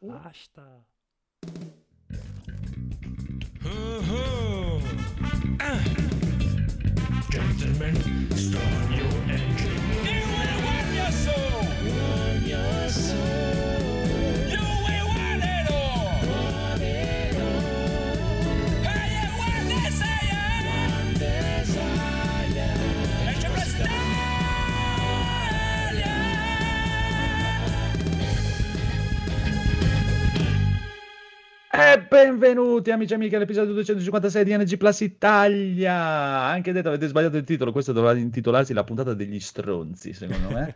Basta. Ho-ho! Ah! Gentlemen, start your engine. You will win your soul. Won your soul. You will win it all. Won it all. Hey, you want desire. One desire. Let your E benvenuti amici e amiche all'episodio 256 di NG Plus Italia. Anche detto avete sbagliato il titolo, questo doveva intitolarsi la puntata degli stronzi, secondo me.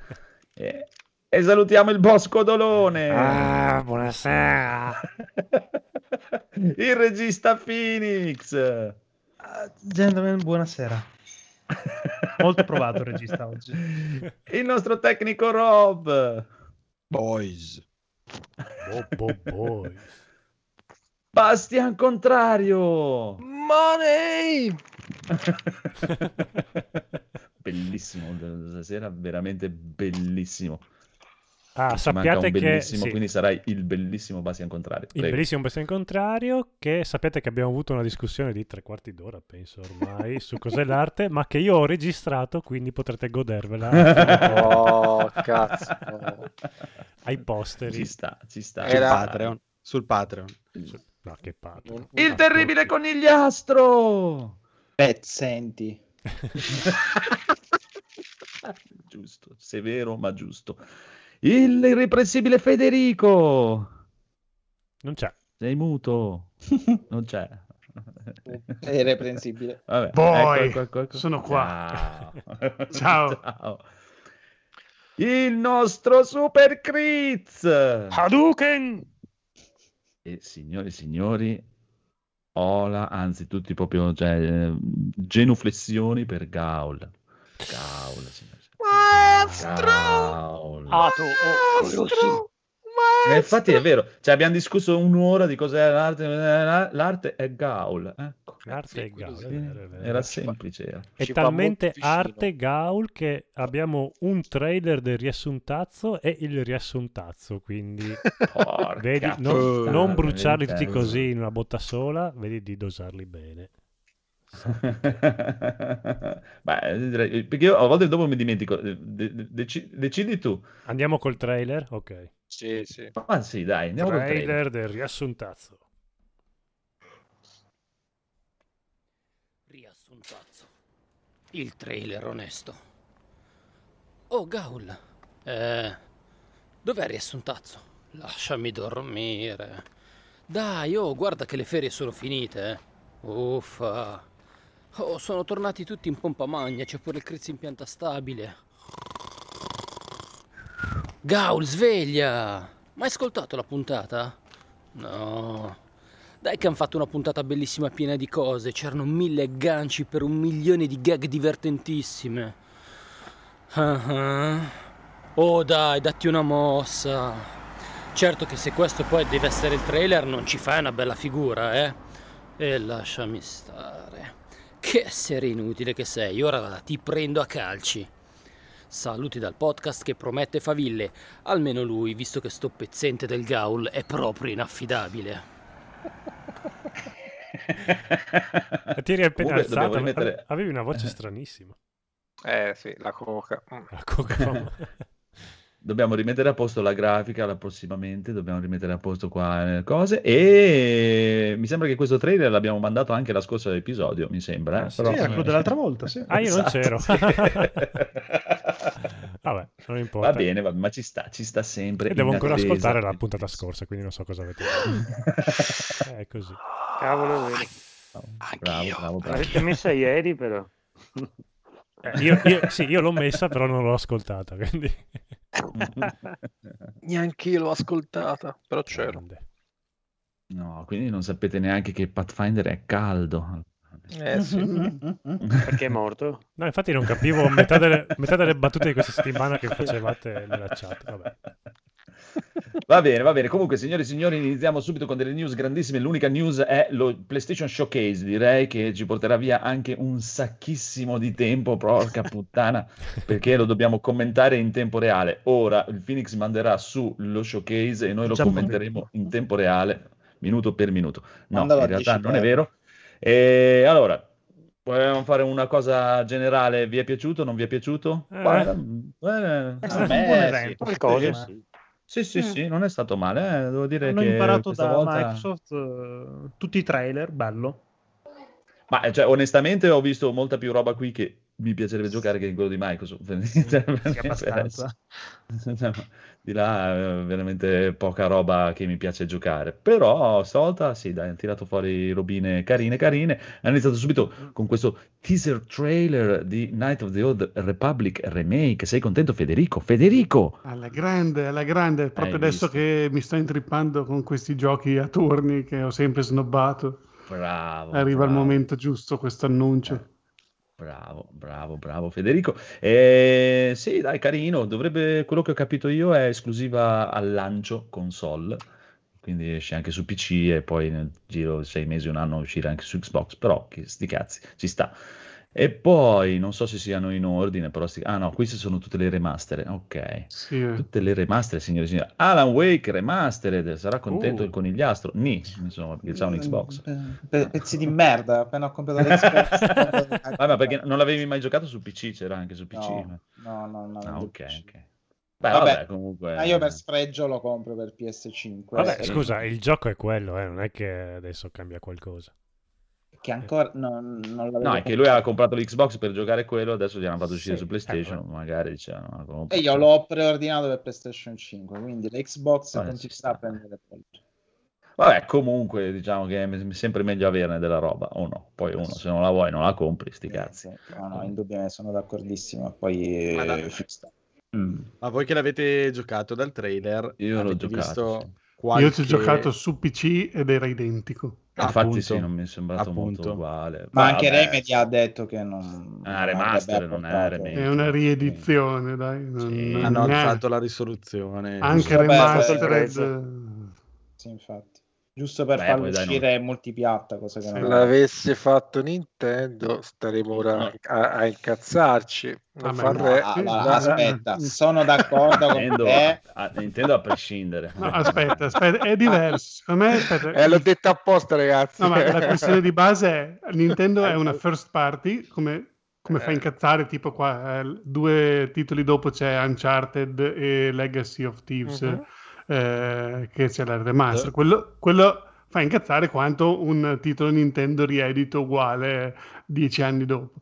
e, e salutiamo il Bosco Dolone. Ah, buonasera. il regista Phoenix. Ah, Gentlemen, buonasera. Molto provato il regista oggi. Il nostro tecnico Rob. Boys. Bo, bo, boy. Bastian Contrario. Money! bellissimo, stasera veramente bellissimo. Ah, Manca sappiate un che bellissimo, sì, quindi sarai il bellissimo Bastian Contrario. il Prego. bellissimo Bastian contrario che sappiate che abbiamo avuto una discussione di tre quarti d'ora, penso ormai, su cos'è l'arte, ma che io ho registrato, quindi potrete godervela Oh, cazzo. ai posteri. Ci sta, ci sta. Sul Era- Patreon. Sul Patreon. No, che palle. Un- Il terribile conigliastro! Pezzenti. Ah, giusto, severo ma giusto. Il irrepressibile Federico! Non c'è. Sei muto? Non c'è. È irreprensibile. Vabbè, Boy, ecco, ecco, ecco. sono qua. Ciao. Ciao. Ciao. Il nostro Super Critz! Hadouken! E signore e signori, Ola, anzi tutti proprio cioè, eh, genuflessioni per Gaul. Gaul, signore. e signori. Gaul. oh. Eh, infatti è vero, cioè, abbiamo discusso un'ora di cos'è l'arte, l'arte è Gaul. Ecco. L'arte è Gaul. Sì, è vero, è vero. Era semplice. era. È Ci va talmente molto vicino. arte Gaul che abbiamo un trailer del riassuntazzo e il riassuntazzo, quindi Porca vedi, non, puttana, non bruciarli tutti veramente. così in una botta sola, vedi di dosarli bene. Beh, direi- perché io a volte dopo mi dimentico. eh, de- de- deci- decidi tu. Andiamo col trailer? Ok. Sì, sì. Ma sì, dai, andiamo col trailer, trailer. del riassuntazzo. Riassuntazzo. Il trailer onesto. Oh, Gaul. Eh, dov'è Riassuntazzo? Lasciami dormire. Dai, oh, guarda che le ferie sono finite. eh. Uffa. Oh, sono tornati tutti in pompa magna, c'è pure il Crizzi in pianta stabile. Gaul, sveglia! Ma hai ascoltato la puntata? No. Dai che hanno fatto una puntata bellissima piena di cose, c'erano mille ganci per un milione di gag divertentissime. Ah ah. Oh dai, datti una mossa. Certo che se questo poi deve essere il trailer non ci fai una bella figura, eh? E lasciami stare. Che essere inutile che sei, ora ti prendo a calci. Saluti dal podcast che promette faville, almeno lui, visto che sto pezzente del Gaul è proprio inaffidabile. E Ti eri appena Comunque dobbiamo alzato, rimettere- avevi una voce stranissima. Eh sì, la coca. Mm. La Coca-Cola. Dobbiamo rimettere a posto la grafica la- prossimamente, dobbiamo rimettere a posto qua le cose e mi sembra che questo trailer l'abbiamo mandato anche la scorsa episodio, mi sembra. eh, Ah, sì, però- Sì, era quello dell'altra volta, sì. Ah, io non Esatto, c'ero. sì. Vabbè, non importa. Va bene, va- ma ci sta, ci sta sempre. E devo in ancora attesa. ascoltare la puntata scorsa, quindi non so cosa avete detto. È così. Cavolo, Ah, vero. Bravo, bravo, bravo. l'avete messa ieri però. Eh, io, io- sì, io l'ho messa, però non l'ho ascoltata, quindi... Neanche io l'ho ascoltata, però c'ero. Grande. No, quindi non sapete neanche che Pathfinder è caldo. Eh sì. Perché è morto? No, infatti non capivo metà delle, metà delle battute di questa settimana che facevate nella chat. Vabbè. Va bene, va bene. Comunque, signori e signori, iniziamo subito con delle news grandissime. L'unica news è lo PlayStation Showcase, direi che ci porterà via anche un sacchissimo di tempo, porca puttana, perché lo dobbiamo commentare in tempo reale. Ora il Phoenix manderà su lo showcase e noi lo Già commenteremo in tempo reale, minuto per minuto. No, Mandalo in a realtà 10 non è vero. E allora, volevamo fare una cosa generale. Vi è piaciuto? Non vi è piaciuto? Eh. Guarda, eh, È a stato me un buon sì, evento. Qualcosa, Sì, sì. sì, sì, sì, non è stato male, eh, devo dire Hanno che imparato questa da volta- Microsoft eh, tutti i trailer, bello. Ma eh, cioè, onestamente ho visto molta più roba qui che mi piacerebbe giocare che in quello di Microsoft. Cioè, Sì, abbastanza. adesso. Cioè, di là eh, veramente poca roba che mi piace giocare. Però stavolta sì, dai, hanno tirato fuori robine carine, carine. Hanno iniziato subito con questo teaser trailer di Night of the Old Republic Remake. Sei contento Federico? Federico! Alla grande, alla grande, proprio visto. adesso che mi sto intrippando con questi giochi a turni che ho sempre snobbato, Bravo. arriva il bravo. momento giusto questo annuncio. Bravo, bravo, bravo Federico. Eh, sì, dai, carino. Dovrebbe, quello che ho capito io è esclusiva al lancio console, quindi esce anche su PC e poi nel giro di sei mesi, un anno uscirà anche su Xbox, però che sti cazzi, ci sta. E poi, non so se siano in ordine, però sti- Ah no, queste sono tutte le remaster, ok. Sì, eh. Tutte le remaster, signore e signori. Alan Wake remastered, sarà contento Uh. il conigliastro? Ni, insomma, perché c'ha un Xbox. Pe- pe- Eh, pezzi di merda, appena ho comprato l'Xbox. Vabbè, ma perché non l'avevi mai giocato su PC? C'era anche su PC? No, no, no. no, Ah, non ok, dici. ok. Beh, vabbè, Vabbè, comunque... eh. Ma io per sfregio lo compro per PS5. Vabbè, eh, scusa, il gioco è quello, eh, non è che adesso cambia qualcosa. Che ancora no, non l'avevo No, è che lui aveva comprato l'Xbox per giocare quello, adesso gli hanno fatto uscire Sì, su PlayStation, eh, vabbè. magari dicevano... "No, compra". E io l'ho preordinato per PlayStation 5, quindi l'Xbox Vabbè, ci continuerà sta. a prendere polso. Vabbè, comunque, diciamo che è m- sempre meglio averne della roba, o no. Poi uno, se non la vuoi, non la compri, sti cazzi. Sì, No, no, indubbiamente sono d'accordissimo. Poi Ma dai. eh, ci sta. Ma voi che l'avete giocato dal trailer, Io l'ho avete giocato, visto sì. qualche- Io ci ho giocato su PC ed era identico. Infatti appunto. sì, non mi è sembrato molto Appunto. uguale. Ma Vabbè. anche Remedy ha detto che non... Ah, remaster, avrebbe non è apportato- remake. È una riedizione, dai. non- Sì, non Hanno Eh. è- Ah, alzato la risoluzione. Anche Giusto per- Remastered. Eh, Sì, infatti. Giusto per Beh, farlo poi dai, non- uscire multipiatta, cosa che Sì. non La- L'avesse fatto Nintendo, staremo ora a, a incazzarci. Non Ah, ma fa no, re- Ah, Sì. allora, Ah, aspetta, sono d'accordo con Nintendo, te. ah, Nintendo a prescindere. No, aspetta, aspetta, è diverso. Secondo me, aspetta, Eh, l'ho detto apposta, ragazzi. No, ma la questione di base è Nintendo è una first party, come, come Eh. fa incazzare tipo qua, eh, due titoli dopo c'è Uncharted e Legacy of Thieves, Mhm. eh, che c'è la remaster. Quello, quello fa incazzare quanto un titolo Nintendo riedito uguale dieci anni dopo.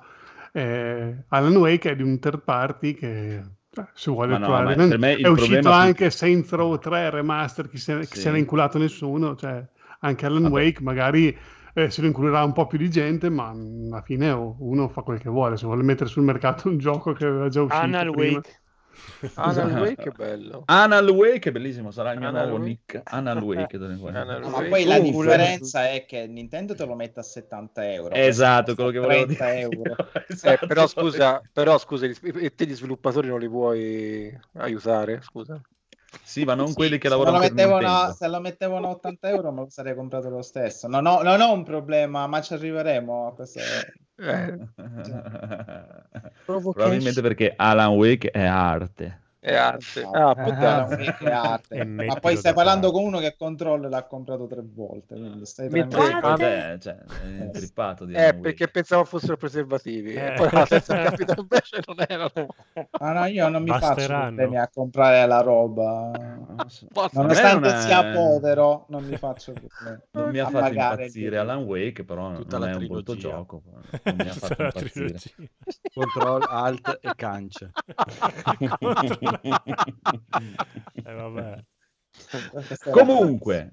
Eh, Alan Wake è di un third party che... cioè, Si vuole Ma no, attuare. ma per me il è uscito problema- anche Saints Row 3 remaster, chi se, chi Sì. se l'ha inculato nessuno, cioè anche Alan Vabbè. Wake magari eh, se lo includerà un po' più di gente, ma mm, alla fine oh, uno fa quel che vuole. Se vuole mettere sul mercato un gioco che aveva già uscito, Anal prima. Wake. Alan Wake è bello. Anal Wake, bellissimo, sarà il mio Anal nuovo Wake. nick. Anal Wake. te ne guardi. Anal No, Wake. ma poi la Uh, differenza è che Nintendo te lo mette a 70 euro. Esatto, Questo quello che volevo costa 30 dire. euro. Eh, Esatto. però scusa, però scusa, gli- e te gli sviluppatori non li puoi aiutare? Scusa. Sì, ma non quelli che Se lo, lavorano per mettevano, a- Nintendo. se lo mettevano a 80 euro me lo sarei comprato lo stesso. Non ho, non ho un problema, ma ci arriveremo. a queste- Eh, Probabilmente perché Alan Wake è arte. è arte. Ah, Ah, può darsi. sì, che arte. E Ma mettilo poi stai da parlando parte. con uno che controllo l'ha comprato tre volte. Quindi stai Mentre- tranquillo. Eh, Vabbè, cioè, è intrippato diciamo, di Eh, Alan perché Wake. pensavo fossero preservativi. Eh. E poi la terza capita invece non erano. Ah, no, io non mi faccio Basteranno. problemi a comprare la roba. Non so. Basta. me Nonostante non è- sia povero, non mi faccio problemi. Non mi ha a fatto pagare impazzire il- Alan Wake, però non- Tutta non la è un brutto trilogia. gioco. Non mi ha fatto Sarà la impazzire. trilogia. Control, Alt e Cance. Eh, vabbè. Questa è la- Comunque,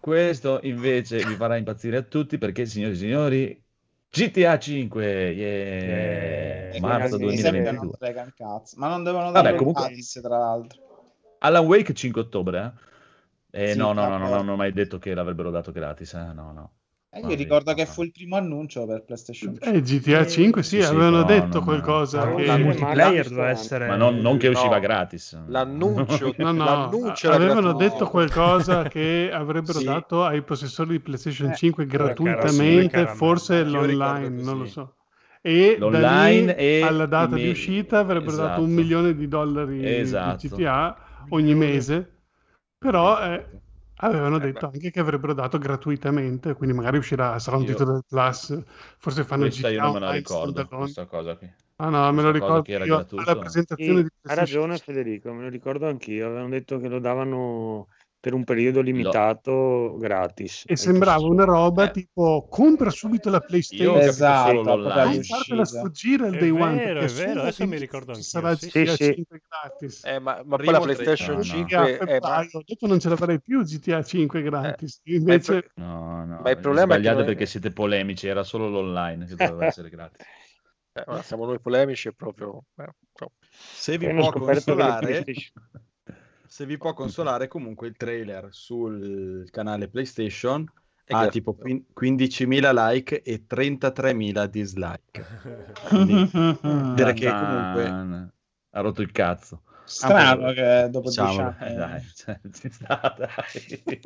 questo invece vi farà impazzire a tutti perché, signori e signori, GTA 5, yeah, Yeah. marzo Mi sembra che non 2022. frega un cazzo, ma non devono Vabbè, dare comunque- gratis, tra l'altro. Alan Wake 5 ottobre, eh? Eh, Sì, no, no, no, no, d'accordo. no, non ho mai detto che l'avrebbero dato gratis, eh? no, no. Eh, io Vabbè, ricordo che fu il primo annuncio per PlayStation Eh, GTA 5 sì, Sì, sì, avevano no, detto no, no. qualcosa. Ma che- la multiplayer doveva essere- Ma non, non che usciva No. gratis. L'annuncio, No, no, l'annuncio era avevano gratuito. detto qualcosa che avrebbero Sì. dato ai possessori di PlayStation Eh, 5 cara- gratuitamente, sì, caramelle. forse Io l'online, ricordo che non lo sì. so. E da L'online lì e alla data i di me- uscita avrebbero dato un esatto. milione di dollari Esatto. di GTA ogni mese, però Esatto. eh, avevano Eh, detto anche che avrebbero dato gratuitamente, quindi magari uscirà, sarà un Io- titolo del Plus, forse fanno Questa io non me la online, ricordo, standalone. questa cosa qui. Ah no, me lo questa cosa ricordo che era io gratuito. alla presentazione Sì, di ha PlayStation ragione Federico, me lo ricordo anch'io. Avevano detto che lo davano per un periodo limitato gratis. E sembrava una roba Eh. tipo compra subito la Io ho PlayStation. capito Esatto, solo proprio Non l'online. all'uscita. fartela sfuggire il È day one. vero, perché è vero, solo adesso lì mi ricordo ci anch'io, Sarà sì, GTA sì. 5 gratis. Eh, ma, ma poi Primo la tre- PlayStation no, no. Che a 5 è, ma, febbraio dopo non ce l'avrai più GTA 5 gratis. ma il Invece pro- No, no, Ma il problema è che sbagliate non è- perché siete polemici, era solo l'online che doveva essere gratis. eh, guarda, siamo noi polemici, è proprio... eh, troppo. Se vi Poi hanno può scoperto che le consolare, PlayStation- se vi può consolare comunque il trailer sul canale PlayStation È ha gratuito. tipo quin- 15.000 like e 33.000 dislike. Quindi dire che comunque Dan. Ha rotto il cazzo. Ah, Strano che dopo dieci Diciamolo, anni... Eh, dai, cioè, ci sta, dai.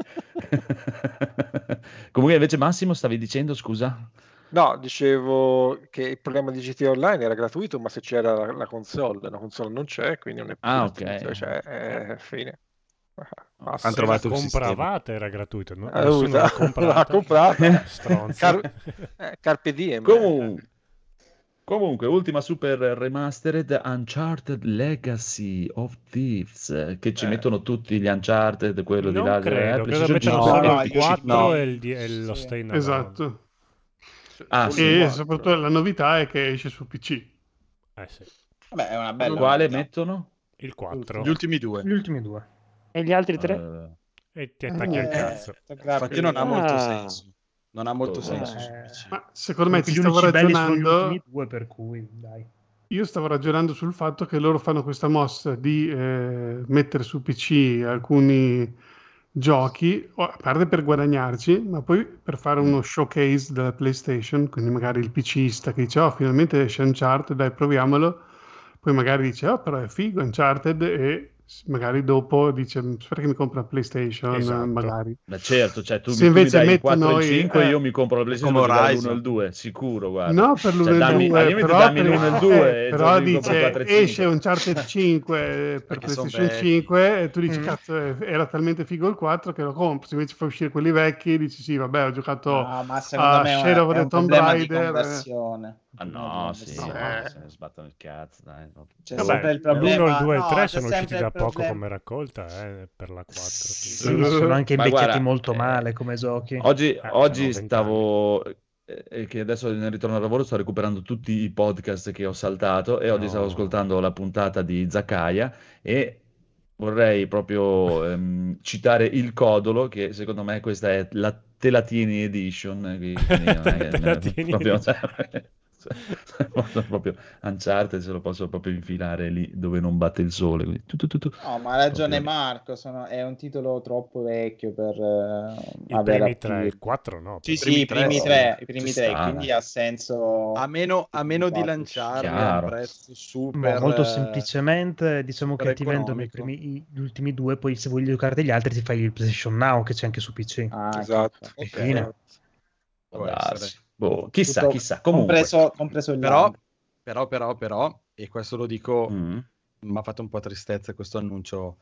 comunque invece Massimo stavi dicendo, scusa? No, dicevo che il problema di GTA Online era gratuito, ma se c'era la, la console, la console non c'è, quindi non è più Ah, gratuito, ok. cioè, è fine. Basta. hanno Eh. Se trovato la il sistema. compravate era gratuito, no? Eh, Nessuno usa- l'ha comprata. l'ha comprata. Stronzi. Car- eh, Carpe diem. Comunque, comunque, ultima super remastered Uncharted Legacy of Thieves, eh, che ci Eh. mettono tutti gli Uncharted, quello non di là. eh, credo, credo PlayStation invece no, non solo no, il io ci- 4 no. e, il, di- e lo Sì. Stain esatto. Ah, sì. E soprattutto la novità è che esce su PC. Eh, sì. Vabbè, è una bella... Quale novità. mettono? Il 4. Gli ultimi due. Gli ultimi due. E gli altri tre? Eh, E ti attacchi al Eh, cazzo. Infatti non ha Ah. molto senso. Non ha molto Eh. senso su PC. Ma secondo me ci Comunque gli stavo unici belli sono gli ragionando. ultimi due, per cui dai. Io stavo ragionando sul fatto che loro fanno questa mossa di eh, mettere su PC alcuni giochi, o- a parte per guadagnarci, ma poi per fare uno showcase della PlayStation, quindi magari il PCista che dice oh finalmente esce Uncharted, dai proviamolo, poi magari dice oh però è figo Uncharted e s- magari dopo dice perché mi compra la PlayStation Esatto. magari. Ma certo, cioè tu, Se mi- tu mi invece dai il mettono 4 e i- il 5 eh. io mi compro la PlayStation Come mi dai Horizon. l'1 e il 2, sicuro, guarda. No, per l'uno Cioè, dammi- al e il 2, limite però, dammi per- l'uno e il due, eh, e però tu mi compri dice quattro e cinque. esce un Charter 5 per Perché son PlayStation vecchi. 5 e tu dici Mm. cazzo eh, era talmente figo il 4 che lo compro, se invece fai uscire quelli vecchi dici sì vabbè ho giocato No, ma secondo a me è, Shadow of è the un Tomb problema di Raider, eh. conversione. Ah no, No, sì, no, eh. no, se ne sbattono il cazzo, dai. no. C'è Vabbè, sempre il L'1, problema. il 2 e il no, 3 c'è sono sempre usciti il da poco problema- come raccolta eh, per la 4. Sì, ma sono anche Ma invecchiati guarda, molto eh, male come giochi. Oggi, c'hanno oggi 20 stavo, eh, eh, che adesso nel ritorno al lavoro sto recuperando tutti i podcast che ho saltato e oggi No. stavo ascoltando la puntata di Zaccaia e vorrei proprio ehm, citare il Codolo, che secondo me questa è la Telatini Edition. eh, quindi non è che- Te la tieni proprio, lì. cioè, cioè, posso proprio Uncharted se lo posso proprio infilare lì dove non batte il sole. quindi tu, tu, tu, tu. No, ma ha ragione Proprio- Marco, sono- è un titolo troppo vecchio per eh, I avere primi appeal. 3, il 4 no. Sì, I sì, i primi primi tre, tre, sì. i primi Ci tre, sta, quindi dai. ha senso... A meno, a meno di Esatto, lanciarli a chiaro. un prezzo super Ma Boh, molto eh, semplicemente diciamo che super ti vendono i economico. primi- i- gli ultimi due, poi se voglio giocare gli altri ti fai il PlayStation Now che c'è anche su PC. Ah, Esatto. ecco. Ok, Fine. può Darsi. essere. Boh, chissà, Tutto- chissà. Comunque, Compreso, compreso il Però, land. però, però, però, e questo lo dico, Mm. mi ha fatto un po' tristezza questo annuncio,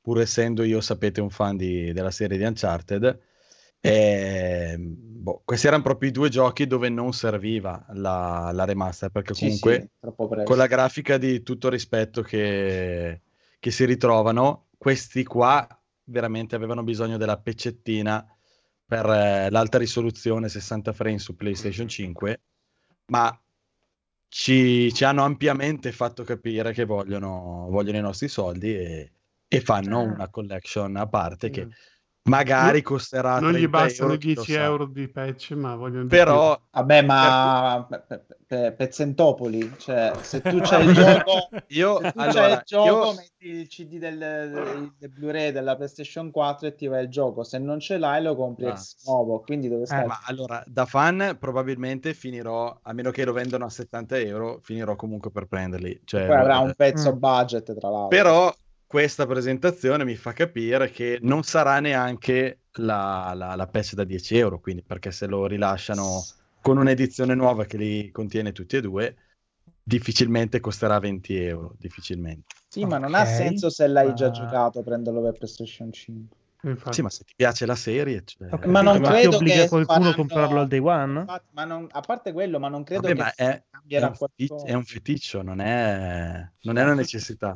pur essendo io, sapete, un fan di- della serie di Uncharted. eh, boh, questi erano proprio i due giochi dove non serviva la, la remaster, perché Sì, comunque... sì, troppo presto. con la grafica di tutto rispetto che, che si ritrovano, questi qua veramente avevano bisogno della peccettina per eh, l'alta risoluzione 60 frames su PlayStation 5, ma ci, ci hanno ampiamente fatto capire che vogliono, vogliono i nostri soldi e, e fanno una collection a parte che Magari No, costerà Certo. non gli 30 bastano euro, chi lo 10 sa. euro di patch, ma vogliono di Però- più. Cioè, Vabbè, ma pe- pe- pe- Pezzentopoli, cioè, se tu c'hai il gioco, Certo. Io, se tu c'hai allora, il gioco io- metti il CD del, del- del Blu-ray della PlayStation 4 e ti vai il gioco. Se non ce l'hai, lo compri Ah. ex nuovo. Quindi Eh, dove stai? ma allora, da fan probabilmente finirò, a meno che lo vendano a 70 euro, finirò comunque per prenderli. Cioè, Poi avrà un eh, Mm. pezzo budget, tra l'altro. Però questa presentazione mi fa capire che non sarà neanche la, la, la patch da 10 euro, quindi perché se lo rilasciano con un'edizione nuova che li contiene tutti e due, difficilmente costerà 20 euro, difficilmente. Sì, ma non ha Ok. Ah. senso se l'hai già Ma- giocato prenderlo per PlayStation 5. Infatti. Sì, ma se ti piace la serie... cioè- Ho capito, Ma non ma ti credo obbliga che qualcuno a faranno- comprarlo al day one? Infatti, ma non- a parte quello, ma non credo Vabbè, che ma è, è, cambierà un fetic- qualcosa. è un feticcio, non è, non è una necessità.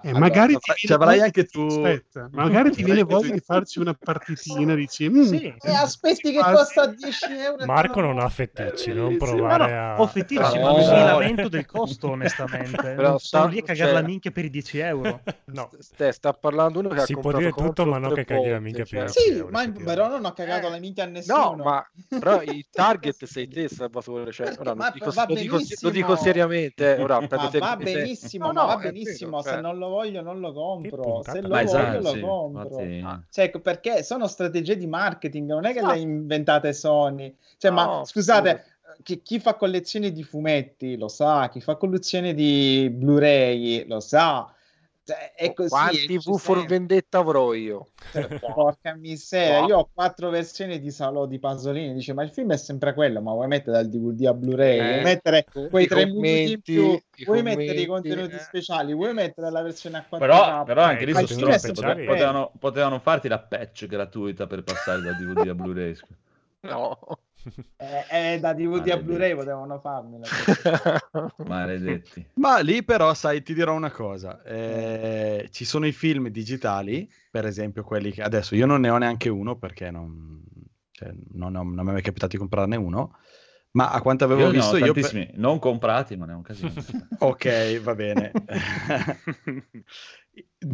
E allora, Eh, magari Ci ti viene Cioè, avrai voglia- anche tu- Aspetta, magari ti Avrai viene anche voglia tu- di farci una partitina, dici... "Mm, Sì. eh, aspetti che Infatti- costa 10 euro. e Marco te lo- non ha feticci, Sì, non sì, provare Ma no, a... ho feticci, Ah, ma no. mi lamento del costo, onestamente. Però non sta- sono lì a cagare cioè- la minchia per i 10 euro. No, Ste- sta parlando uno che Si ha può comprato dire tutto, Control ma non tre che caghi la volte, minchia cioè. Eh. piena. Sì, euro, ma effettivamente. però non ho cagato la minchia a nessuno. No, ma però il target sei te, Salvatore. Cioè, Perché- ora, lo, ma dico, va lo dico- benissimo. lo dico seriamente. eh, Ora, per Ma te- va te- benissimo, No, ma no, va è vero, benissimo. cioè. Se non lo voglio, non lo Che compro. puntata. Se lo Ma voglio, esatto, lo compro. infatti- Cioè, ecco, perché sono strategie di marketing, non è che No. le ha inventate Sony. Cioè, No, ma scusate, chi, chi fa collezione di fumetti lo sa, chi fa collezione di Blu-ray lo sa. Cioè, è così. Quanti e ci V for sempre. vendetta avrò io? Cioè, Porca miseria, io ho quattro versioni di Salò di Pasolini. Dice, ma il film è sempre quello. Ma vuoi mettere dal DVD a Blu-ray? Eh, Vuoi mettere quei i tre minuti in commenti, più? Vuoi i mettere commenti, i contenuti eh. speciali? Vuoi mettere la versione a 4K? Però, però anche Eh, lì ma sono il film è stronzi, speciale. pote- potevano, potevano farti la patch gratuita per passare da DVD a Blu-ray. scusa. No. Eh, eh, da DVD a Maledetti. Blu-ray potevano farmela. Maledetti. Ma lì però, sai, ti dirò una cosa. eh, ci sono i film digitali, per esempio quelli che adesso io non ne ho neanche uno perché non, cioè, non ho- non mi è mai capitato di comprarne uno, ma a quanto avevo Io ne ho visto io... per- tantissimi, non comprati, ma ne è un casino. Ok, va bene.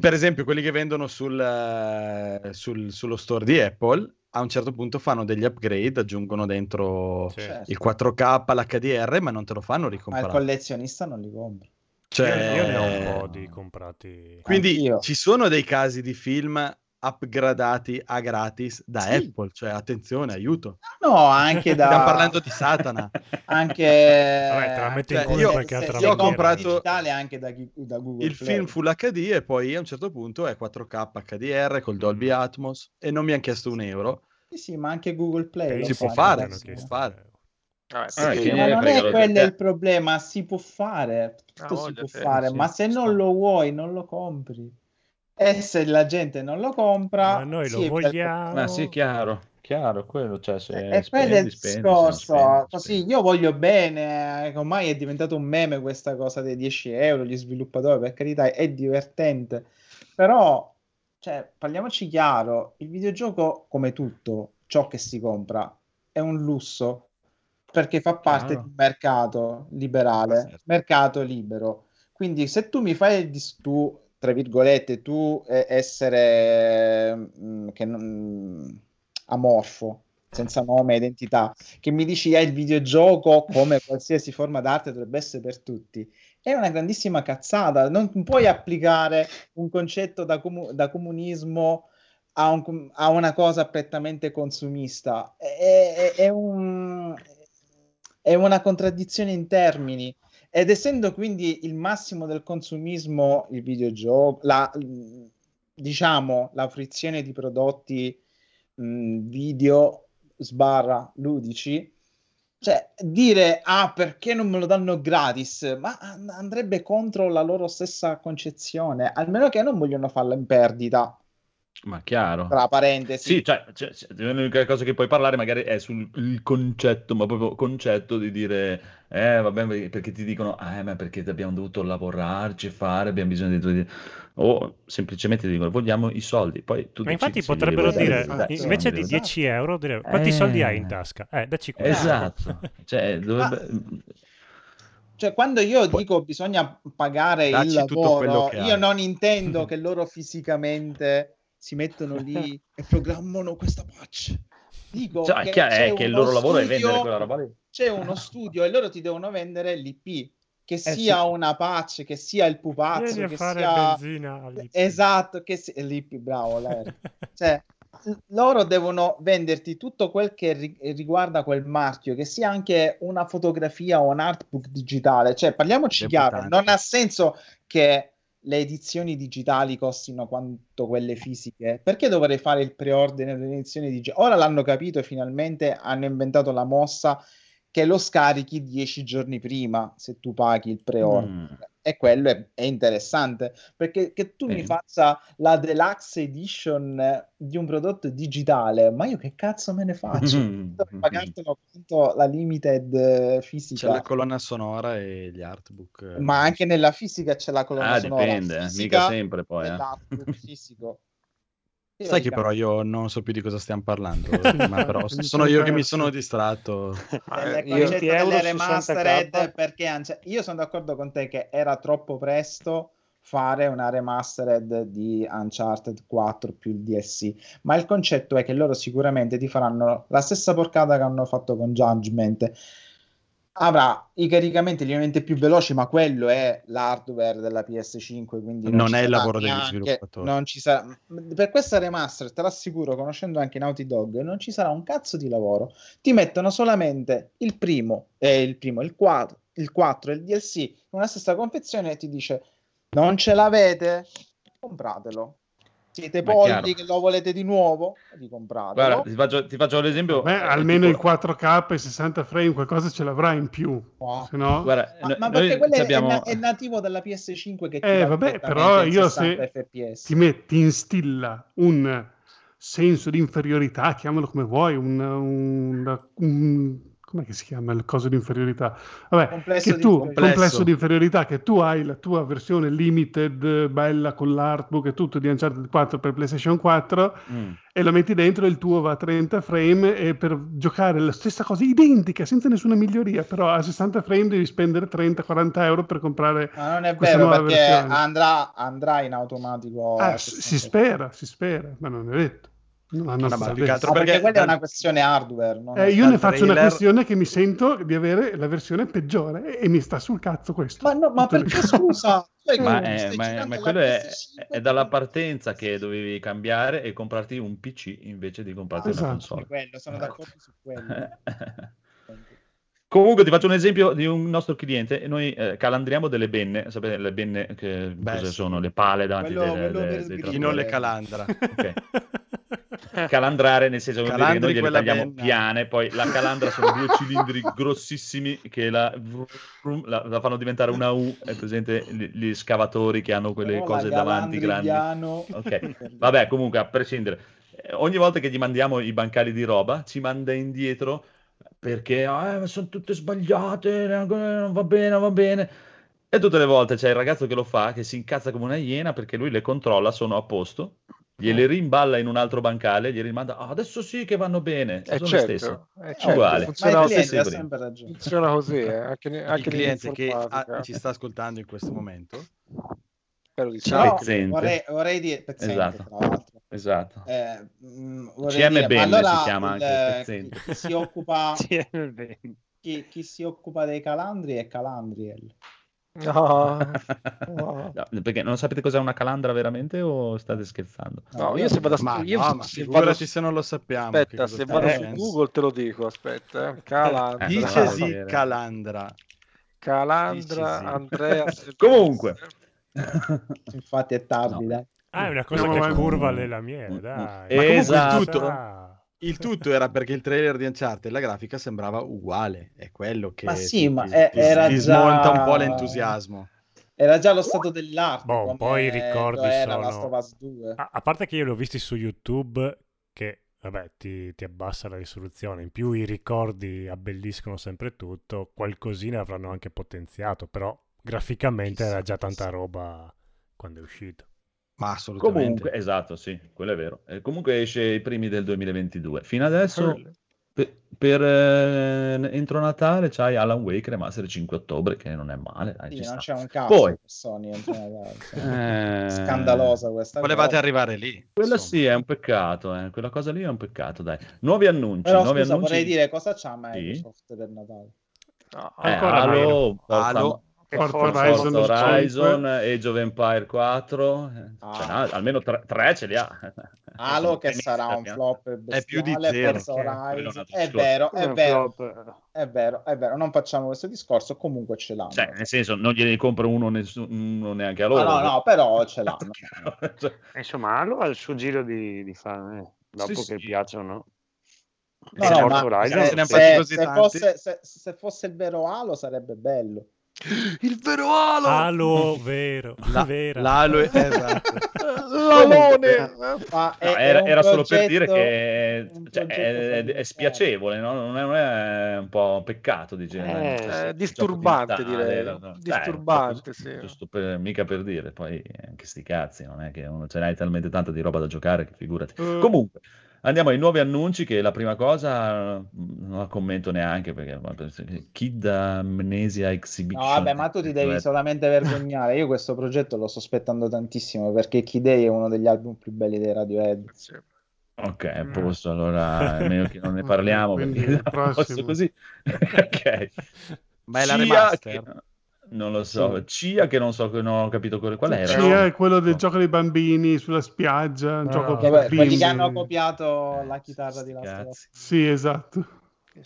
per esempio quelli che vendono sul, eh, sul- sullo store di Apple, a un certo punto fanno degli upgrade, aggiungono dentro Sì. Certo. il 4K, l'HDR, ma non te lo fanno Ma il ricomprare. collezionista non li compra. Cioè- Io, io ne Eh. ho un po' di comprati. Quindi Anch'io. ci sono dei casi di film upgradati a gratis da Sì. Apple, cioè attenzione, aiuto. No, anche da... Stiamo parlando di Satana. Anche... Vabbè, te la metti in anche- culo in se- qualche Cioè, se- altra se io maniera. compro il Comprato- digitale anche da, chi- da Google Il Play. film full HD e poi a un certo punto è 4K HDR col Dolby Mm. Atmos e non mi hanno chiesto un euro. Sì, sì, ma anche Google Play. lo si può fa, fare, ragazzi. si può fare. Vabbè, Ah, sì, che Ma gliene non frega, è lo- quello eh. il problema, si può fare, tutto Ah, si voglio può te, fare, sì, ma se sta. non lo vuoi non lo compri. E se la gente non lo compra, Ma noi sì, lo è per- Ah, Eh, vogliamo. Ma sì, chiaro, chiaro, quello, cioè se E quello è il spendi, spendi, se non discorso, spendi, così spendi. io voglio bene, eh, ormai è diventato un meme questa cosa dei 10 euro, gli sviluppatori, per carità, è divertente, però, cioè, parliamoci chiaro, il videogioco, come tutto ciò che si compra, è un lusso, perché fa parte Chiaro. di un mercato liberale, Ah, certo. mercato libero, quindi se tu mi fai il dis- tu, tra virgolette, tu eh, essere, mm, che non- amorfo, senza nome e identità, che mi dici "Ah, il videogioco come qualsiasi forma d'arte dovrebbe essere per tutti. È una grandissima cazzata, non puoi applicare un concetto da, comu- da comunismo a, un com- a una cosa prettamente consumista. È, è- è un- è una contraddizione in termini. Ed essendo quindi il massimo del consumismo il videogioco, la, diciamo la frizione di prodotti mh, mm, video sbarra ludici, cioè dire ah perché non me lo danno gratis, ma an- andrebbe contro la loro stessa concezione, almeno che non vogliono farla in perdita, Ma chiaro. tra parentesi. Sì, cioè, cioè, cioè, l'unica cosa che puoi parlare magari è sul il concetto, ma proprio concetto di dire, eh, vabbè, perché ti dicono, eh, ma perché abbiamo dovuto lavorarci, fare, abbiamo bisogno di... di- O semplicemente dicono, vogliamo i soldi, poi tu Ma decidi infatti se li potrebbero vuoi dare, dire, eh, se li dai, se invece non di li Esatto. 10 euro, dire, esatto. quanti Eh. soldi hai in tasca? Eh, dacci dai. qua. Esatto, cioè, dovrebbe... Cioè, quando io Poi- dico bisogna pagare il Dacci tutto lavoro, quello che io hai. non intendo che loro fisicamente si mettono lì e programmano questa patch. Dico Cioè, è chiaro- c'è è che il uno loro lavoro è vendere studio- quella roba lì. C'è uno studio e loro ti devono vendere l'IP, che sì. sia una patch, che sia il pupazzo, Vieni a che Eh, fare sia... benzina all'IP. Esatto, che si... l'IP, bravo. la R. cioè, l- loro devono venderti tutto quel che ri- riguarda quel marchio, che sia anche una fotografia o un artbook digitale. Cioè, parliamoci chiaro, Debuttanti. non ha senso che le edizioni digitali costino quanto quelle fisiche. Perché dovrei fare il preordine dell'edizione digitale? Ora l'hanno capito e finalmente hanno inventato la mossa che lo scarichi dieci giorni prima se tu paghi il preordine Mm. e quello è, è interessante perché che tu Sì. mi faccia la deluxe edition eh, di un prodotto digitale ma io che cazzo me ne faccio Mm. Devo pagartelo quanto la limited eh, C'è fisica la colonna sonora e gli artbook. eh, ma anche nella fisica c'è la colonna Ah, sonora dipende, eh, fisica mica sempre poi. eh. dell'artbook fisico Io Sai che dico, però io non so più di cosa stiamo parlando, eh, ma però sono io che mi sono distratto. Eh, del io- concetto 20 euro delle su 60K. remastered eh, perché anzi, io sono d'accordo con te che era troppo presto fare una remastered di Uncharted 4 più il DLC ma il concetto è che loro sicuramente ti faranno la stessa porcata che hanno fatto con Judgment avrà i caricamenti lievemente più veloci ma quello è l'hardware della PS5 quindi Non ci è il sarà lavoro degli neanche- sviluppatori. non ci sarà per questa remaster te l'assicuro conoscendo anche Naughty Dog non ci sarà un cazzo di lavoro ti mettono solamente il primo e il primo il 4 il 4 e il DLC in una stessa confezione e ti dice non ce l'avete compratelo siete Ma è polli chiaro. che lo volete di nuovo ricompratelo Guarda, ti faccio, ti faccio l'esempio. Beh, eh, almeno il tipo- 4K e 60 frame, qualcosa ce l'avrà in più, No. se no. Guarda, ma, no- ma noi perché quello è- abbiamo- è, na- è nativo dalla PS5 che ti Eh, dà vabbè, direttamente però il io 60 se- FPS. ti, met- ti instilla un senso di inferiorità, chiamalo come vuoi, un, un, un- com'è che si chiama il coso di inferiorità? Vabbè, Complesso che di tu, inferiorità. complesso di inferiorità, che tu hai la tua versione limited, eh, bella con l'artbook e tutto di Uncharted 4 per PlayStation 4 Mm. e la metti dentro e il tuo va a 30 frame e per giocare la stessa cosa identica, senza nessuna miglioria, però a 60 frame devi spendere 30-40 euro per comprare ma non è questa vero nuova perché versione. andrà, andrà in automatico Ah, a s- 60. si spera, si spera, ma non è detto. Non hanno No, ma detto. più che altro Ma Ah, perché, perché- quella è una dal- questione hardware non Eh, è- io dal ne faccio una trailer- questione che mi sento di avere la versione peggiore e e mi sta sul cazzo questo. ma, no, ma Tutto perché lì. scusa Cioè, Ma, che è, stai ma è- girando ma la quello è, PS5 è dalla partenza che dovevi cambiare e comprarti un PC invece di comprarti Esatto. Eh. una È console. quello, sono d'accordo su quello Comunque ti faccio un esempio di un nostro cliente e noi eh, calandriamo delle benne, sapete le benne che Beh, cosa sì. sono? Le pale davanti Quello- delle- quello dei- per dei sgridire. Chi trattori. non le calandra. Calandrare nel senso che vuol dire che Calandri noi gliele quella tagliamo benna. piane, poi la calandra sono due cilindri grossissimi che la, vrum, la- la fanno diventare una U, è presente gli, gli scavatori che hanno quelle No, cose la davanti grandi. Galandriano- Ok, vabbè, comunque a prescindere, eh, ogni volta che gli mandiamo i bancali di roba, ci manda indietro perché "Ah, ma sono tutte sbagliate, eh, non va bene, non va bene. E tutte le volte c'è il ragazzo che lo fa, che si incazza come una iena perché lui le controlla, sono a posto, Eh. gliele rimballa in un altro bancale, gli rimanda, "Ah, adesso sì che vanno bene, Eh, sono le stesse. certo, eh, certo, uguale. ma Funziona, il Funzionava cliente stesso ha prima. sempre ragione funziona così, eh, anche, ne- anche il cliente che nell'informatica. ha- ci sta ascoltando in questo momento. Spero di Però sì. Pezzente. vorrei, vorrei dire pezzente Esatto. tra l'altro Esatto. Eh, mh, vorrei CM dire, ma Benne allora si chiama il- anche, pezzente. chi, chi si occupa, Sì, è vero. chi, chi si occupa dei calandri è Calandriel No, No, perché non sapete cos'è una calandra veramente o state scherzando? No, io se vado a- Ma io no, se- ma se figurati vado- se non lo sappiamo. che aspetta, cosa se sta vado su dicendo. Google te lo dico, aspetta. eh. Calandra, Eh, Dice Esatto. sì, calandra. Calandra, Dice sì. Andrea. Silvestri. Comunque. infatti è tardi No. dai. Ah, è una cosa Andiamo che avanti. curva le la miele, dai. Ma comunque Mm, Esatto. il tutto. Il tutto era perché il trailer di Uncharted la grafica sembrava uguale, è quello che Ma sì, ti- ma ti- è- ti- era ti già- smonta un po' l'entusiasmo. era già lo stato dell'arte Boh, come poi i ricordi era sono- Ah, Last of Us 2 A, a parte che io li ho visti su YouTube, che vabbè, ti, ti abbassa la risoluzione. In più i ricordi abbelliscono sempre tutto. Qualcosina avranno anche potenziato, però graficamente era già tanta roba quando è uscito. Ma assolutamente. Comunque, esatto, sì, quello è vero. Eh, comunque esce i primi del 2022. Fino adesso, pe- per eh, entro Natale c'hai Alan Wake Remastered 5 ottobre, che non è male. eh, dai, Sì, ci non sta. c'è un cazzo Poi- per Sony. in generale, cioè, Eh. Scandalosa questa Volevate cosa. arrivare lì. Quella sì, è un peccato, eh, quella cosa lì è un peccato, dai. Nuovi annunci, Però nuovi scusa, annunci. vorrei dire cosa c'ha Microsoft per Natale. Eh, Ancora Halo, meno. Forza- Halo, Che Forza forza. Horizon Forza Horizon, 5. Age of Empire 4, eh, Ah. ce n'ha- almeno tre, tre ce li ha. Halo che Tennis, sarà un abbiamo- flop È più di bestiale, zero, Forza che è Horizon. quello È nato- vero, è vero, flop. è vero, è vero. Non facciamo questo discorso, comunque ce l'hanno. Cioè, nel senso, non gliene compro uno, nessuno, uno neanche a Ah, loro. no, no, però ce l'hanno. Cioè, Eh, Insomma, Halo ha il suo giro di, di fame, dopo Sì, che sì. piacciono, no? No, Eh, E no, Forza ma Horizon, se- se ne hanno se- fatti così se tanti. fosse, se- se fosse il vero Halo sarebbe bello. Il vero Halo! Alo, vero, La- vera. l'Halo è- esatto. L'alone! Ma è- no, è era un era solo per progetto- dire che un cioè, è, progetto è spiacevole, no? non, è, non è un po' un peccato, diciamo. Eh, sì. Gioco di disturbante, Natale, direi. no, no. Dai, Disturbante, un po' così, sì. Giusto per, mica per dire, poi anche sti cazzi, non è che uno ce n'hai talmente tanta di roba da giocare che figurati. Eh, Comunque, andiamo ai nuovi annunci che la prima cosa mh, non la commento neanche perché vabbè, Kid Amnesia Exhibition. No, vabbè, ma tu ti devi solamente vergognare. Io questo progetto lo sto aspettando tantissimo perché Key Day è uno degli album più belli dei Radiohead. Sì. Ok, a posto, allora è meglio che non ne parliamo Mm. Quindi perché il a posto prossimo. così. ok. Ma è la Cia remaster? che- Non lo so, Cia che non so, non ho capito quel- qual era. Sì, no? è quello del gioco dei bambini sulla spiaggia, un Ah. gioco Vabbè, per quelli bimbi. che hanno copiato la chitarra di Last of Us. Cazzi. Sì, esatto.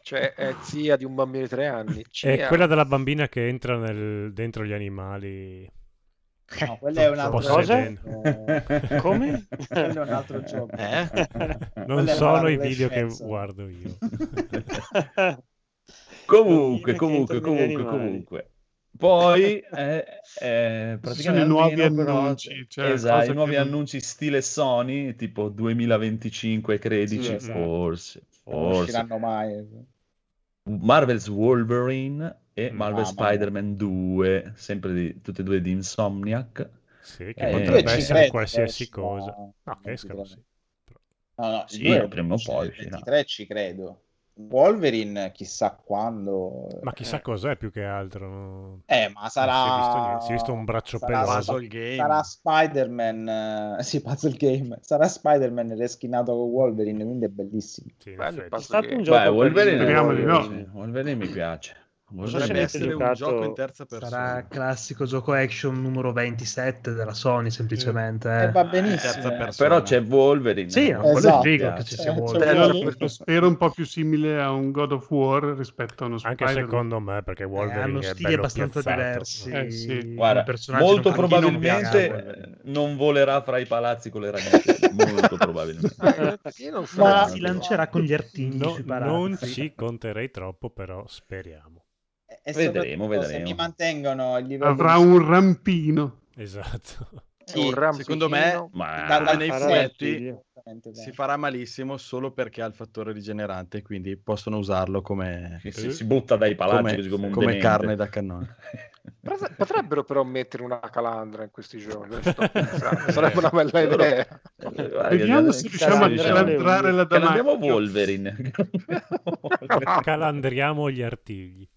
Cioè, è zia di un bambino di tre anni. È Cia. quella della bambina che entra nel- dentro gli animali. Eh, No, quello è un altro Posso Cosa? vedere? Come? Quello è un altro gioco. Eh? Non Quella è sono una i video che adolescenza. guardo io. Comunque, Bambina che comunque, entra negli comunque, animali. comunque. Poi eh, eh, Ci sono i praticamente nuovi almeno, però, annunci, cioè, esatto, cose i nuovi che non- annunci stile Sony, tipo 2025 13, Sì, esatto. forse, Non forse. usciranno mai. Marvel's Wolverine Mm. e Marvel's Mamma mia. Spider-Man 2, sempre di, tutte e due di Insomniac. Sì, Eh, che io potrebbe ci essere credo, qualsiasi eh, cosa. no, No, che non escano, ci sì. No, no, Sì, il due- prima o poi uscirà. 23 ci credo. Wolverine chissà quando. Ma chissà cos'è più che altro. no? Eh, ma sarà... si è visto niente, si è visto un braccio sarà peloso. Sp- Puzzle game. Sarà Spider-Man, eh, sì, puzzle game. Sarà Spider-Man reskinato con Wolverine, quindi è bellissimo. Sì, in Bello il effetti. È stato un puzzle gioco Beh, Wolverine, Speriamo carino. di Wolverine- Wolverine mi piace. Wolverine se Potrebbe avete essere un giocato- gioco in terza persona. Sarà classico gioco action numero 27 della Sony, semplicemente. E eh. va benissimo. terza eh. persona. Però c'è Wolverine. Sì, no? quello Esatto. è figo che ci sia Eh, c'è Wolverine. game. Spero, Terza persona. spero un po' più simile a un God of War rispetto a uno Anche Spider-Man. secondo me, perché Eh, hanno Wolverine è stili bello abbastanza piazzato. diversi. Eh, sì. i Guarda, personaggi molto non- a chi non piace Wolverine? probabilmente non volerà fra i palazzi con le ragazze. molto probabilmente. Eh, io non so. Ma Ma- si lancerà con gli artigli No, sui palazzi. non ci conterei troppo, però speriamo. E- e Vedremo, soprattutto vedremo. Se mi mantengono il livello Avrà di- un rampino. Esatto. sì, un rampichino. Secondo me, Ma da- dal nei fumetto. fumetti Esattamente, dai. si farà malissimo solo perché ha il fattore rigenerante, quindi possono usarlo come, che si, si butta dai palazzi così come come, un come demente. carne da cannone. Pot- Potrebbero però mettere una calandra in questi giorni. adesso sto pensando. Sarebbe una bella idea. Eh, guarda, Vediamo che- se che riusciamo a diciamo, calentrare la che l'abbiamo Damasio. Wolverine. Calandriamo gli artigli.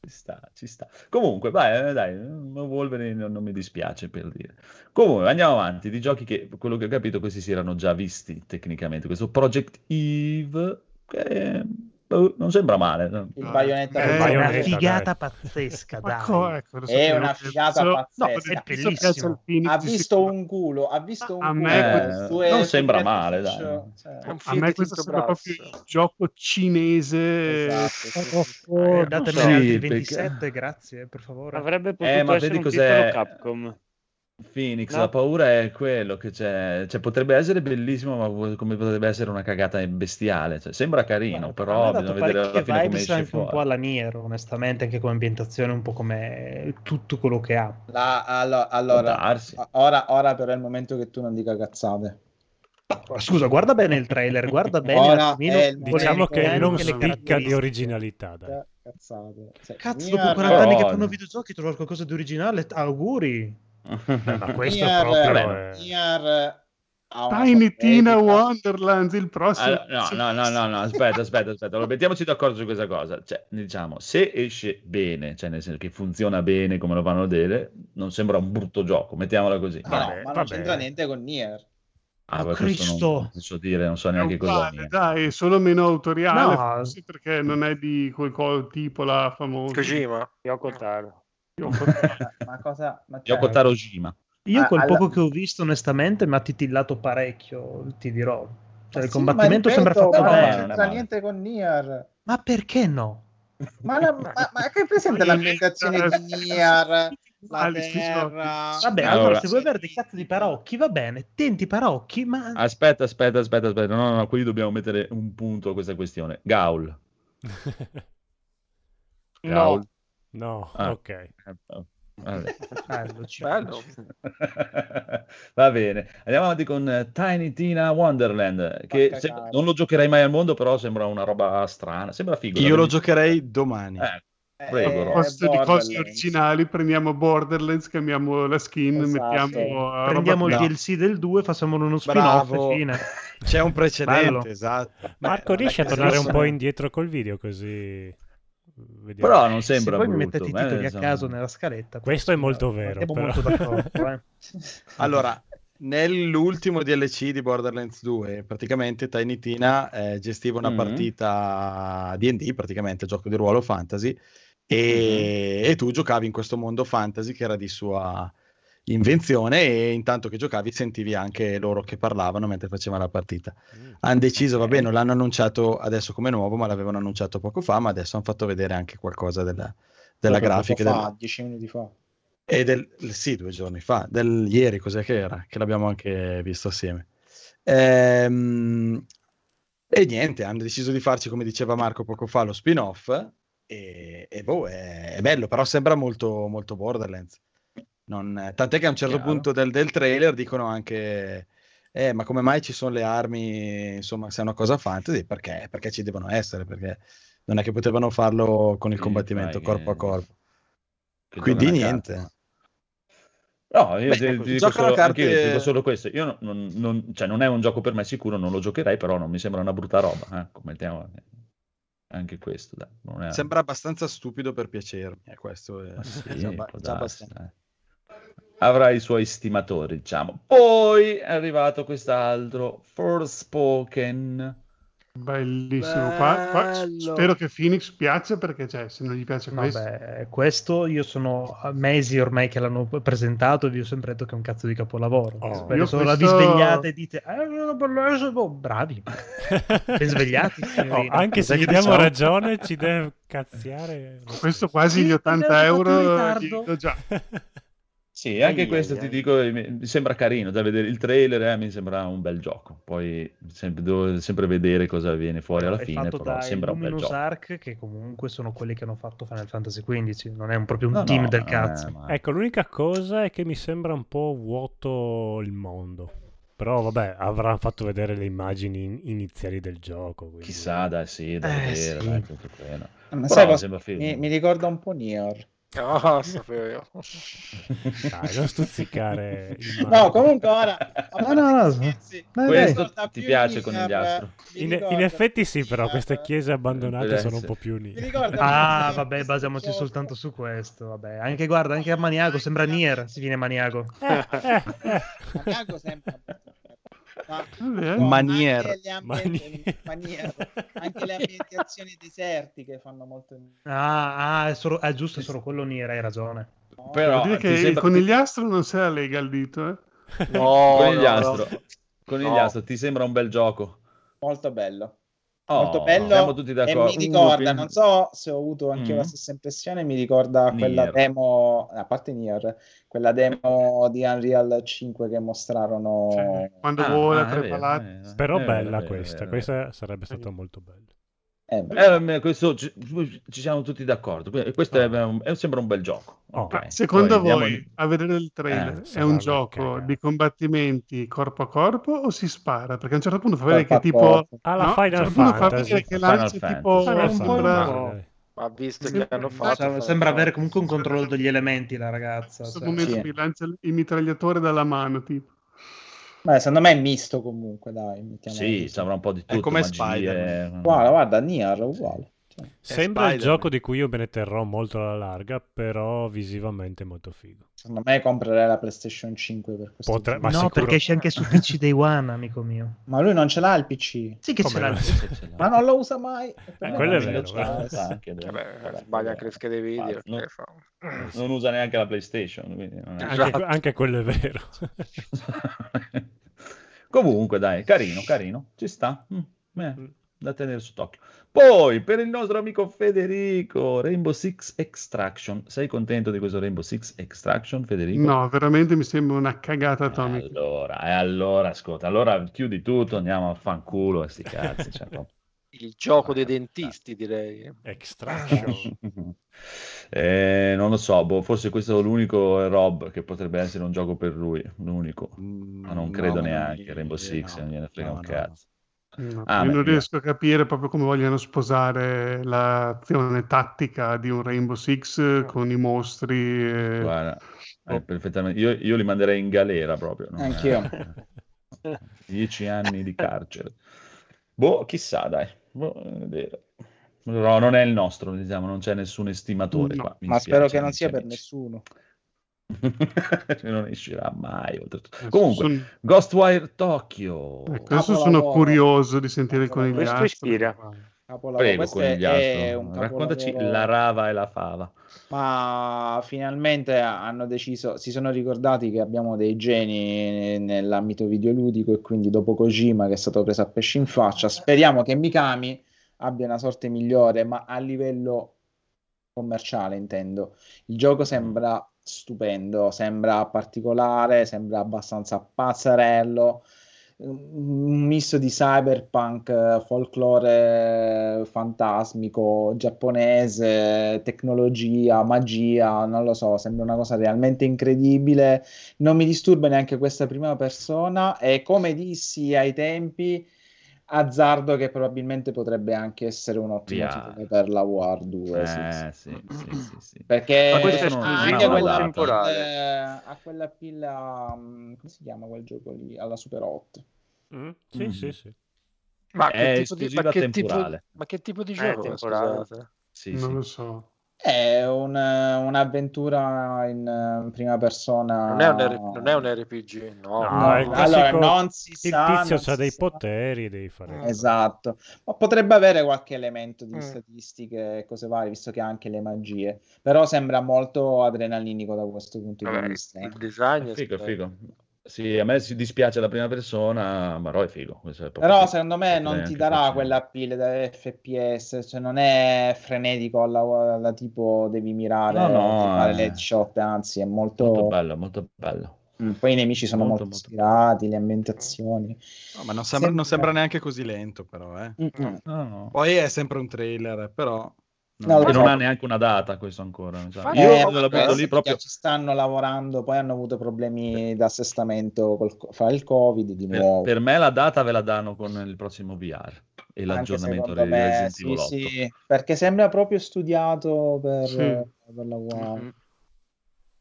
Ci sta, ci sta. Comunque, vai, eh, dai, eh, Wolverine non, non mi dispiace per dire. Comunque, andiamo avanti. Di giochi che, quello che ho capito, questi si erano già visti tecnicamente. Questo Project Eve, che boh, non sembra male. no? Ah, Il baionetta Eh, del- Il È una Bayonetta, dai. figata pazzesca, Ma dai. co- ecco, adesso È abbiamo una perso- figata No, pazzesca. perché È adesso bellissimo. piace il Phoenix, ha sì, visto sì. un culo, ha visto un A culo. me questo- eh, eh, non sembra male, dai. Cioè, È A un film me di questo Tinto sembra Brass. proprio il gioco cinese. Esatto, Oh, sì. oh, oh, datemi so. altri Sì, 27, perché- grazie, per favore. Avrebbe potuto Eh, ma essere vedi un cos'è? titolo Capcom. Phoenix, No. la paura è quello che c'è, cioè potrebbe essere bellissimo, ma vo- come potrebbe essere una cagata bestiale. Cioè, sembra carino, Guarda, mi però ha dato bisogna vedere alla parecchie fine come vibes esce anche un po' fuori. alla Nier, onestamente, anche come ambientazione, un po' come tutto quello che ha. La- allo- Può allora, darsi. ora, ora però è il momento che tu non dica cazzate. Ma Scusa, guarda bene il trailer, guarda bene Ora un attimino è il quelle Diciamo che Eh, ricorrenze, non le spicca di caratteristiche. originalità, dai. Eh, Cazzate. Cioè, Cazzo, Nier- dopo 40 anni che Però- fanno videogiochi, trovare qualcosa di originale, auguri. Eh, ma questo Nier- proprio Nier ha una Tiny sua Tina dedica. Wonderlands, il prossimo. Allora, Eh, no, no, no, no, no, aspetta, aspetta, aspetta. Allora, mettiamoci d'accordo su questa cosa. Cioè, diciamo, se esce bene, cioè nel senso che funziona bene come lo vanno a vedere, non sembra un brutto gioco, mettiamola così. No, Vabbè, ma non vabbè. c'entra niente con Nier. Ah, beh, questo Cristo. Non, non so dire, non so È neanche cosa. uguale, dai, è solo meno autoriale, No. forse, perché non è di quel co- tipo la famosa. Kojima. Yoko Taro. Ma, ma cosa... Ma cioè, Yoko Taro Jima. Io Ah, quel alla- poco che ho visto, onestamente, mi ha titillato parecchio, ti dirò. Cioè, il sì, combattimento ma sembra ripeto, fatto ma male, Non bene. non è c'entra male. niente con Nier. Ma perché no? Ma, la, ma, ma che presente l'ambientazione di Nier? Ah, La Alice, terra... Vabbè, Allora- allora, se vuoi avere dei cazzo di paraocchi, va bene, tenti paraocchi, ma Ah, Aspetta, aspetta, aspetta, aspetta. No, no, no, qui dobbiamo mettere un punto a questa questione. Gaul. Gaul. no, Ah. ok. Vabbè. Bello, ci- Bello. Va bene, andiamo avanti con eh, Tiny Tina Wonderland. Che Porca sem- cazzo. non lo giocherei mai al mondo, però sembra una roba strana. Sembra figo. Io gioco lo giocherei domani. Eh, prego, A Rob. posto di cose Borderlands. originali, prendiamo Borderlands, cambiamo la skin, Esatto. mettiamo eh, prendiamo il roba- DLC del 2, facciamo uno spin-off Bravo. e fine. C'è un precedente, Bello. esatto. Marco, Beh, riesci a vabbè, tornare se un lo po' so- indietro col video così vediamo. Però non Se sembra poi mi brutto. mettete i eh, titoli a insomma. caso nella scaletta. Questo è molto vero, Andiamo però. molto d'accordo, eh. Allora, nell'ultimo DLC di Borderlands 2, praticamente Tiny Tina eh, gestiva una Mm-hmm. Mhm. partita D&D, praticamente gioco di ruolo fantasy, e, Mm-hmm. e tu giocavi in questo mondo fantasy che era di sua invenzione e intanto che giocavi sentivi anche loro che parlavano mentre facevano la partita. Mm. Hanno deciso, va bene, non l'hanno annunciato adesso come nuovo, ma l'avevano annunciato poco fa, ma adesso hanno fatto vedere anche qualcosa della, della Proprio grafica. poco del- fa, dieci minuti fa. e del, sì, due giorni fa, del ieri, cos'è che era? Che l'abbiamo anche visto assieme. Ehm, e niente, hanno deciso di farci, come diceva Marco poco fa, lo spin-off. E, e boh, è, è bello, però sembra molto, molto Borderlands. Non- tant'è che a un certo Chiaro. punto del, del trailer dicono anche, "Eh, ma come mai ci sono le armi? Insomma, se è una cosa fantasy, perché, perché ci devono essere? Perché non è che potevano farlo con il Sì, combattimento fai corpo a che- corpo. che Quindi giocano a niente. carte. No, io Beh, ti- ecco, ti dico, giocano solo, a carte- anch'io ti dico solo questo. Io non, non- non- cioè, non è un gioco per me sicuro, non lo giocherei, però non mi sembra una brutta roba. Ecco, mettiamo anche questo. dai, non è- Sembra abbastanza stupido per piacermi, eh, questo è Eh. Ma sì, è già, può ba- già darsi, abbastanza. dai. Avrà i suoi stimatori, diciamo. Oh, Poi è arrivato quest'altro, Forspoken. Bellissimo. Qua, qua Bello. spero che Phoenix piaccia perché cioè, se non gli piace questo, Vabbè, questo io sono a mesi ormai che l'hanno presentato e vi ho sempre detto che è un cazzo di capolavoro. Oh. Spero Io solo questo- la vi svegliate e dite "Eh, no, bello, boh, bravi. Ben svegliati, signorina. Oh, anche se Cos'è gli che diamo diciamo? ragione ci deve cazziare. lo questo stesso. quasi gli Io 80 l'ho fatto in euro. eh, ritardo. Gli do già. Sì, anche Ai, questo ai, ti ai. dico, eh, mi mi sembra carino da vedere il trailer, eh, mi sembra un bel gioco. Poi sempre, devo sempre vedere cosa viene fuori alla è fine, fatto però da sembra un bel Luminous gioco. Arc, che comunque sono quelli che hanno fatto Final Fantasy XV, non è un- proprio un No, team no, del eh, cazzo. ma- Ecco, l'unica cosa è che mi sembra un po' vuoto il mondo. Però vabbè, avranno fatto vedere le immagini in- iniziali del gioco. quindi- Chissà, dai, sì, da Eh, vedere, sì. dai, tutto quello. Ma Però sai cosa- sembra figo. mi, mi ricorda un po' Nier. Ah, sapevo io. Dai, non stuzzicare. il No, Marco. comunque ora... No, Ah, no, no, Scherzi, dai, mi dai. Questo ricorda ti più piace Nier, con gli astro. Eh, mi In, ricorda in effetti più sì, però Nier. queste chiese abbandonate Deve sono un essere. po' più Mi lì. ricorda Ah, più vabbè, questo basiamoci gioco. soltanto su questo. Vabbè, anche guarda, anche a Maniaco sembra Nier. Si viene Maniaco. Eh, eh, eh. Maniaco sembra... Ma... Vabbè. no, Manier. anche le ambienti- Manier. Manier. Anche le ambientazioni desertiche fanno molto... Ah, ah, è, solo- ah, giusto, è solo quello Nier, hai ragione. no? Però Vuol dire ti che sembra- con gli astro non se la lega il dito, eh. No, Con gli no, astro. no. Con No. gli astro, ti sembra un bel gioco. Molto bello. Oh, molto bello siamo tutti e d'accordo. mi ricorda, Uno, non so se ho avuto anche io la Mm. stessa impressione, mi ricorda quella Nier. demo, a parte Nier, quella demo di Unreal 5 che mostrarono. Cioè, quando Ah, vola ah, è tra i vero, palazzi. è vero. Però È vero, è bella vero, è questa, vero. questa sarebbe stata molto bella. Eh, beh. Eh, ma questo ci, ci siamo tutti d'accordo. Que- Questo è un- è- sembra un bel gioco. Oh. Ok, Ma Eh, Secondo poi andiamo- voi, a vedere il trailer, Eh, è un sarà una gioco cagata. di combattimenti corpo a corpo o si spara? Perché a un certo punto fa vedere Corpo che a tipo... corpo. Alla no, a un Final certo punto fa Fantasy. vedere che Final l'arce Fantasy. tipo... Final un po' Fantasy, sembra- no. dai. Ma visto Sembra- che hanno Fatto, fatto... Sembra, fa- sembra avere comunque un controllo degli elementi la In ragazza. questo cioè. momento Sì. mi lancia il mitragliatore dalla mano, tipo. Beh, secondo me è misto comunque, dai. mettiamo- Sì, ci avrà un po' di È tutto. eh. come magie, Spider-Man. Guarda, guarda, Nier è uguale. Cioè, Sembra il Spider-Man. gioco di cui io me ne terrò molto alla larga, però visivamente è molto figo. secondo me comprerei la PlayStation 5 per questo. Potre- gioco. ma no, sicuro- perché esce anche su PC Day One, amico mio. Ma lui non ce l'ha il PC. Sì che Come ce l'ha. no? Ma non lo usa mai. Eh, No, quello è non vero, ce eh. l'ha, sì. Esatto, Anche del- Vabbè, vabbè, sbaglia vabbè. anche le schede video. Pazzo, non- che fa? Non usa neanche la PlayStation. quindi non è- Anche, anche quello è vero. Comunque, dai, carino, carino, ci sta. Mm, beh, da tenere sott'occhio. Poi, per il nostro amico Federico, Rainbow Six Extraction. Sei contento di questo Rainbow Six Extraction, Federico? No, veramente mi sembra una cagata Eh, atomica. Allora, eh, allora, ascolta, allora chiudi tutto, andiamo a fanculo a sti cazzi. cioè, proprio. Il gioco Ah, dei eh, dentisti, direi. Extraction. Eh, non lo so, boh, forse questo è l'unico eh, Rob che potrebbe essere un gioco per lui, l'unico. Mm, Ma non credo neanche, Rainbow Six, non gliene frega un cazzo. No, Ah, io beh, non via. riesco a capire proprio come vogliono sposare l'azione tattica di un Rainbow Six eh, con i mostri. eh. Guarda, Oh. eh, perfettamente. Io, io li manderei in galera proprio. no? Anch'io. Eh, Dieci anni di carcere. Boh, chissà, dai. Boh, eh, vedere. No, non è il nostro, diciamo, non c'è nessun estimatore No, qua. mi Ma spero dispiace, che non sia per amici, nessuno. amici. Cioè, non uscirà mai. oltretutto. Adesso Comunque, sono- Ghostwire Tokyo. ecco, adesso Capolavoro. sono curioso di sentire il Questo conigliastro. ispira. Capolavoro. Prego, Questo con è- gli è un altri. Raccontaci capolavoro. la rava e la fava. Ma finalmente hanno deciso, si sono ricordati che abbiamo dei geni nell'ambito videoludico e quindi dopo Kojima che è stato preso a pesci in faccia, speriamo che Mikami abbia una sorte migliore, ma a livello commerciale intendo. Il gioco Mm. sembra stupendo, sembra particolare, sembra abbastanza pazzerello, un misto di cyberpunk, eh, folklore eh, fantasmico, giapponese, tecnologia, magia, non lo so, sembra una cosa realmente incredibile. Non mi disturba neanche questa prima persona e come dissi ai tempi azzardo che probabilmente potrebbe anche essere un ottimo Via. titolo per la War 2. sì, sì. Eh, sì, sì, sì, sì. Perché Ma questo è ha esclusivo, anche no? quella, Temporale. eh, ha quella pilla, mm, come si chiama quel gioco lì, alla Super Mm-hmm. 8. Mm? Sì, Mm. sì, sì. Ma È che, tipo di, ma, esclusiva che tipo, temporale. ma che tipo di Eh, gioco? è, temporale. scusate? Sì, sì. Non lo so. È un, eh, un'avventura in eh, prima persona. Non, è un R- non è un RPG, no. No, No, è il classico- allora, non si Il sa, tizio non ha si dei sa. poteri, devi fare... Eh. Esatto, ma potrebbe avere qualche elemento di Mm. statistiche e cose varie, visto che ha anche le magie, però sembra molto adrenalinico da questo punto di Vabbè, vista. il design è Figo, stato- figo. Sì, a me si dispiace la prima persona, ma no, è figo. questo è proprio Però figo. secondo me non Potrei ti anche darà piacere. quella pile da FPS, cioè non è frenetico alla, alla tipo devi mirare, No, no, devi fare eh. le headshot, anzi è molto... Molto bello, molto bello. Mm, Poi i nemici sono molto, Molto, molto ispirati, le ambientazioni. No, ma non sembra, non Sembra- sembra neanche così lento, però. eh. Mm-mm. No, no. Poi è sempre un trailer, eh, però. No, E lo non so. ha neanche una data questo ancora. mi sa. Fai- Io Eh, non la butto questo lì perché proprio Ci stanno lavorando, poi hanno avuto problemi d'assestamento col, co- fra il Covid di per, nuovo. per me la data ve la danno con il prossimo VR e Anche l'aggiornamento secondo di me, Resident sì, Evil 8. sì, perché sembra proprio studiato per, Sì. per la War. Mhm.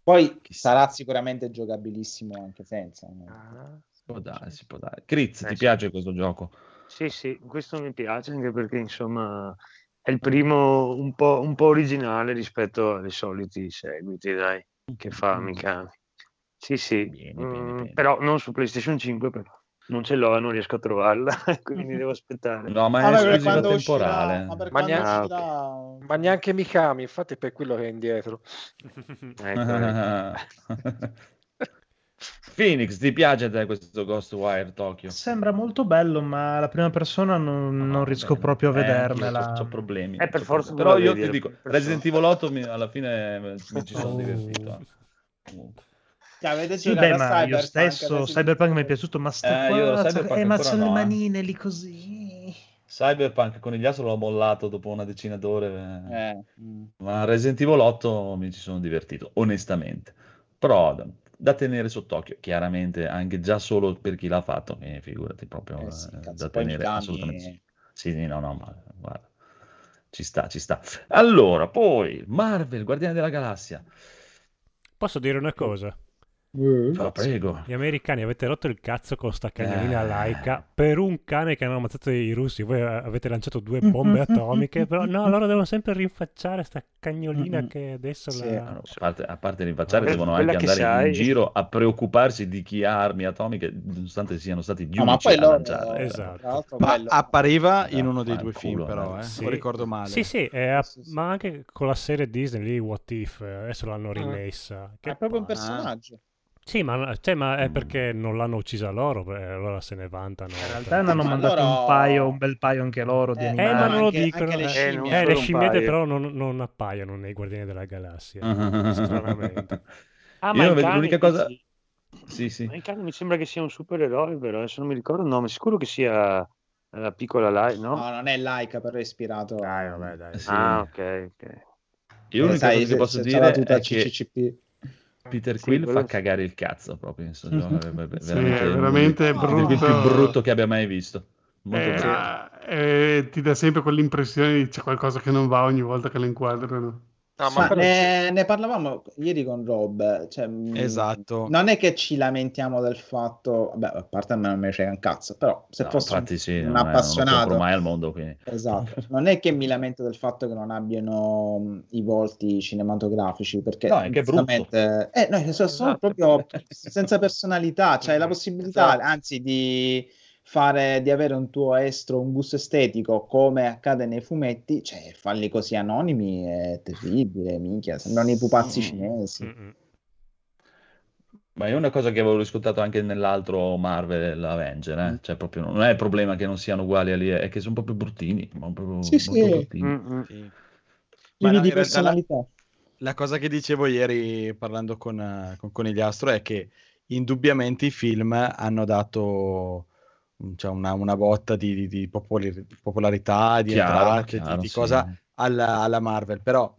Poi Chissà. sarà sicuramente giocabilissimo anche senza. no? Ah. Può dare, si può dare. Critz, Eh, ti sì. piace questo gioco? Sì, sì, questo mi piace anche perché insomma è il primo un po', un po' originale rispetto ai soliti seguiti, dai, che fa Mikami. Sì, sì, Mm. Bene, bene, Mm, bene. però non su PlayStation 5 perché non ce l'ho e non riesco a trovarla, quindi devo aspettare. No, ma è Vabbè, per esclusiva quando uscirà- temporale. ma per Ma quando neanche- uscirà- Ma neanche Mikami, infatti è per quello che è indietro. Ecco, Phoenix, ti piace a te questo Ghostwire Tokyo? Sembra molto bello, ma la prima persona non, non riesco proprio a Eh, vedermela. ho problemi. Eh, per c'ho forza problemi. Però tu la io vedi, ti la dico, persona. Resident Evil 8 mi- alla fine eh, mi ci sono Oh. divertito. eh. Comunque. Cioè, avete Sì, giocato beh, a ma io Cyberpunk, stesso adesso- Cyberpunk mi è piaciuto, ma sto Eh, io qua, Cyberpunk eh, ma ancora sono no, le eh. manine lì così. Cyberpunk con gli l'ho mollato dopo una decina d'ore. eh. Eh, mm. Ma Resident Evil 8 mi ci sono divertito, onestamente. Però da, da tenere sott'occhio, chiaramente anche già solo per chi l'ha fatto, eh, figurati proprio Eh sì, eh, cazzo, da poi tenere Mikami- assolutamente. sott'occhio. Sì, sì, no, no, ma guarda, ci sta, ci sta. Allora, poi Marvel, Guardiani della Galassia. Posso dire una cosa? la prego. Gli americani avete rotto il cazzo con sta cagnolina laica per un cane che hanno ammazzato i russi. Voi a- avete lanciato due Mm-hmm. bombe atomiche, però no, loro devono sempre rinfacciare sta cagnolina che adesso la... A parte, a parte rinfacciare, Quella- devono quella anche che andare in sai. giro a preoccuparsi di chi ha armi atomiche, nonostante siano stati gli No, ma unici poi a loro, lanciarle. Esatto. tra l'altro, Pa- quello- appariva in Ah, uno dei due film, fanculo, però, eh. eh. Sì. non ricordo male. Sì, sì, è a- Sì, sì. ma anche con la serie Disney lì, What If, eh, adesso l'hanno rimessa. Che è proprio Ah. un palle. personaggio. Sì, ma, cioè, ma è Mm. perché non l'hanno uccisa loro, eh, allora se ne vantano. Cioè, In realtà ne hanno Ma mandato allora- un paio, un bel paio anche loro di Eh, Eh, ma non animali. lo Anche- dicono. anche le eh. scimmie. Eh, non le solo un scimmiette paio. però non, non appaiono nei Guardiani della Galassia, stranamente. Ah, Io ma il vedo cane, l'unica cosa- dici? Sì, sì. Ma il cane mi sembra che sia un supereroe, però adesso non mi ricordo il nome, sicuro che sia eh, la piccola Lai, no? No, non è laica, però è ispirato. a- Dai, vabbè, dai. Eh, Sì. Ah, ok, ok. Io l'unica eh. sai, cosa se- che posso se c'è dire la tuta è che CCCP. Peter Sì, Quill quello fa sì. cagare il cazzo proprio. Insomma, Mhm. è ver- Sì, è veramente veramente No, brutto. il più brutto che abbia mai visto. Molto Eh, brutto. ah, cioè. eh, ti dà sempre quell'impressione di c'è qualcosa che non va ogni volta che la inquadrano. No, ma Ma quello- ne, ne parlavamo ieri con Rob. cioè, mh, Esatto. Non è che ci lamentiamo del fatto, vabbè, a parte a me non mi frega un cazzo, però se No, fosse un- infatti sì, un, non è- non appassionato, compro mai al mondo quindi. esatto, non è che mi lamento del fatto che non abbiano mh, i volti cinematografici, perché No, è che è brutto. onestamente- eh, no, sono, sono Esatto. proprio senza personalità, cioè la possibilità, Esatto. anzi, di fare di avere un tuo estro, un gusto estetico come accade nei fumetti, cioè farli così anonimi è terribile, minchia, sembrano i pupazzi Mm. cinesi. Mm-mm. Ma è una cosa che avevo riscontrato anche nell'altro Marvel Avenger, Mm. eh. Cioè, proprio non è il problema che non siano uguali a lì, è che sono proprio bruttini, ma proprio Sì, sì. molto bruttini. Mm, mm. Sì. Ma Pieni no, di in realtà la- personalità. La cosa che dicevo ieri parlando con, eh, con Conigliastro è che indubbiamente i film hanno dato mm, cioè, una, una botta di, di- di popoli- popolarità, di Chiaro, entrate, di- chiaro, di sì. cosa alla, alla Marvel, però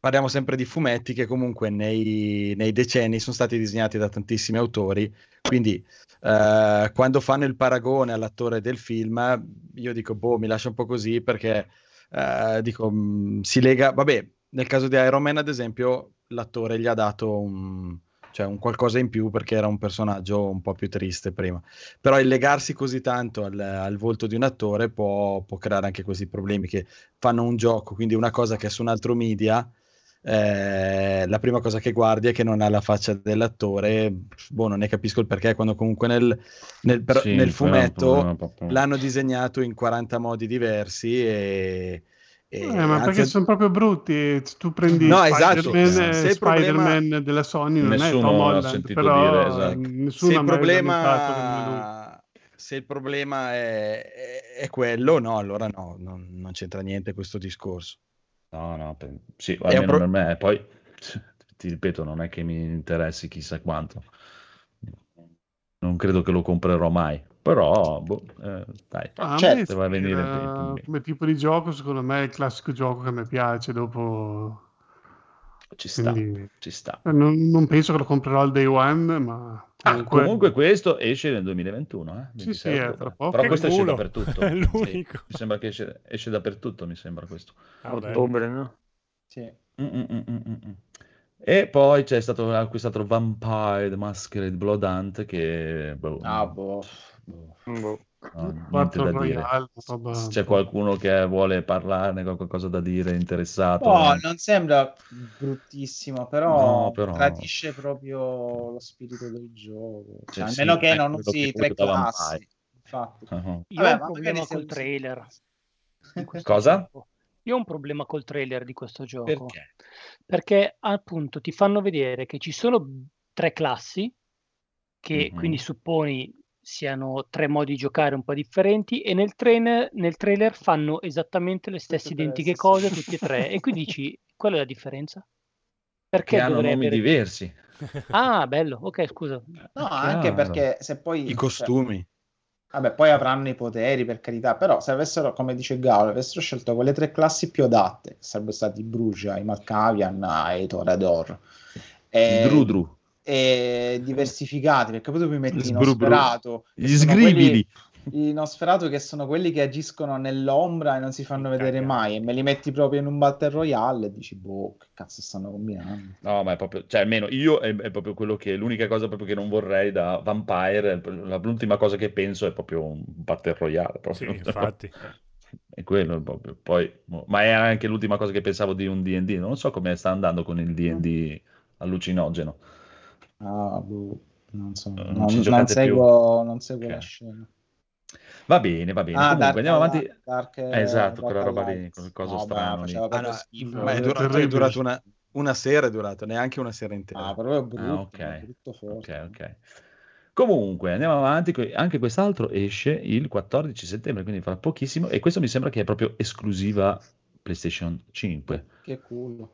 parliamo sempre di fumetti che comunque nei, nei decenni sono stati disegnati da tantissimi autori, quindi eh, quando fanno il paragone all'attore del film, io dico, boh, mi lascia un po' così perché eh, dico, mh, si lega, vabbè, nel caso di Iron Man ad esempio, l'attore gli ha dato un, cioè, un qualcosa in più perché era un personaggio un po' più triste prima, però il legarsi così tanto al, al volto di un attore può, può creare anche questi problemi che fanno un gioco, quindi una cosa che è su un altro media. eh, la prima cosa che guardi è che non ha la faccia dell'attore, boh, non ne capisco il perché, quando comunque nel, nel- però Sì, nel quello è un fumetto problema proprio- l'hanno disegnato in 40 modi diversi e, e Eh, ma anzi- perché sono proprio brutti. eh, Tu prendi No, esatto. Spider-Man, eh, Se il Spider-Man problema- Ecco, della Sony, non è Nessuno Tom l'ha Holland, sentito però dire, eh, esatto. nessuno se ha il mai lamentato come lui. problema se il problema è, è- è quello no allora no non, non c'entra niente questo discorso No, no, per- sì, un almeno pro- per me. Poi, ti ripeto, non è che mi interessi chissà quanto. Non credo che lo comprerò mai. Però, boh, eh, dai. Ah, a Certo. me Se va a venire ispira per- per- come tipo di gioco, secondo me è il classico gioco che mi piace. Dopo Ci sta, Quindi- ci sta. Eh, non, non penso che lo comprerò al day one, ma Ah, comunque questo esce nel 2021, eh? Sì, sì, 26 è ottobre. tra poco. Però Che questo esce culo. dappertutto. È Sì, l'unico. Ah, Mi sembra che esce, esce dappertutto, mi sembra questo. Vabbè. Ottobre, no? Sì. Mm, mm, mm, mm, mm, mm. E poi c'è stato acquistato Vampire the Masquerade Blood Hunt che... boh, Ah, boh. boh, Boh. no, niente Battle da dire. Royale, roba- Se c'è qualcuno che vuole parlarne, qual- qualcosa da dire, interessato. Oh, non sembra bruttissimo, però, eh. No, però- tradisce proprio lo spirito del gioco. Cioè, Eh a sì, meno che è non quello usi che tre portava mai. classi. Infatti. Ah, Io Vabbè, ho ma un magari problema se col usi- trailer. di questo Cosa? gioco. Io ho un problema col trailer di questo gioco. perché Perché appunto ti fanno vedere che ci sono tre classi, che Mhm. quindi supponi siano tre modi di giocare un po' differenti, e nel, trainer- nel trailer fanno esattamente le stesse Tutte e tre le identiche stesse. cose, tutti e tre. E quindi dici, qual è la differenza? Perché che hanno dovrei nomi avere... diversi. Ah, bello, ok, scusa. No, anche Chiaro. perché se poi... i cioè, costumi vabbè, poi avranno i poteri, per carità, però se avessero, come dice Gaul, avessero scelto quelle tre classi più adatte, che sarebbero stati i Brugia, i Malkavian e i Torador. Eh, Drudru, e diversificati perché poi tu mi metti Sbrubru. Nosferatu che gli sono sgribidi i Nosferatu che sono quelli che agiscono nell'ombra e non si fanno vedere mai e me li metti proprio in un battle royale e dici boh che cazzo stanno combinando No, ma è proprio, cioè almeno io è, è proprio quello che, l'unica cosa proprio che non vorrei da Vampire, la- l'ultima cosa che penso è proprio un Battle Royale. Proprio. Sì, infatti. È quello proprio. Poi, mo- ma è anche l'ultima cosa che pensavo di un D&D, non so come sta andando con il D&D allucinogeno. Eh, ah boh non so Non non, ci non giocate seguo, non seguo la Ok. scena Va bene, va bene. Ah, Comunque Dark andiamo avanti. Alliance, Dark- Eh, esatto, Dark quella roba lì, Alliance. quel coso No, ma strano lì. faceva Ah, proprio no, schifo. ma è durato, è Terribile. durato una, una sera, è durato neanche una sera intera. Ah, proprio brutto, Ah, ok. brutto forte. Ok, ok. Comunque andiamo avanti, que- anche quest'altro esce il 14 settembre, quindi fra pochissimo, e questo mi sembra che è proprio esclusiva PlayStation 5. Che culo.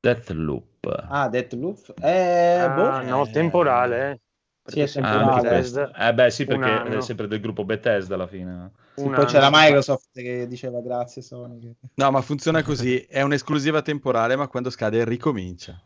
Deathloop. Ah, Deathloop? Eh, Ah, boh. no, temporale. eh. Sì, è Perché Ah, temporale. anche Bethesda. questo. Eh beh sì, Un perché anno. è sempre del gruppo Bethesda alla fine. Sì, Un poi c'era anno. Microsoft che diceva grazie Sony. che- No, ma funziona così, è un'esclusiva temporale, ma quando scade ricomincia.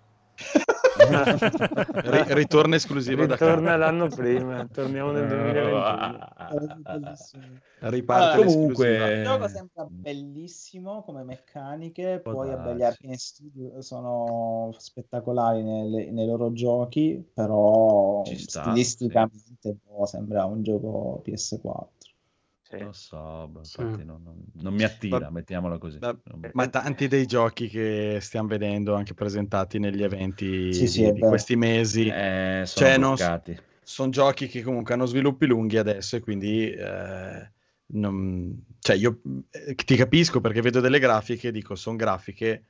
Ri- ritorna esclusiva da Ritorna capo. l'anno prima, torniamo nel 2021. Ah, Bellissimo. Riparte Ah, Allora, l'esclusiva. cioè, Il Comunque gioco sembra bellissimo come meccaniche, poi vabbè, gli Arkane Studio sono spettacolari nelle- nei loro giochi, però Ci sta, stilisticamente boh, sembra un gioco PS4. Sì. Non so, beh, Sì. infatti non, non- non mi attira, Va- mettiamola così. va- Non- Ma tanti dei giochi che stiamo vedendo anche presentati negli eventi Sì, sì, di, è di vero. questi mesi Eh, sono Cioè, non- bloccati. sono giochi che comunque hanno sviluppi lunghi adesso e quindi eh, non- cioè io eh, ti capisco perché vedo delle grafiche e dico sono grafiche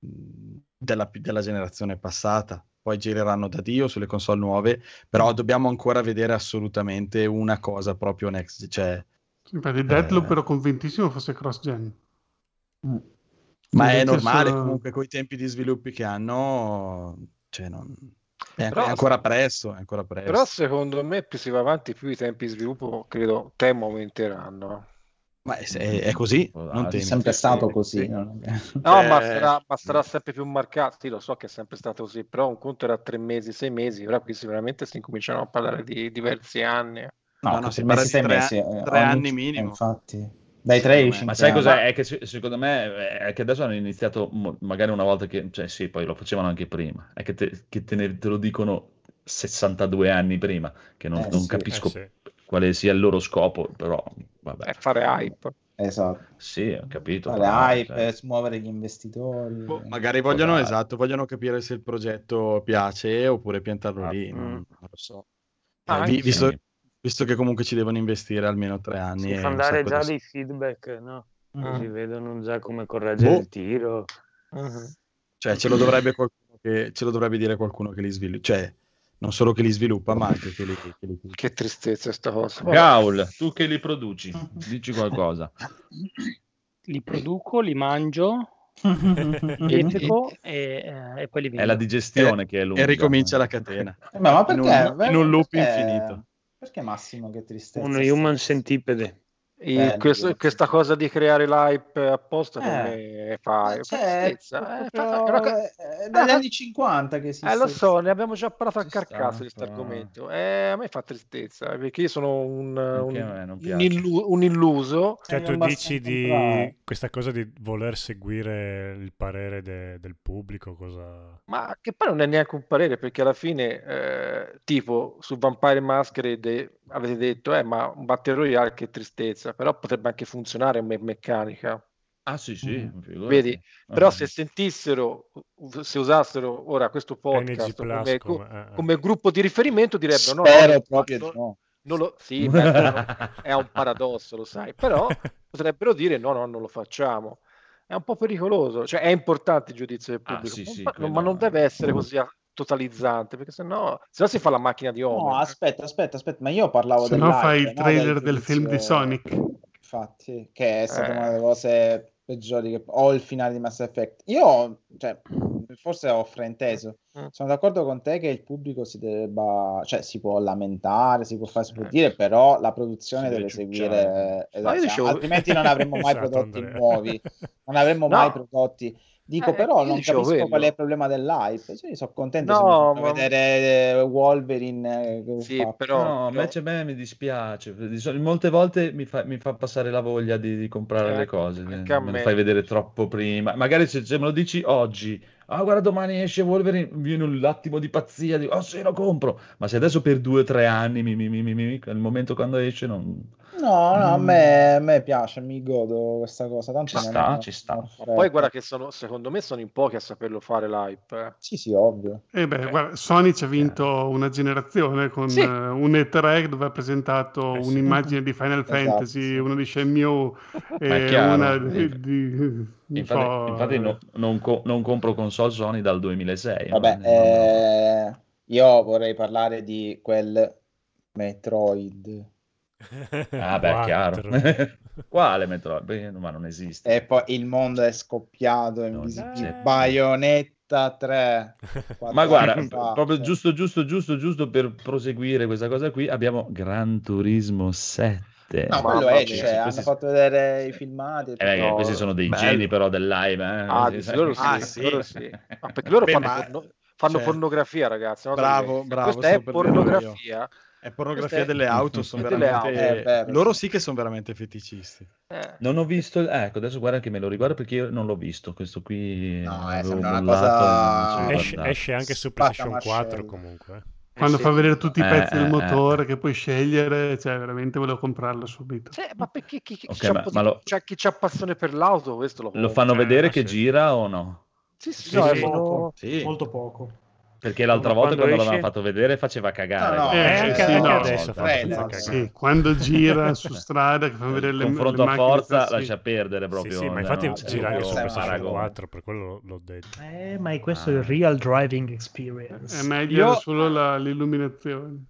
mh, della, della generazione passata poi gireranno da Dio sulle console nuove però Mm. dobbiamo ancora vedere assolutamente una cosa proprio next cioè, Infatti, Deathloop Eh. ero convintissimo fosse cross-gen. ma è Invece normale sono- comunque con i tempi di sviluppi che hanno cioè, non- è, Però- è ancora presto è ancora presto Però secondo me più si va avanti, più i tempi di sviluppo, credo, temo aumenteranno. ma è, è così non È temi. sempre sì, stato sì, così. sì. non è che- No, ma, Eh. sarà, ma mm. sarà sempre più marcato. Sì, lo so che è sempre stato così, però un conto era tre mesi, sei mesi, ora qui sicuramente si incominciano a parlare di diversi Eh, anni. No, No, no, per si me parla si di sei tre- mesi, eh, tre ogni- anni eh, minimo. Infatti, dai 3 ai Ma 5 Ma sai anni. cos'è? È che se- secondo me è che adesso hanno iniziato, mo- magari una volta che, cioè sì, poi lo facevano anche prima, è che te, che te ne- te lo dicono 62 anni prima, che non, Eh, non sì, capisco Eh, sì. quale sia il loro scopo, però vabbè, È fare hype. Esatto. sì, ho capito. Fare però, hype, cioè, eh, smuovere gli investitori. Boh, magari vogliono, dai. esatto, vogliono capire se il progetto piace oppure piantarlo Ah, lì, mm. non, non lo so. Ah, Eh, anche vi- visto, sì. visto che comunque ci devono investire almeno tre anni. eh, Si e fa un dare sacco già di- dei feedback, no? Mm. Così vedono già come correggere Boh. il tiro. Mm. Cioè, ce lo dovrebbe, qualcuno che, ce lo dovrebbe dire qualcuno che li sviluppa, cioè non solo che li sviluppa, ma anche che li... Che li- Che tristezza sta cosa. Gaul, tu che li produci, dici qualcosa. Li produco, li mangio, li epico e, eh, e poi li È vendo. la digestione che è lunga. E ricomincia la catena. Eh, ma, ma perché? In un, in un loop perché- infinito. Perché Massimo che tristezza? Uno human centipede. E Bello. questo- questa cosa di creare l'hype apposta per Eh. me fa Eh, fa cioè, tristezza, eh, proprio- fa- è una co- eh, dagli Ah. anni 50 che esiste. Eh, lo so, ne abbiamo già parlato a Ci sta, carcassa di questo però. argomento. Eh, a me fa tristezza perché io sono un, Anche un- a me non un piace. illu- un illuso. Cioè, Sei tu abbastanza dici di bravo. questa cosa di voler seguire il parere de- del pubblico, cosa... Ma che poi non è neanche un parere, perché alla fine, eh, tipo, su Vampire Masquerade avete detto, eh, ma un Battle Royale che tristezza, però potrebbe anche funzionare come meccanica. Ah sì, sì, Mm. figurati. Vedi, Però Ah. se sentissero, se usassero ora questo NG podcast come, Plus, co- come- eh, eh. come gruppo di riferimento direbbero no, no, Spero no, proprio no, di no. non lo- sì, beh, però è un paradosso, lo sai, però potrebbero dire no, no, non lo facciamo. È un po' pericoloso, cioè è importante il giudizio del Ah, pubblico, sì, non sì, fa- quello- ma non deve essere così a- totalizzante, perché sennò, sennò si fa la macchina di Omen. No, aspetta, aspetta, aspetta, ma io parlavo Se no dell'hype, fai il no, trailer del del film di giudizio- Sonic. Infatti, che è stata Eh. una delle cose peggiori che o il finale di Mass Effect. Io, cioè, forse ho frainteso. Mm. Sono d'accordo con te che il pubblico si debba, cioè, si può lamentare, si può fare, si può Eh. dire, però la produzione Si deve deve ciucciare. seguire, esatto, io dicevo- altrimenti non avremmo mai Esatto, prodotti Andrea. nuovi. Non avremmo No. mai prodotti Dico, Eh, però io non dicevo capisco quello. qual è il problema dell'hype. Cioè, sono contento No, se mi fanno ma- vedere eh, Wolverine. eh, che fa- no, invece a me mi dispiace. Di solito- Molte volte mi fa, mi fa passare la voglia di, di comprare Eh, le cose. anche a me me. lo fai vedere troppo prima. Magari se, se me lo dici oggi, ah, guarda, domani esce Wolverine, mi viene un attimo di pazzia, dico, oh sì, lo compro. Ma se adesso per due o tre anni, mi, mi, mi, mi, mi- al momento quando esce, non... No, no, a Mm. me, a me piace, mi godo questa cosa. Tanto Ci non è sta, una- ci sta. una Ma poi guarda che sono, secondo me sono in pochi a saperlo fare l'hype. eh. Sì, sì, ovvio. Eh beh, guarda, Sony ci ha vinto una generazione con Sì. eh, un E3 dove ha presentato un'immagine di Final Esatto, Fantasy, una di Shenmue Ma è e chiaro. una di... di- eh, non Infatti, so, infatti no- non, co- non compro console Sony dal 2006. Vabbè, non- eh, io vorrei parlare di quel Metroid. eh, Ah, beh, è Quattro. chiaro. Quale Metroid? Beh, Ma non esiste. E poi il mondo è scoppiato, c'è. invisibile. Bayonetta 3. Ma Quattro guarda, anni fa. proprio giusto, giusto, giusto, giusto per proseguire questa cosa qui, abbiamo Gran Turismo 7. Mamma No, quello cioè, mia, esce, questi- hanno questi- fatto vedere i filmati. e Eh, beh, che No, questi sono dei bello. geni però dell'AIM. eh. Ah, dici, loro sì, Ah, sì. loro sì. Ma perché loro Beh, fanno, ma- porno- fanno Cioè, certo. pornografia, ragazzi. no? Bravo, Quindi, bravo, Questa stavo è per dirlo io. pornografia. È pornografia Queste- delle auto, sono Delle veramente... auto. Eh, vero, Loro sì. sì che sono veramente feticisti. Eh, Non ho visto, il- ecco, adesso guarda che me lo riguardo perché io non l'ho visto. Questo qui No, eh, l'avevo sembra una mollato, cosa- non ci ho Esce, guardato. esce anche su Spacca PlayStation mascella. 4 comunque. eh. Quando sì. fa vedere tutti i Eh, pezzi eh, del eh. motore che puoi scegliere, cioè veramente volevo comprarlo subito. Cioè, ma perché chi, chi, Ok, c'ha ma- posi- ma lo- c'ha- chi c'ha passione per l'auto, questo lo, Lo fanno Eh, vedere ah, che sì. gira o no? Sì, sì, Sì, no, sì. è uno- Sì, Molto poco. perché l'altra Ma volta quando quando l'avevano esce- fatto vedere faceva cagare. No, no, Eh, eh, anche- anche adesso fa abbastanza Sì, cagare. Sì, quando gira su strada, che fa vedere Il le, confronto le a macchine forza sì. lascia perdere proprio. sì, sì, ma no, infatti no, cioè, gira anche proprio su questo è un PlayStation paragone. 4, per quello l'ho detto. Eh, ma è questo è Ah. il real driving experience. È meglio Io- solo la- l'illuminazione.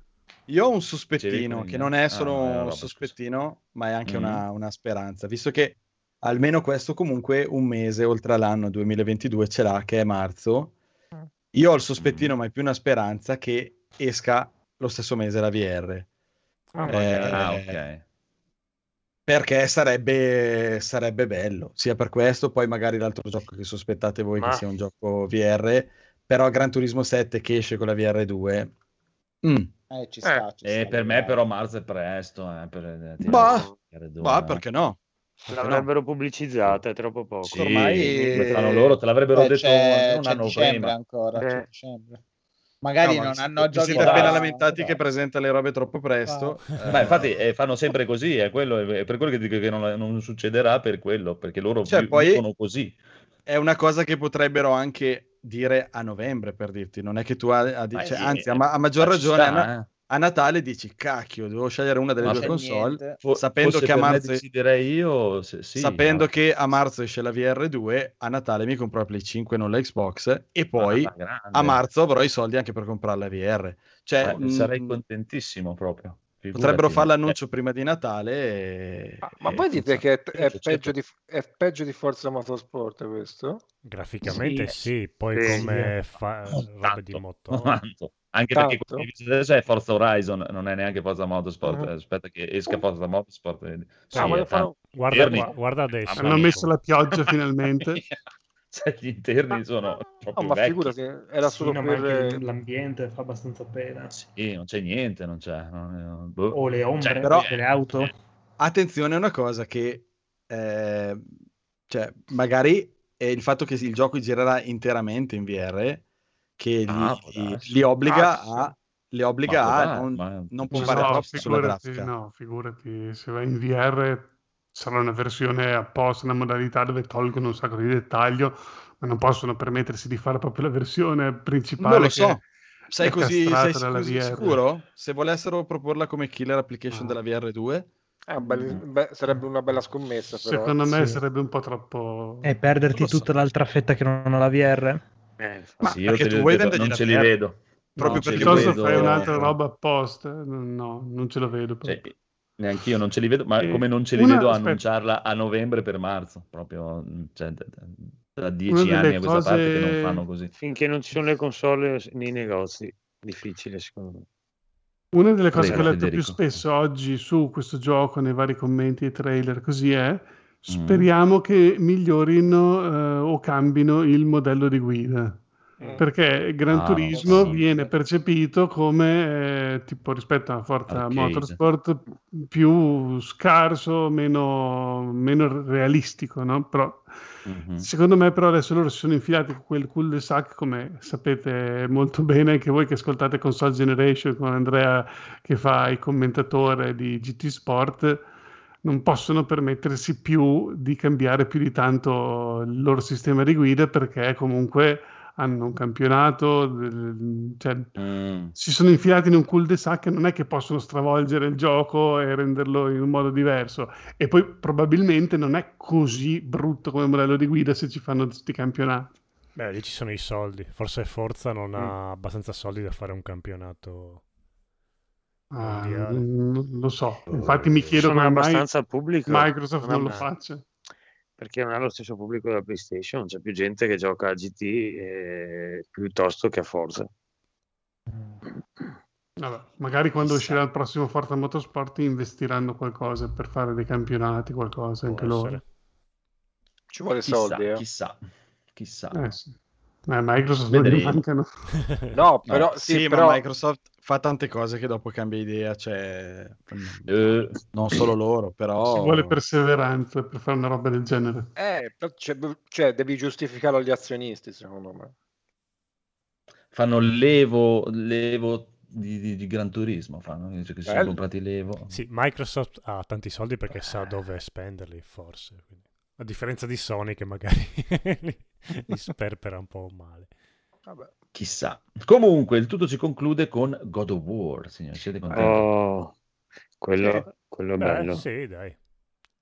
Io ho un Dicevi sospettino, quindi? che non è Ah, solo eh, un vabbè, sospettino, ma è anche Mm. una, una speranza, visto che almeno questo comunque un mese oltre all'anno 2022 ce l'ha, che è marzo. Mm. Io ho il Mm. sospettino, ma è più una speranza, che esca lo stesso mese la VR, Ah, Eh, magari. Ah, ok. perché sarebbe, sarebbe bello, sia per questo, poi magari l'altro gioco che sospettate voi Ma- che sia un gioco VR, però Gran Turismo 7 che esce con la VR2, mm, Eh, ci sta, ci E sta, per me guarda. però marzo è presto. Eh, per Bah, tirare due, bah, eh. perché no? Ah, L'avrebbero pubblicizzata, è troppo poco. Sì, Ormai- Lo fanno loro, te l'avrebbero Beh, detto "Oh, c'è, almeno un c'è anno dicembre prima. ancora, c'è Eh. dicembre. Magari No, ma non vi- hanno vi giochi siete da- appena lamentati da- che presenta le robe troppo presto. Eh, Ma infatti eh, fanno sempre così, è, quello, è per quello che dico che non, non succederà per quello, perché loro Cioè, vi- poi- vivono così. è una cosa che potrebbero anche dire a novembre, per dirti. Non è che tu a, a- Ma cioè, sì, anzi, a, eh, ma- a maggior ma ci ragione a, sta, na- eh. a Natale dici cacchio, devo scegliere una delle Ma due se- console, niente. Fo- sapendo, forse che a, per me marzo, deciderei io, se- sì, sapendo ma- che a marzo esce la VR2, a Natale mi compro la Play 5 non la Xbox e poi ma alla grande. a marzo avrò i soldi anche per comprare la VR. Cioè, Eh, sarei mh, contentissimo proprio. Figurati. potrebbero fare l'annuncio prima di Natale. e- Ma, ma e Eh, voi dite funziona. che è, è Certo. peggio di, è peggio di Forza Motorsport questo? Graficamente Sì. sì, poi Sì. come fa eh, Oh, Tanto, robe di motore. tanto. Anche Tanto. perché quello che dice adesso è Forza Horizon, non è neanche Forza Motorsport. Mhm. Aspetta che esca Forza Motorsport. vedi. Sì, Ah, ma è lo fanno- Guarda, Fermi. qua- guarda adesso. Mamma Hanno mia. messo la pioggia tanto. finalmente. Cioè, gli interni sono troppo No, ma vecchi. figurati, era Sì, solo no, ma per... anche eh, l'ambiente fa abbastanza pena. Sì, non c'è niente, non c'è. non- non- boh. O le ombre Cioè, però- delle auto. Attenzione a una cosa che, eh, cioè, magari è il fatto che il gioco girerà interamente in VR che li, Ah, può darsi. li obbliga Ah, a, li obbliga Ma può a dar- non, ma- non Ma pompare no, troppo sulla figurati, grafica. no, figurati, se vai in VR sarà una versione apposta, una modalità dove tolgono un sacco di dettaglio, ma non possono permettersi di fare proprio la versione principale. Non lo so. che- Sei è così, castrata sei dalla così VR. sicuro? Se volessero proporla come killer application Ah. della VR2, eh, bel- Mm. be- sarebbe una bella scommessa però. Secondo me Sì. sarebbe un po' troppo... Eh, E perderti Non lo so. tutta l'altra fetta che non ha la VR? Eh, Ma Sì, io perché te li tu ho vuoi detto, vendergli non la ce li VR? vedo. No, proprio ce perché li Piuttosto vedo- fai un'altra roba apposta, no, non ce lo vedo. proprio. Cioè, neanche io non ce li vedo, ma Eh, come non ce li una- vedo aspetta. annunciarla a novembre per marzo, proprio mh, cioè, da- da- da Una dieci delle anni a questa cose- parte che non fanno così. finché non ci sono le console nei negozi, difficile secondo me. Una delle cose Prego, che ho letto Federico. Mm. più spesso oggi su questo gioco, nei vari commenti e trailer, così è Speriamo che migliorino eh, o cambino il modello di guida. Mm. Perché Gran Ah, Turismo sì. viene percepito come, eh, tipo rispetto a Forza Arcade. Motorsport, più scarso, meno, meno realistico, no? Però Mm-hmm. Secondo me, però, adesso loro si sono infilati con quel cul-de-sac, come sapete molto bene anche voi che ascoltate Console Generation con Andrea che fa il commentatore di GT Sport. Non possono permettersi più di cambiare più di tanto il loro sistema di guida perché comunque hanno un campionato, del- cioè, si sono infilati in un cul-de-sac e non è che possono stravolgere il gioco e renderlo in un modo diverso. E poi probabilmente non è così brutto come modello di guida se ci fanno questi campionati. Beh, lì ci sono i soldi. Forse Forza non Mm. ha abbastanza soldi da fare un campionato. Ah, Mondiale. non lo so, infatti mi chiedo Sono come mai abbastanza pubblico. Microsoft non Non lo ha- faccia. perché non ha lo stesso pubblico della PlayStation, c'è più gente che gioca a GT eh, piuttosto che a Forza. Vabbè, magari quando uscirà il prossimo Forza Motorsport investiranno qualcosa per fare dei campionati, qualcosa anche loro. Ci vuole Chissà, soldi, eh. Chissà, chissà. Eh, sì. Eh, Microsoft non gli Vedremo. Eh, mancano. No, però, sì, Eh, sì, però- ma Microsoft fa tante cose che dopo cambia idea, cioè non solo loro, però Ci Eh. vuole perseveranza per fare una roba del genere. Eh, però c'è- cioè, devi giustificarlo agli azionisti, secondo me. Fanno levo, levo di, di- di Gran Turismo, fanno, dice cioè, che si sono Bello. comprati levo. Sì, Microsoft ha tanti soldi perché Eh. sa dove spenderli, forse. Quindi, A differenza di Sony che magari li, li sperpera un po' male. Vabbè. Chissà. Comunque, il tutto si conclude con God of War, signori, siete contenti? Oh, quello, quello Beh, bello. Eh, sì, dai.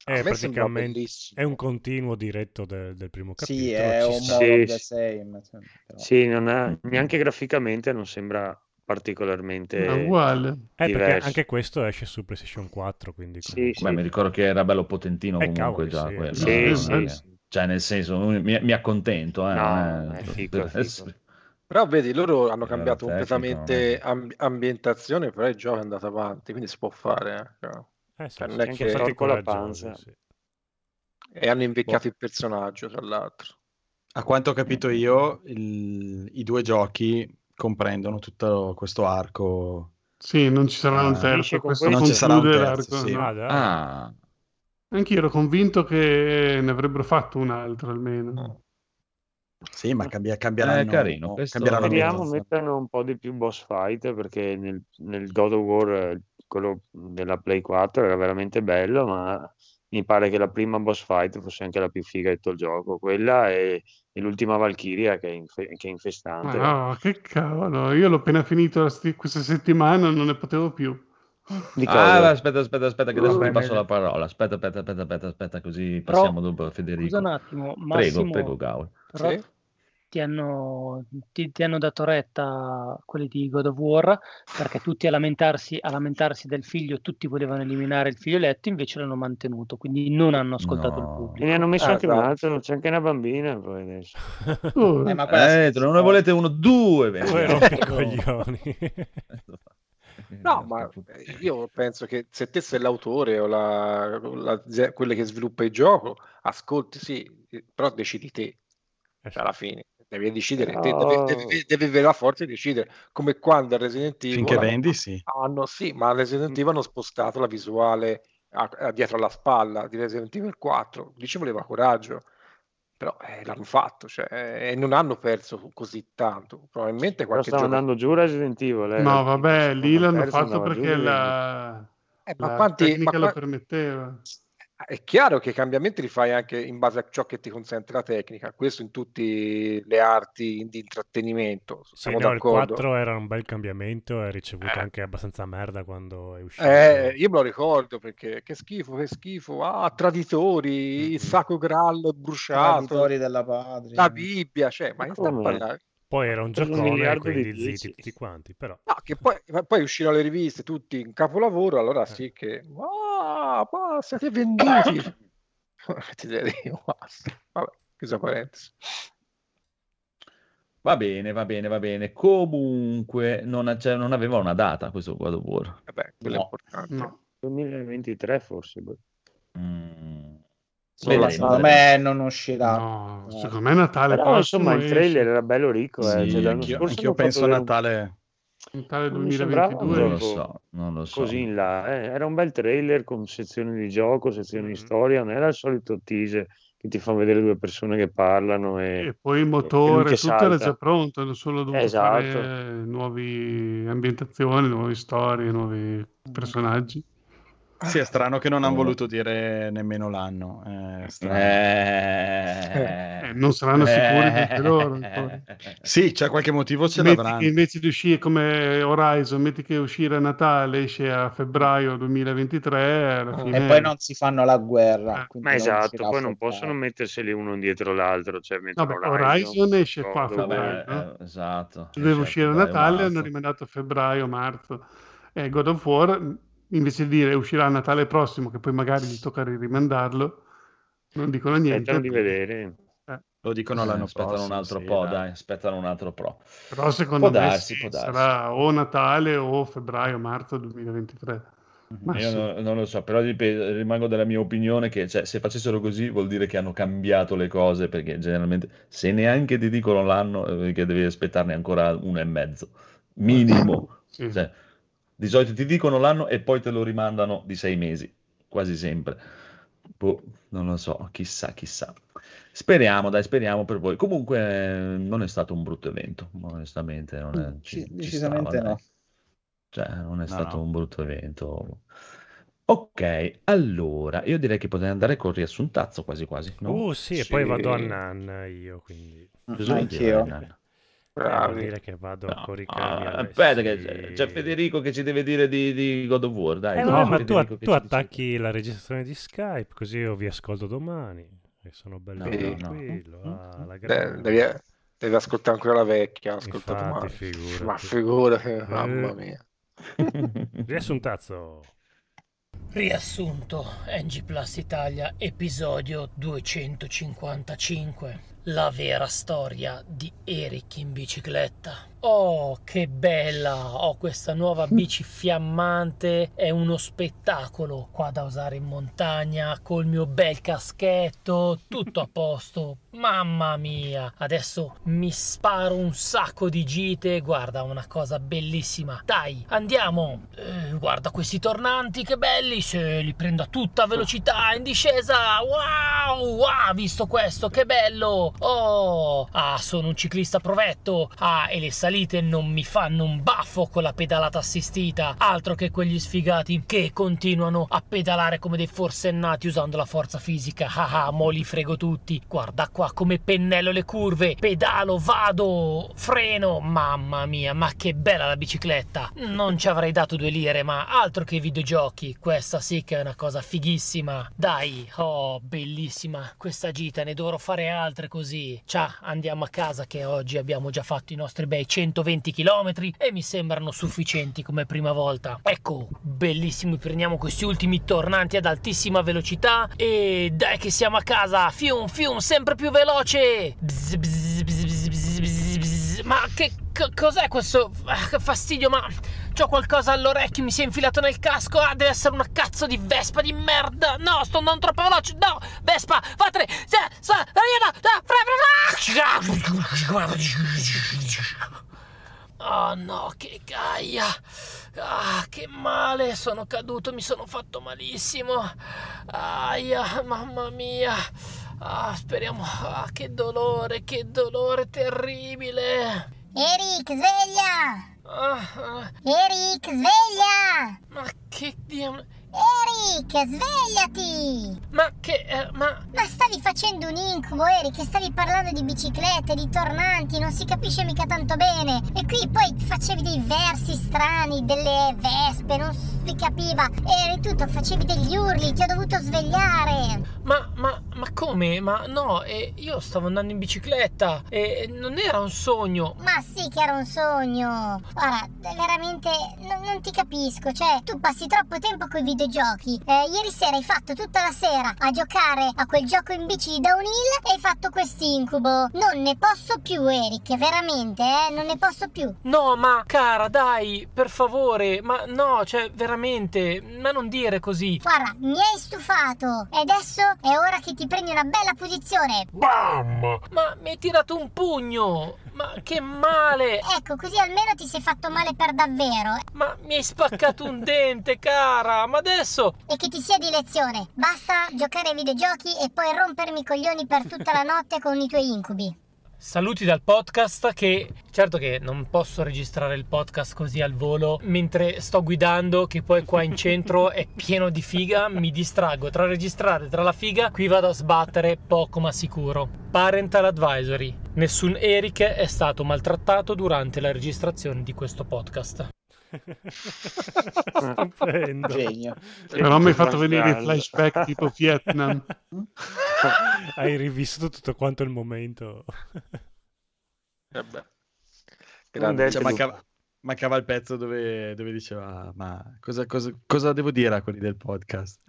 A È me sembra praticamente bellissimo. è un continuo diretto del, del primo capitolo. Sì, è un ci sta. Sì, modo the sì. same. cioè, però. Sì, non Mm. ha- neanche graficamente non sembra particolarmente Ma uguale. Eh, perché diverso. anche questo esce su PlayStation 4, quindi Sì, sì. Beh, mi ricordo che era bello potentino Eh, comunque cavoli, già sì. quello. Sì, eh, sì, non è- sì. Cioè, nel senso, mi, mi accontento. Eh, No, non è figo, è deve figo. essere- Però vedi, loro hanno Livello cambiato tecnico, completamente am- ambientazione, però il gioco è andato avanti, quindi si può fare. eh. Cioè, Eh, sì, Cioè, sì, non è sono che- stati Tolgo la coraggiosi, panza. sì. Boh. E hanno invecchiato il personaggio, tra l'altro. a quanto ho capito io il- i due giochi comprendono tutto questo arco. Sì, non ci sarà un Ah, terzo. finisce con Questo questo. Non ci sarà un conclude terzo, l'arco. sì. no? Ah, dai. Ah, Anch'io ero convinto che ne avrebbero fatto un altro almeno. Sì, ma cambia, cambieranno, Eh, carino, questo- cambieranno Speriamo l'ambientazione. mettano un po' di più boss fight perché nel, nel God of War, eh, quello della Play 4, era veramente bello, ma mi pare che la prima boss fight fosse anche la più figa di tutto il gioco. Quella e, e l'ultima Valkyria che è, infe- che Ma Ah, è infestante. Ah, no, che cavolo, io l'ho appena finito la sti- questa settimana, non ne potevo più. Di cosa? Ah, aspetta, aspetta, aspetta, che adesso Vabbè, ti passo bene. la parola. Aspetta, aspetta, aspetta, aspetta, aspetta così Però- passiamo dopo a Federico. Scusa un attimo, Prego, Massimo, prego, Gaul. Eh, però Sì. ti, hanno, ti, ti hanno dato retta quelli di God of War perché tutti a lamentarsi, a lamentarsi del figlio, tutti volevano eliminare il figlioletto, invece l'hanno mantenuto, quindi non hanno ascoltato No. Eh, il E pubblico. ne hanno messo Ah, anche Uh. un esatto. altro, c'è anche una bambina poi adesso. Uh. Oh, Eh, ma quella- Eh, te non ne volete uno, due. Tu beh. ero un coglioni. No, ma eh, io penso che se te sei l'autore o la, la- quelle che sviluppa il gioco, ascolti, sì, eh, però decidi te. Eh, Cioè, alla fine devi decidere te, devi, No. devi- devi avere la forza di decidere come quando a Resident Evil Finché hanno- vendi, sì. hanno, sì, ma a Mm. Resident Evil hanno spostato la visuale a- a dietro alla spalla di Resident Evil 4 lì ci voleva coraggio però eh, l'hanno fatto cioè, eh, e non hanno perso così tanto probabilmente Però qualche stava gioco andando giù Resident Evil. eh. No, vabbè, lì Secondo l'hanno terzo fatto andava giù perché Resident la, Eh, ma la quanti- tecnica ma lo qua- permetteva. È chiaro che i cambiamenti li fai anche in base a ciò che ti consente la tecnica, questo in tutte le arti di intrattenimento, Sì, siamo no, il d'accordo. 4 era un bel cambiamento e ha ricevuto Eh. anche abbastanza merda quando è uscito. Eh, io me lo ricordo perché che schifo, che schifo, ah, traditori, il sacro graal bruciato, Mm-hmm. Traditori della patria. la Bibbia, cioè, ma che sta a Come? parlare? Poi era un Per un giocone, miliardo di quindi dieci. zitti tutti quanti, però... No, che poi, ma poi usciranno le riviste tutti in capolavoro, allora Eh. sì che, ah, ma siete venduti. Ti direi, basta. Vabbè, chiusa parentesi. Va bene, va bene, va bene. Comunque, non, cioè, non aveva una data questo God of War. Vabbè, quello è No, importante. No. 2023 forse. boh. Mm. Beh, secondo me non uscirà. Eh. secondo me Natale Però, prossimo insomma, il esce. trailer era bello ricco. eh, Sì, cioè, l'anno anch'io- scorso anch'io hanno fatto penso a vedere un- Natale. Natale Non mi sembrava 2022. un Non lo gioco so, non lo so. Boh, Così in là. eh. Era un bel trailer con sezioni di gioco, sezioni Mm-hmm. di storia. Non era il solito teaser che ti fa vedere due persone che parlano e, E poi il e lui motore, che tutto era salta. già pronto, hanno solo dovuto Esatto. fare nuove ambientazioni, nuove storie, nuovi personaggi. Sì, è strano che non hanno Oh. voluto dire nemmeno l'anno. Eh, strano. Eh, non saranno sicuri neanche loro, ancora. Sì, c'è qualche motivo ce metti l'avranno. che invece di uscire come Horizon, metti che uscire a Natale, esce a febbraio 2023 alla fine... Mm. Ah, E poi non si fanno la guerra. quindi Ma non esatto, uscirà poi non fuori. possono metterseli uno dietro l'altro. Cioè, mettono Vabbè, Horizon esce qua a God of War. febbraio, Vabbè, eh, no? Esatto. doveva uscire a Natale, marzo. hanno rimandato a febbraio, marzo. E God of War, mh, invece di dire uscirà a Natale prossimo, che poi magari gli tocca rimandarlo, non dicono niente. Aspettano di vedere. Lo dicono Eh, l'anno aspettano prossimo, un altro sì, po', dai. dai. aspettano un altro pro. Però secondo Può me darsi, sì, può darsi. sarà o Natale o febbraio, marzo 2023. Mhm. Ma Mm-hmm. Io sì. no- non lo so, però ripeto, rimango della mia opinione che cioè, se facessero così vuol dire che hanno cambiato le cose, perché generalmente se neanche ti dicono l'anno, eh, che devi aspettarne ancora uno e mezzo, minimo. Cioè, di solito ti dicono l'anno e poi te lo rimandano di sei mesi, quasi sempre. Boh, non lo so, chissà, chissà. Speriamo, dai, speriamo per voi. Comunque eh, non è stato un brutto evento, onestamente. Non Mm, è, ci- ci decisamente stava, no. dai. Cioè, non è No, stato no. un brutto evento. Ok, allora io direi che potrei andare col riassuntazzo quasi quasi. No? Uh sì, Mm, e poi vado a Nanna io, quindi... Mm, Cosa vuol dire, Anch'io. Nanna? Eh, vuol dire che vado a coricare... Ah, aspetta, che c'è, c'è Federico che ci deve dire di, di God of War. Dai, Eh, Dai, vabbè, ma tu, Federico che ci tu dice- attacchi la registrazione di Skype, così io vi ascolto domani. E sono bello No, no, Mm-hmm. no. tranquillo. ah, la Beh, grande. devi, devi ascoltare ancora la vecchia. Ascoltato Infatti, male. figurati. Ma figurati, Eh. mamma mia. Riassuntazzo. Riassunto NG Plus Italia episodio 255 La vera storia di Eric in bicicletta Oh che bella! Ho questa nuova bici fiammante, è uno spettacolo qua da usare in montagna col mio bel caschetto, tutto a posto. Mamma mia! Adesso mi sparo un sacco di gite, guarda una cosa bellissima. Dai, andiamo! Eh, guarda questi tornanti che belli, se li prendo a tutta velocità in discesa. Wow! Wow, visto questo che bello! Oh! Ah, sono un ciclista provetto. Ah, e le salite non mi fanno un baffo con la pedalata assistita, altro che quegli sfigati che continuano a pedalare come dei forsennati usando la forza fisica. Ah, ah, mo li frego tutti. Guarda qua come pennello le curve. Pedalo, vado, freno. Mamma mia, ma che bella la bicicletta. Non ci avrei dato due lire, ma altro che videogiochi. Questa sì che è una cosa fighissima. Dai, oh, bellissima questa gita, ne dovrò fare altre così. Ciao, andiamo a casa che oggi abbiamo già fatto i nostri bei 120 km e mi sembrano sufficienti come prima volta. Ecco, bellissimi, prendiamo questi ultimi tornanti ad altissima velocità e dai che siamo a casa. Fium, fium, sempre più veloce. Bzz, bzz, bzz, bzz, bzz, bzz, bzz. Ma che co- cos'è questo Ah, che fastidio? Ma c'ho qualcosa all'orecchio, mi si è infilato nel casco. Ah, deve essere una cazzo di Vespa di merda. No, sto andando troppo veloce. No, Vespa, fatene. Sa, sa, aiuto, sa, fra, fra, fra. Oh no, che gaia! Ah, che male! Sono caduto, mi sono fatto malissimo! Aia, mamma mia! Ah, speriamo. Ah, che dolore, che dolore terribile! Eric, sveglia! Ah, Eric, sveglia! Ma che diavolo... Eric, svegliati! Ma che... eh, ma... Ma stavi facendo un incubo, Eric, stavi parlando di biciclette, di tornanti, non si capisce mica tanto bene. E qui poi facevi dei versi strani, delle vespe, non si capiva. Eri tutto, facevi degli urli, ti ho dovuto svegliare. Ma, ma, ma come? Ma no, eh, io stavo andando in bicicletta e non era un sogno. Ma sì che era un sogno! Ora, veramente non, non ti capisco, cioè tu passi troppo tempo coi videogiochi. Eh, ieri sera hai fatto tutta la sera a giocare a quel gioco in bici di downhill e hai fatto quest'incubo. Non ne posso più, Eric, veramente, eh, non ne posso più. No, ma cara, dai, per favore, ma no, cioè, veramente. veramente, ma non dire così. Guarda, mi hai stufato e adesso è ora che ti prendi una bella posizione. BAM! Ma mi hai tirato un pugno! Ma che male! Ecco, così almeno ti sei fatto male per davvero. Ma mi hai spaccato un dente, cara! Ma adesso... E che ti sia di lezione. Basta giocare ai videogiochi e poi rompermi i coglioni per tutta la notte con i tuoi incubi. Saluti dal podcast che certo che non posso registrare il podcast così al volo mentre sto guidando che poi qua in centro è pieno di figa, mi distraggo tra registrare e tra la figa, qui vado a sbattere poco ma sicuro. Parental advisory. Nessun Eric è stato maltrattato durante la registrazione di questo podcast. Stupendo. Genio. Però Eh, mi hai fatto venire i flashback tipo Vietnam. Hai rivisto tutto quanto il momento. Vabbè. Grande. Cioè, mancava, mancava il pezzo dove, dove diceva: Ma cosa, cosa- cosa devo dire a quelli del podcast?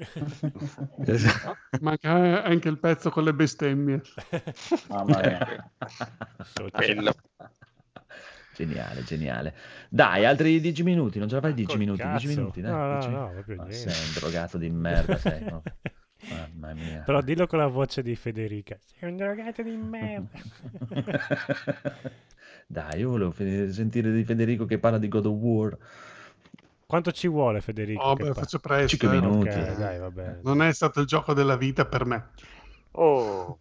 Manca anche il pezzo con le bestemmie. Mamma mia. Bello. Geniale, geniale. Dai, altri 10 minuti, non ce la fai 10 minuti, 10 Ah, cazzo. minuti, dai. No, no, 10 no, minuti. proprio Ma niente. sei un drogato di merda, sei, no? Mamma mia. Però dillo con la voce di Federica. Sei un drogato di merda. Dai, io volevo fe- sentire di Federico che parla di God of War. Quanto ci vuole Federico? Oh, che beh, pa- faccio presto. Cinque eh. minuti. Ok, dai, va bene. Non è stato il gioco della vita per me. Oh,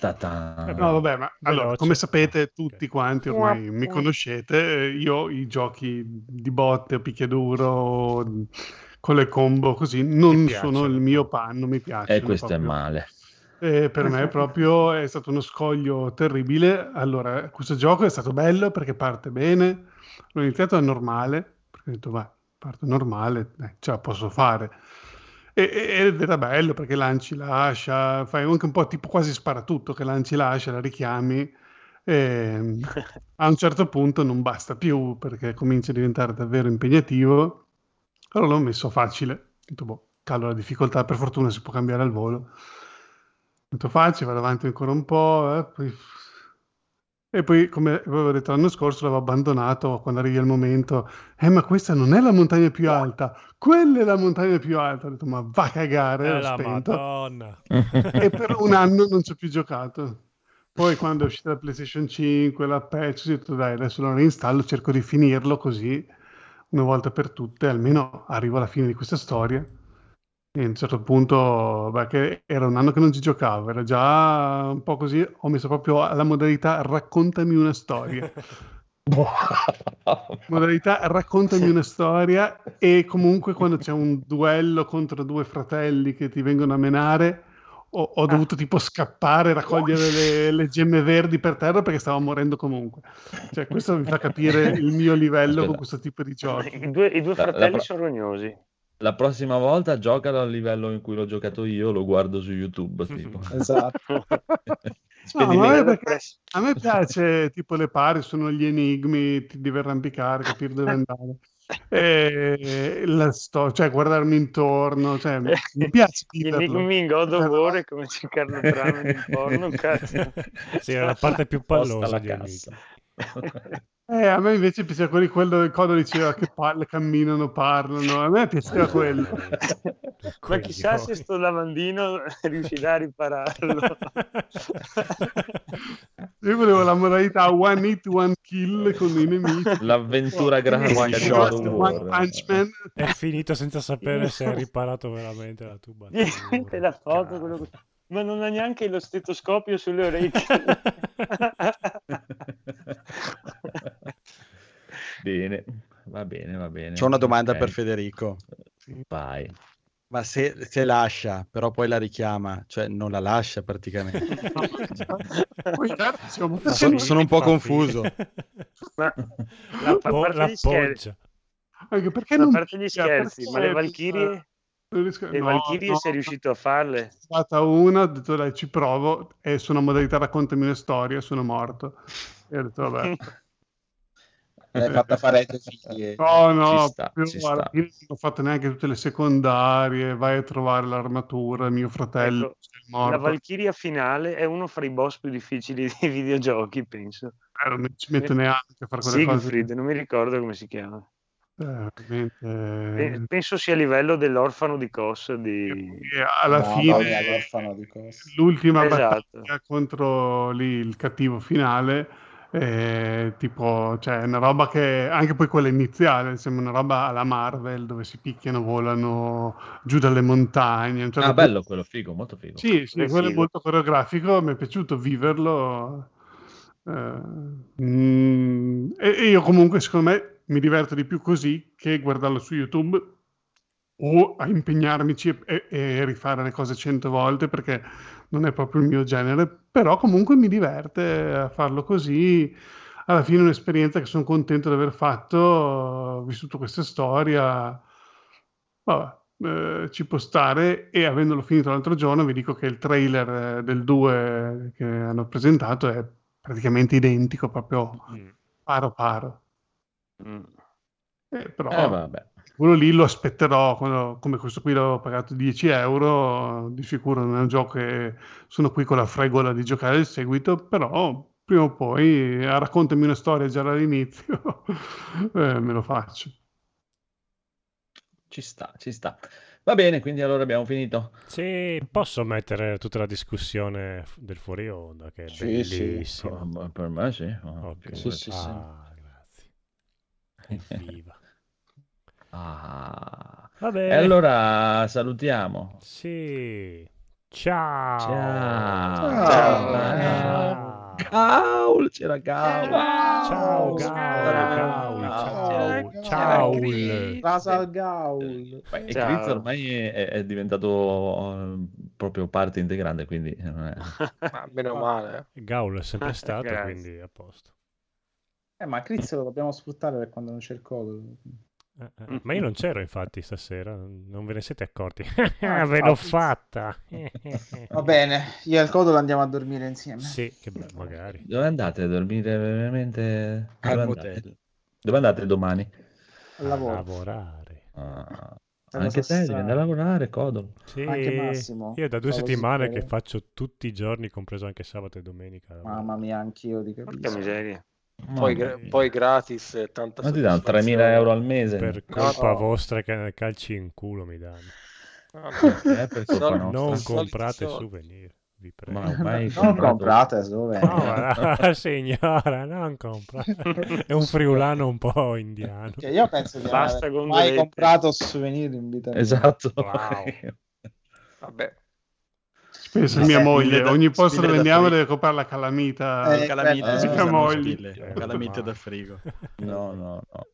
Ta-ta. No, vabbè, ma allora, Veloce. come sapete tutti quanti ormai mi conoscete, eh, io i giochi di botte, picchiaduro, con le combo così, non piacciono. sono il mio panno, mi piace. E questo è male. Eh, per me proprio è stato uno scoglio terribile. Allora, questo gioco è stato bello perché parte bene. L'ho iniziato a normale, perché ho detto, vai, parto normale, eh, ce la posso fare. E, e- ed era bello perché lanci l'ascia, fai anche un po' tipo quasi sparatutto che lanci l'ascia, la richiami. E Ehm, a un certo punto non basta più perché comincia a diventare davvero impegnativo. Allora l'ho messo facile. Ho detto, boh, calo la difficoltà, per fortuna si può cambiare al volo. Molto facile, vado avanti ancora un po'. eh, poi- E poi, come avevo detto l'anno scorso, l'avevo abbandonato quando arrivi al momento. Eh, ma questa non è la montagna più alta, quella è la montagna più alta. Ho detto, ma va a cagare, Eh, l'ho la spento. Madonna. E per un anno non ci ho più giocato. Poi, quando è uscita la PlayStation 5, la patch, ho detto, dai, adesso lo reinstallo, cerco di finirlo così, una volta per tutte, almeno arrivo alla fine di questa storia. E a un certo punto, beh, che era un anno che non ci giocavo, era già un po' così, ho messo proprio alla modalità raccontami una storia. modalità raccontami una storia e comunque quando c'è un duello contro due fratelli che ti vengono a menare, ho, Ah. ho dovuto tipo scappare, raccogliere le, le gemme verdi per terra perché stavo morendo comunque. Cioè, questo mi fa capire il mio livello Aspetta. con questo tipo di giochi. I due, i due La- la fratelli pro- sono rognosi. La prossima volta giocalo al livello in cui l'ho giocato io, lo guardo su YouTube. Tipo. Esatto. No, Spendi ma a me meno. perché- a me piace tipo le pari, sono gli enigmi, ti devi arrampicare, capire dove andare. E la sto- cioè guardarmi intorno, cioè, mi piace viverlo. Enigmi in God of War è come cercare la trama di un porno, cazzo. Sì, era la parte più pallosa di Amica. Eh, a me invece piaceva quelli, quello il codo diceva che parla, camminano, parlano, a me piaceva quello. Ma chissà se sto lavandino riuscirà a ripararlo. Io volevo la modalità one hit, one kill con i nemici. L'avventura grafica One di shot, God of One War. Punch Man. È finito senza sapere se ha riparato veramente la tuba. Niente la foto, quello che- ma non ha neanche lo stetoscopio sulle orecchie. Bene, va bene, va bene. C'ho una domanda Ok, per Federico. Vai. Ma se, se lascia, però poi la richiama, cioè non la lascia praticamente. Poi, certo, siamo- Sono- sono un po' Fa finta. confuso. Eh, ma La, fa po- parte la di scherzi. poggia. Anche Ecco, perché Da non parte gli scherzi, ma le Valchirie, Non riesco- le no, Valchirie no, sei riuscito a farle? ho fatta una, ho detto dai ci provo e sono a modalità raccontami una storia, sono morto. E ho detto vabbè. L'hai fatta fare ai tuoi figli. eh. Oh, No, no, sta, proprio, ci guarda, sta. io non ho fatto neanche tutte le secondarie, vai a trovare l'armatura, mio fratello Ecco, è La morto. Valchiria finale è uno fra i boss più difficili dei videogiochi, penso. Eh, non mi ci metto neanche a fare quelle Siegfried, non mi ricordo come si chiama. cose. Eh. Pe- Penso sia a livello dell'orfano di Cos di... alla No, fine vabbè, l'orfano di Cos. l'ultima Esatto. battaglia contro lì il cattivo finale. eh, tipo, cioè, è una roba che anche poi quella iniziale sembra una roba alla Marvel dove si picchiano, volano giù dalle montagne. a un certo Ah, punto- bello quello, figo, molto figo. Sì, sì, quello è figo. molto coreografico, mi è piaciuto viverlo. Eh, mm, e, e io comunque, secondo me, mi diverto di più così che guardarlo su YouTube o a impegnarmi e, e rifare le cose cento volte perché non è proprio il mio genere, però comunque mi diverte a farlo così. Alla fine è un'esperienza che sono contento di aver fatto, ho vissuto questa storia, Vabbè, eh, ci può stare e avendolo finito l'altro giorno vi dico che il trailer eh, del 2 che hanno presentato è praticamente identico, proprio Mm. paro paro. Eh, però Eh, vabbè. quello lì lo aspetterò, quello- come questo qui l'ho pagato 10 euro, di sicuro non è un gioco che sono qui con la fregola di giocare il seguito, però prima o poi eh, raccontami una storia già dall'inizio, eh, me lo faccio. Ci sta, ci sta. Va bene, quindi allora abbiamo finito. Sì, posso mettere tutta la discussione f- del fuori onda che è Sì, sì. bellissima. Per- Per me sì. oh. Ok. Sì, sì, sì. Ah, grazie. Viva. Ah. Va bene. E allora salutiamo. Sì. Ciao. Ciao. Cioè, Ciao. Eh, Ciao. Gaul, c'era Gaul. Ciao, Gaul. Ciao. Ciao. Rasal Gaul. Beh, E Chris ormai è, è diventato eh, proprio parte integrante, quindi eh, non è- Ma meno male. Gaul è sempre stato, Grazie. quindi a posto. Eh, ma Crizzo lo dobbiamo sfruttare per quando non c'è il codo. Eh, eh, Ma io non c'ero infatti stasera, non ve ne siete accorti. Ah, ve l'ho infatti. fatta. Va bene, io e il codo lo andiamo a dormire insieme. Sì, che bello, magari. Dove andate a dormire veramente? Al Dove motel. andate? Dove andate domani? Al lavoro. Ah, Alla anche te sassana. devi andare a lavorare, Codolo. Sì, Anche Massimo, Io da due stavo settimane zitto. che faccio tutti i giorni, compreso anche sabato e domenica. Mamma mia, anch'io di capisco. miseria. Poi, gra- poi gratis eh, tanta Ma ti danno 3.000 euro al mese. Per No, colpa no. vostra che calci in culo mi danno. Ah, perché? Eh, Per colpa Soldi- nostra. Non soldi- comprate soldi. souvenir, vi prego. Ma ormai Non comprato- comprate souvenir. No, ma no, signora, non comprate. È un friulano un po' indiano. Cioè, io penso di Basta aver mai gondolette. comprato souvenir in vita mia. Esatto. Vabbè. Penso a Sì, mia sì, moglie, spille Eh, da- ogni posto spille dove da andiamo frigo. deve comprare la calamita. Eh, Calamita, di mia scusa, moglie. Calamite da frigo. No, no, no.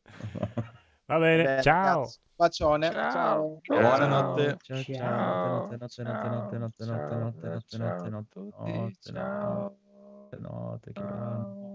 Va bene, Beh, ciao. ragazzi, Bacione, ciao. Buonanotte. Ciao, Ciao. ciao. Notte, notte, notte, notte, notte, notte, notte, notte, notte, notte, notte, notte, notte, che Ah. grande.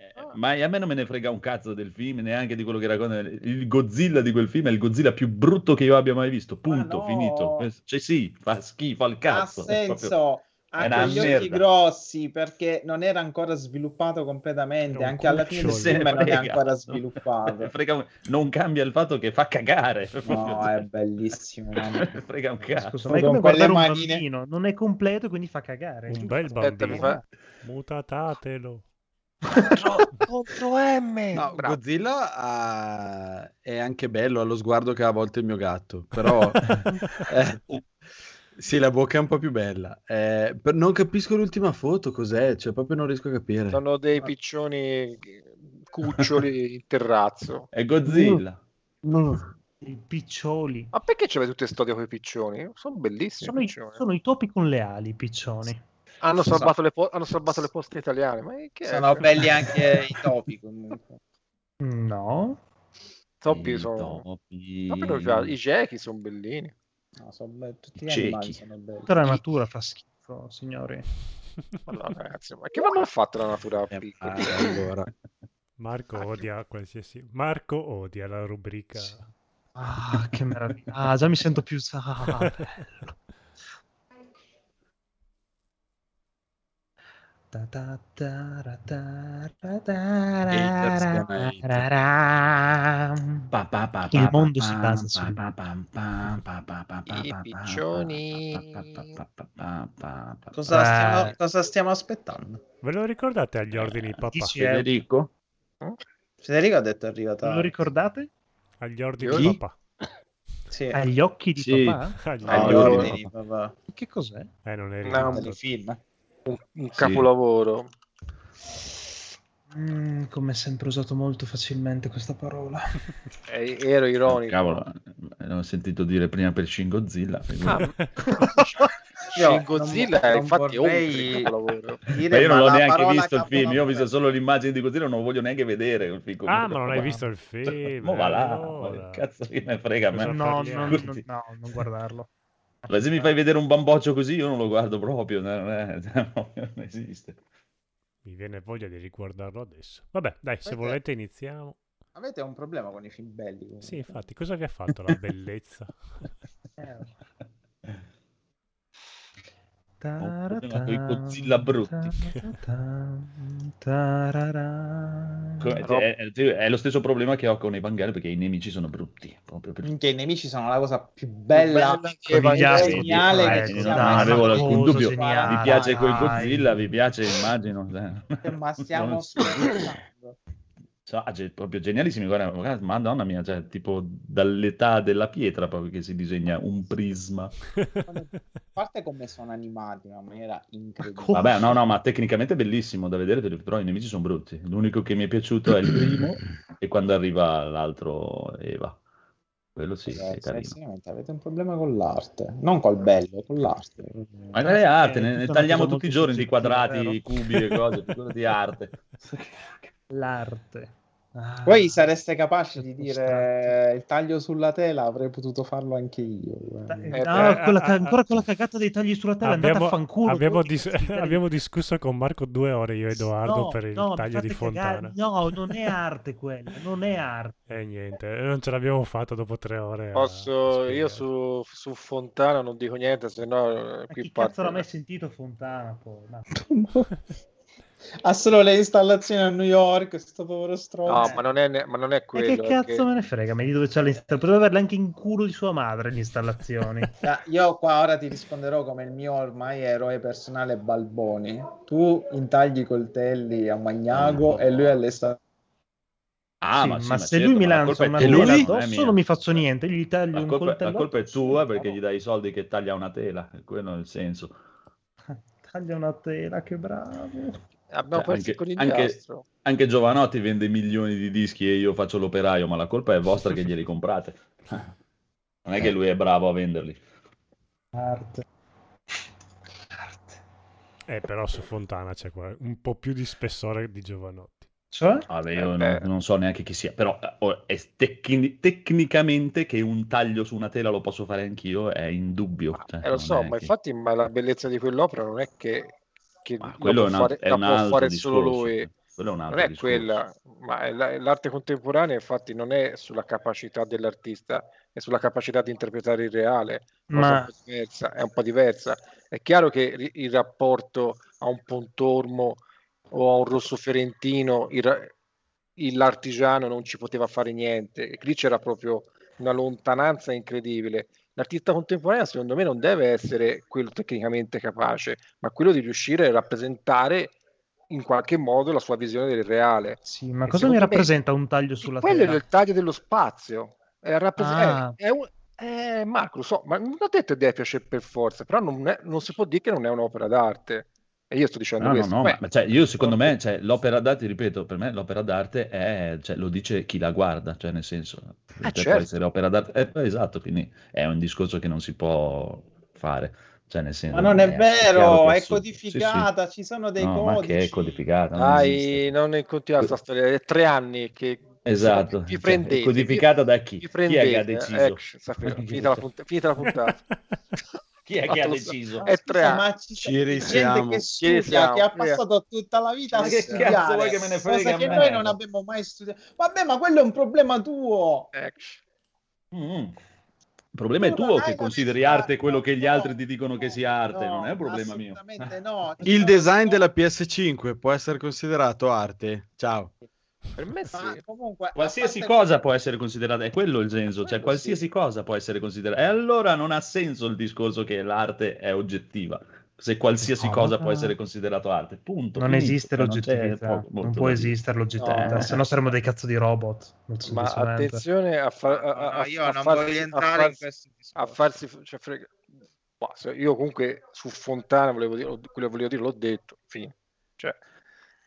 Eh, Ma a me non me ne frega un cazzo del film, neanche di quello che racconta. Il Godzilla di quel film è il Godzilla più brutto che io abbia mai visto. Punto, no. finito. Cioè, sì, fa schifo al Ha cazzo. è proprio- senso. è una Anche gli occhi merda. grossi perché non era ancora sviluppato completamente, È un anche alla fine del cucciolo. film non è Frega. ancora Me sviluppato. frega un- Non cambia il fatto che fa cagare. No, è bellissimo. mamma mia. Me frega un cazzo. Scusa, Con ma è come quelle guardare un manine. bambino, non è completo quindi fa cagare. Un bel Aspetta, mi bambino. Eh, fa- Mutatatelo. Contro M. No, Bravo. Eh, Godzilla ah, è anche bello allo sguardo che ha a volte il mio gatto, però eh, sì, la bocca è un po' più bella. Eh, per- non capisco l'ultima foto, cos'è? Cioè, proprio non riesco a capire. Sono Ah. dei piccioni cuccioli in terrazzo. È Godzilla. Uh, I piccioli. Ma perché c'avete tutte storie con i piccioni? Sono bellissimi Sono i i, piccioni. sono i topi con le ali, i piccioni. Ah, Hanno, salvato le po- hanno salvato le poste italiane. Ma che è? Sono belli anche i topi comunque. esatto. Mm, No. Topi sono... Topi. Topi non piace- I gechi sono bellini. No, sono belli- Tutti I gli animali ciechi. sono belli. Tutta la natura fa schifo, signori. Ma no, ragazzi, ma che vanno fatto la natura Eh, piccola? allora. Marco odia qualsiasi... Marco odia la rubrica. Ah, che meraviglia. Ah, già mi sento più... Ah, bello. Ta ta ta ra ta ra ta ra Haters ra gonna hate. ra ra. Pa, pa, pa, Il pa, mondo pa, si pa, basa pa, sul- pa, pa, pa, pa, pa, pa, pa, I pa, piccioni. Ah, pa, pa, pa, pa, pa, pa, pa. Cosa, stiamo, Eh. cosa stiamo aspettando? Ve lo ricordate agli ordini papà? dici- Federico? Federico ha detto è arrivato. Ve lo ricordate? Agli ordini Chi? di papà. Eh, Agli occhi di Sì. Ah, papà? Agli Agli occhi occhi di di papà. papà. Che cos'è? ah, Eh, non è No, rimasto. un film. Un, capolavoro. Mm, come sempre usato molto facilmente questa parola. Eh, ero ironico. Cavolo, eh, ho sentito dire prima per Shin Ah, Godzilla. figurati. Shin Godzilla non infatti è oltre vorrei il capolavoro. ma io non l'ho la neanche parola visto il film, io ho visto solo l'immagine di Godzilla, non lo voglio neanche vedere. quel film. Ah, Comunque, ma non hai va. visto il film? Mo va là, allora. ma che cazzo che me frega a me. Cosa No, no, parliamo? no, no, non guardarlo. Ma se mi fai vedere un bamboccio così, io non lo guardo proprio, non, è- cioè, non esiste. Mi viene voglia di riguardarlo adesso. Vabbè, dai, se volete iniziamo. Avete un problema con i film belli? comunque. Sì, infatti, cosa vi ha fatto la bellezza? problema con i Godzilla brutti. Co- cioè, È, è lo stesso problema che ho con Evangelion perché i nemici sono brutti. Proprio per... Minchia, i nemici sono la cosa più bella, Bella più Conigliastro, geniale eh, che ci non sia mai avevo stata. alcun dubbio. geniale, Vi piace quel dai. Godzilla, vi piace, immagino. cioè. Ma stiamo scherzando. Cioè, ah, ge- proprio genialissimi. Guarda, guarda, madonna mia, cioè, tipo dall'età della pietra proprio che si disegna un prisma. A parte come sono animati in una maniera incredibile. Vabbè, no, no, ma tecnicamente è bellissimo da vedere, però i nemici sono brutti. L'unico che mi è piaciuto è il primo e quando arriva l'altro Eva. Quello sì, Cioè, è carino. sinceramente avete un problema con l'arte, non col bello, con l'arte. Ma non è arte, Eh, ne, ne tutta tagliamo una cosa tutti i giorni di quadrati, vero? cubi e cose, figura di arte. L'arte. Voi sareste capaci di dire il taglio sulla tela, avrei potuto farlo anche io. eh. guarda. Ah, quella ca- ancora quella cagata dei tagli sulla tela, andate a fanculo. abbiamo, tutti, dis- cazzo, abbiamo discusso con Marco due ore io e Edoardo No, per il no, mi taglio di fate cagare. Fontana. No, non è arte quella, non è arte. E niente, Eh, non ce l'abbiamo fatta dopo tre ore. a- Oh. Posso, io su, su Fontana non dico niente, se no eh, qui Chi cazzo l'ha parte. mai sentito Fontana poi? No. Ha solo le installazioni a New York, sto povero stronzo. No, ma non è, ne- ma non è E che quello. cazzo è che- me ne frega? Ma di dove c'è l'installazione? Poteva averle anche in culo di sua madre le installazioni. Sa, Cioè, Io qua ora ti risponderò come il mio ormai eroe personale Balboni. Tu intagli i coltelli a Magnago e lui alle sta- Ah, Sì, ma, sì, ma ma se certo, lui mi ma la lancia colpa una è tua, tela non è addosso mia. non mi faccio niente, gli taglio La un colpa, la coltello colpa è tua perché gli dai i soldi che taglia una tela, quello è il senso. Taglia una tela, che bravo. Abbiamo Cioè, perso con il anche, nastro. anche Giovanotti vende milioni di dischi e io faccio l'operaio, ma la colpa è vostra che glieli comprate. Non è che lui è bravo a venderli. Arte. Eh, però su Fontana c'è qua- un po' più di spessore di Giovanotti. Cioè? Vabbè, Ah, Eh, io non, non so neanche chi sia, però eh, oh, è tecni- tecnicamente che un taglio su una tela lo posso fare anch'io è indubbio. cioè, Eh, lo non so, è ma che- infatti ma la bellezza di quell'opera non è che, che la quello può è un fare, alt- è la un può altro fare discorso, solo lui. quello è un altro non è discorso. quella, ma è la- l'arte contemporanea infatti non è sulla capacità dell'artista, è sulla capacità di interpretare il reale, cosa Ma- un po' diversa, è un po' diversa. È chiaro che ri- il rapporto a un Pontormo o a un Rosso Fiorentino, il ra- il- l'artigiano non ci poteva fare niente, e lì c'era proprio una lontananza incredibile. L'artista contemporaneo, secondo me, non deve essere quello tecnicamente capace, ma quello di riuscire a rappresentare in qualche modo la sua visione del reale. Sì, ma E cosa secondo mi me- rappresenta un taglio sulla Quello tela? è il taglio dello spazio. È la rappres- Ah. è- è un- è- Marco, lo so, ma non ho detto che deve piacere per forza, però non, è- non si può dire che non è un'opera d'arte. E io sto dicendo No, no, questo. no, Poi- ma- ma cioè, io secondo me cioè, l'opera d'arte, ripeto, per me l'opera d'arte è, cioè, lo dice chi la guarda, cioè nel senso, Ah, cioè, può certo. essere opera d'arte, eh, esatto, quindi è un discorso che non si può fare, cioè nel senso... Ma non è vero, chiaro che è su- codificata, sì, ci sono sì. dei No, ma codici. che è codificata? non esiste. Dai, non continuare questa storia, è tre anni che Esatto, vi cioè, prendete, è codificata da chi? vi Chi prendete, è che ha deciso? Ecco, sapevo, finita, la punt- finita la puntata. Chi è che ha deciso? È tre Scusa, anni. Eh, ma ci Ci gente che studia, che ha passato tutta la vita a Ma che cazzo studiare, vuoi che me ne frega cosa a che me? noi non abbiamo mai studiato. Vabbè, ma quello è un problema tuo. Mm. Il problema è tuo che consideri arte quello che gli altri ti dicono che sia arte, non è un problema mio. Assolutamente no. Il design della PS5 può essere considerato arte? Ciao. Eh, Per me sì. comunque, Qualsiasi cosa può essere considerata, è quello il senso, cioè qualsiasi cosa può essere considerata. E allora non ha senso il discorso che l'arte è oggettiva. se qualsiasi No, cosa no. può essere considerato arte, punto. Non finito. esiste Cioè, non c'è l'oggettività, poco- non, molto può da dire. esistere l'oggettività, No. eh. se no saremmo dei cazzo di robot. molto Ma semplicemente. attenzione a, far, a, a- Ah, No, io a non farsi- voglio a entrare in farsi, questo a farsi cioè, frega- Ma se- io comunque su Fontana volevo dire, quello che volevo dire l'ho detto, fine. Cioè,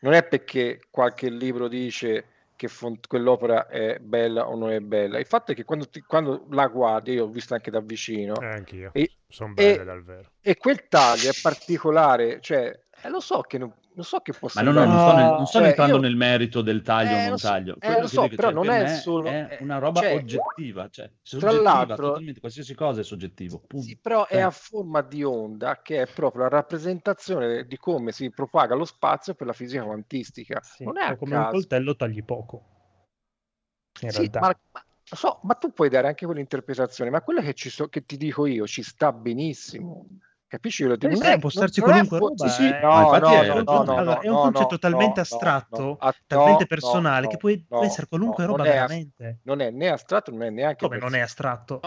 non è perché qualche libro dice che Fon- quell'opera è bella o non è bella. Il fatto è che quando, ti- quando la guardi, io l'ho vista anche da vicino, Eh, anch'io. E- Sono e- belle dal vero. e quel taglio è particolare, cioè, eh, lo so che non, lo so che può Ma no, no, non sto, sembrare- nel- non sto cioè, entrando io- nel merito del taglio Eh, o lo non so- taglio. eh, Quello lo che so, dico, però cioè, non per è me solo- è una eh, roba cioè, oggettiva, cioè tra soggettiva, l'altro- totalmente qualsiasi cosa è soggettivo. punto. però è Eh. Cioè, a forma di onda che è proprio la rappresentazione di come si propaga lo spazio per la fisica quantistica. Sì, cioè, non è a come un caso. coltello tagli poco. In Sì, realtà. ma, ma- lo so, ma tu puoi dare anche quell'interpretazione, ma quella che, ci so- che ti dico io ci sta benissimo. Capisci? Quello che Sì, dico? sì, Eh, può starci è qualunque fu- roba, sì, sì, eh. no, Ma infatti no, è- no, no, no, allora, è un no, concetto no, talmente no, astratto, no, ah, talmente no, personale, no, che puoi- può no, essere qualunque no, roba non è as- veramente. non è né astratto, non è neanche Come non è astratto?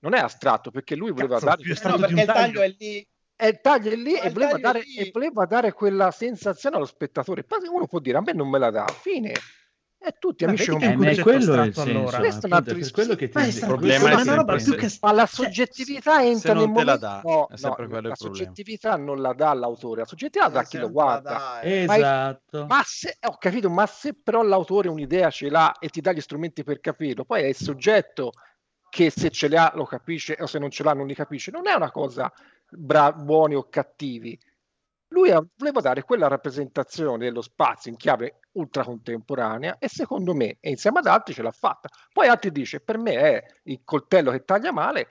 non è astratto perché lui voleva Cazzo, dare più astratto No, di perché un il taglio taglio. è lì e il taglio è lì Ma e il voleva, taglio è dare, lì. e voleva dare quella sensazione allo spettatore poi uno può dire a me non me la dà fine e tutti Ma amici vedi un che è un concetto concetto quello è il astratto, senso, allora. questo è un appunto, altro per quello che ti- Ma è il strano, problema ma è è una roba sempre- più che- ma la soggettività entra Cioè, non nel te la momento dà, no, è sempre no, quello il la problema. soggettività non la dà l'autore la soggettività la dà eh. chi lo guarda Ma il- Esatto. ma se, eh, ho capito, ma se però l'autore un'idea ce l'ha e ti dà gli strumenti per capirlo, poi è il soggetto che se ce l'ha lo capisce o se non ce l'ha non li capisce, non è una cosa bra- buoni o cattivi. Lui ha- voleva dare quella rappresentazione dello spazio in chiave ultracontemporanea e secondo me, e insieme ad altri, ce l'ha fatta. Poi altri dice, per me è il coltello che taglia male,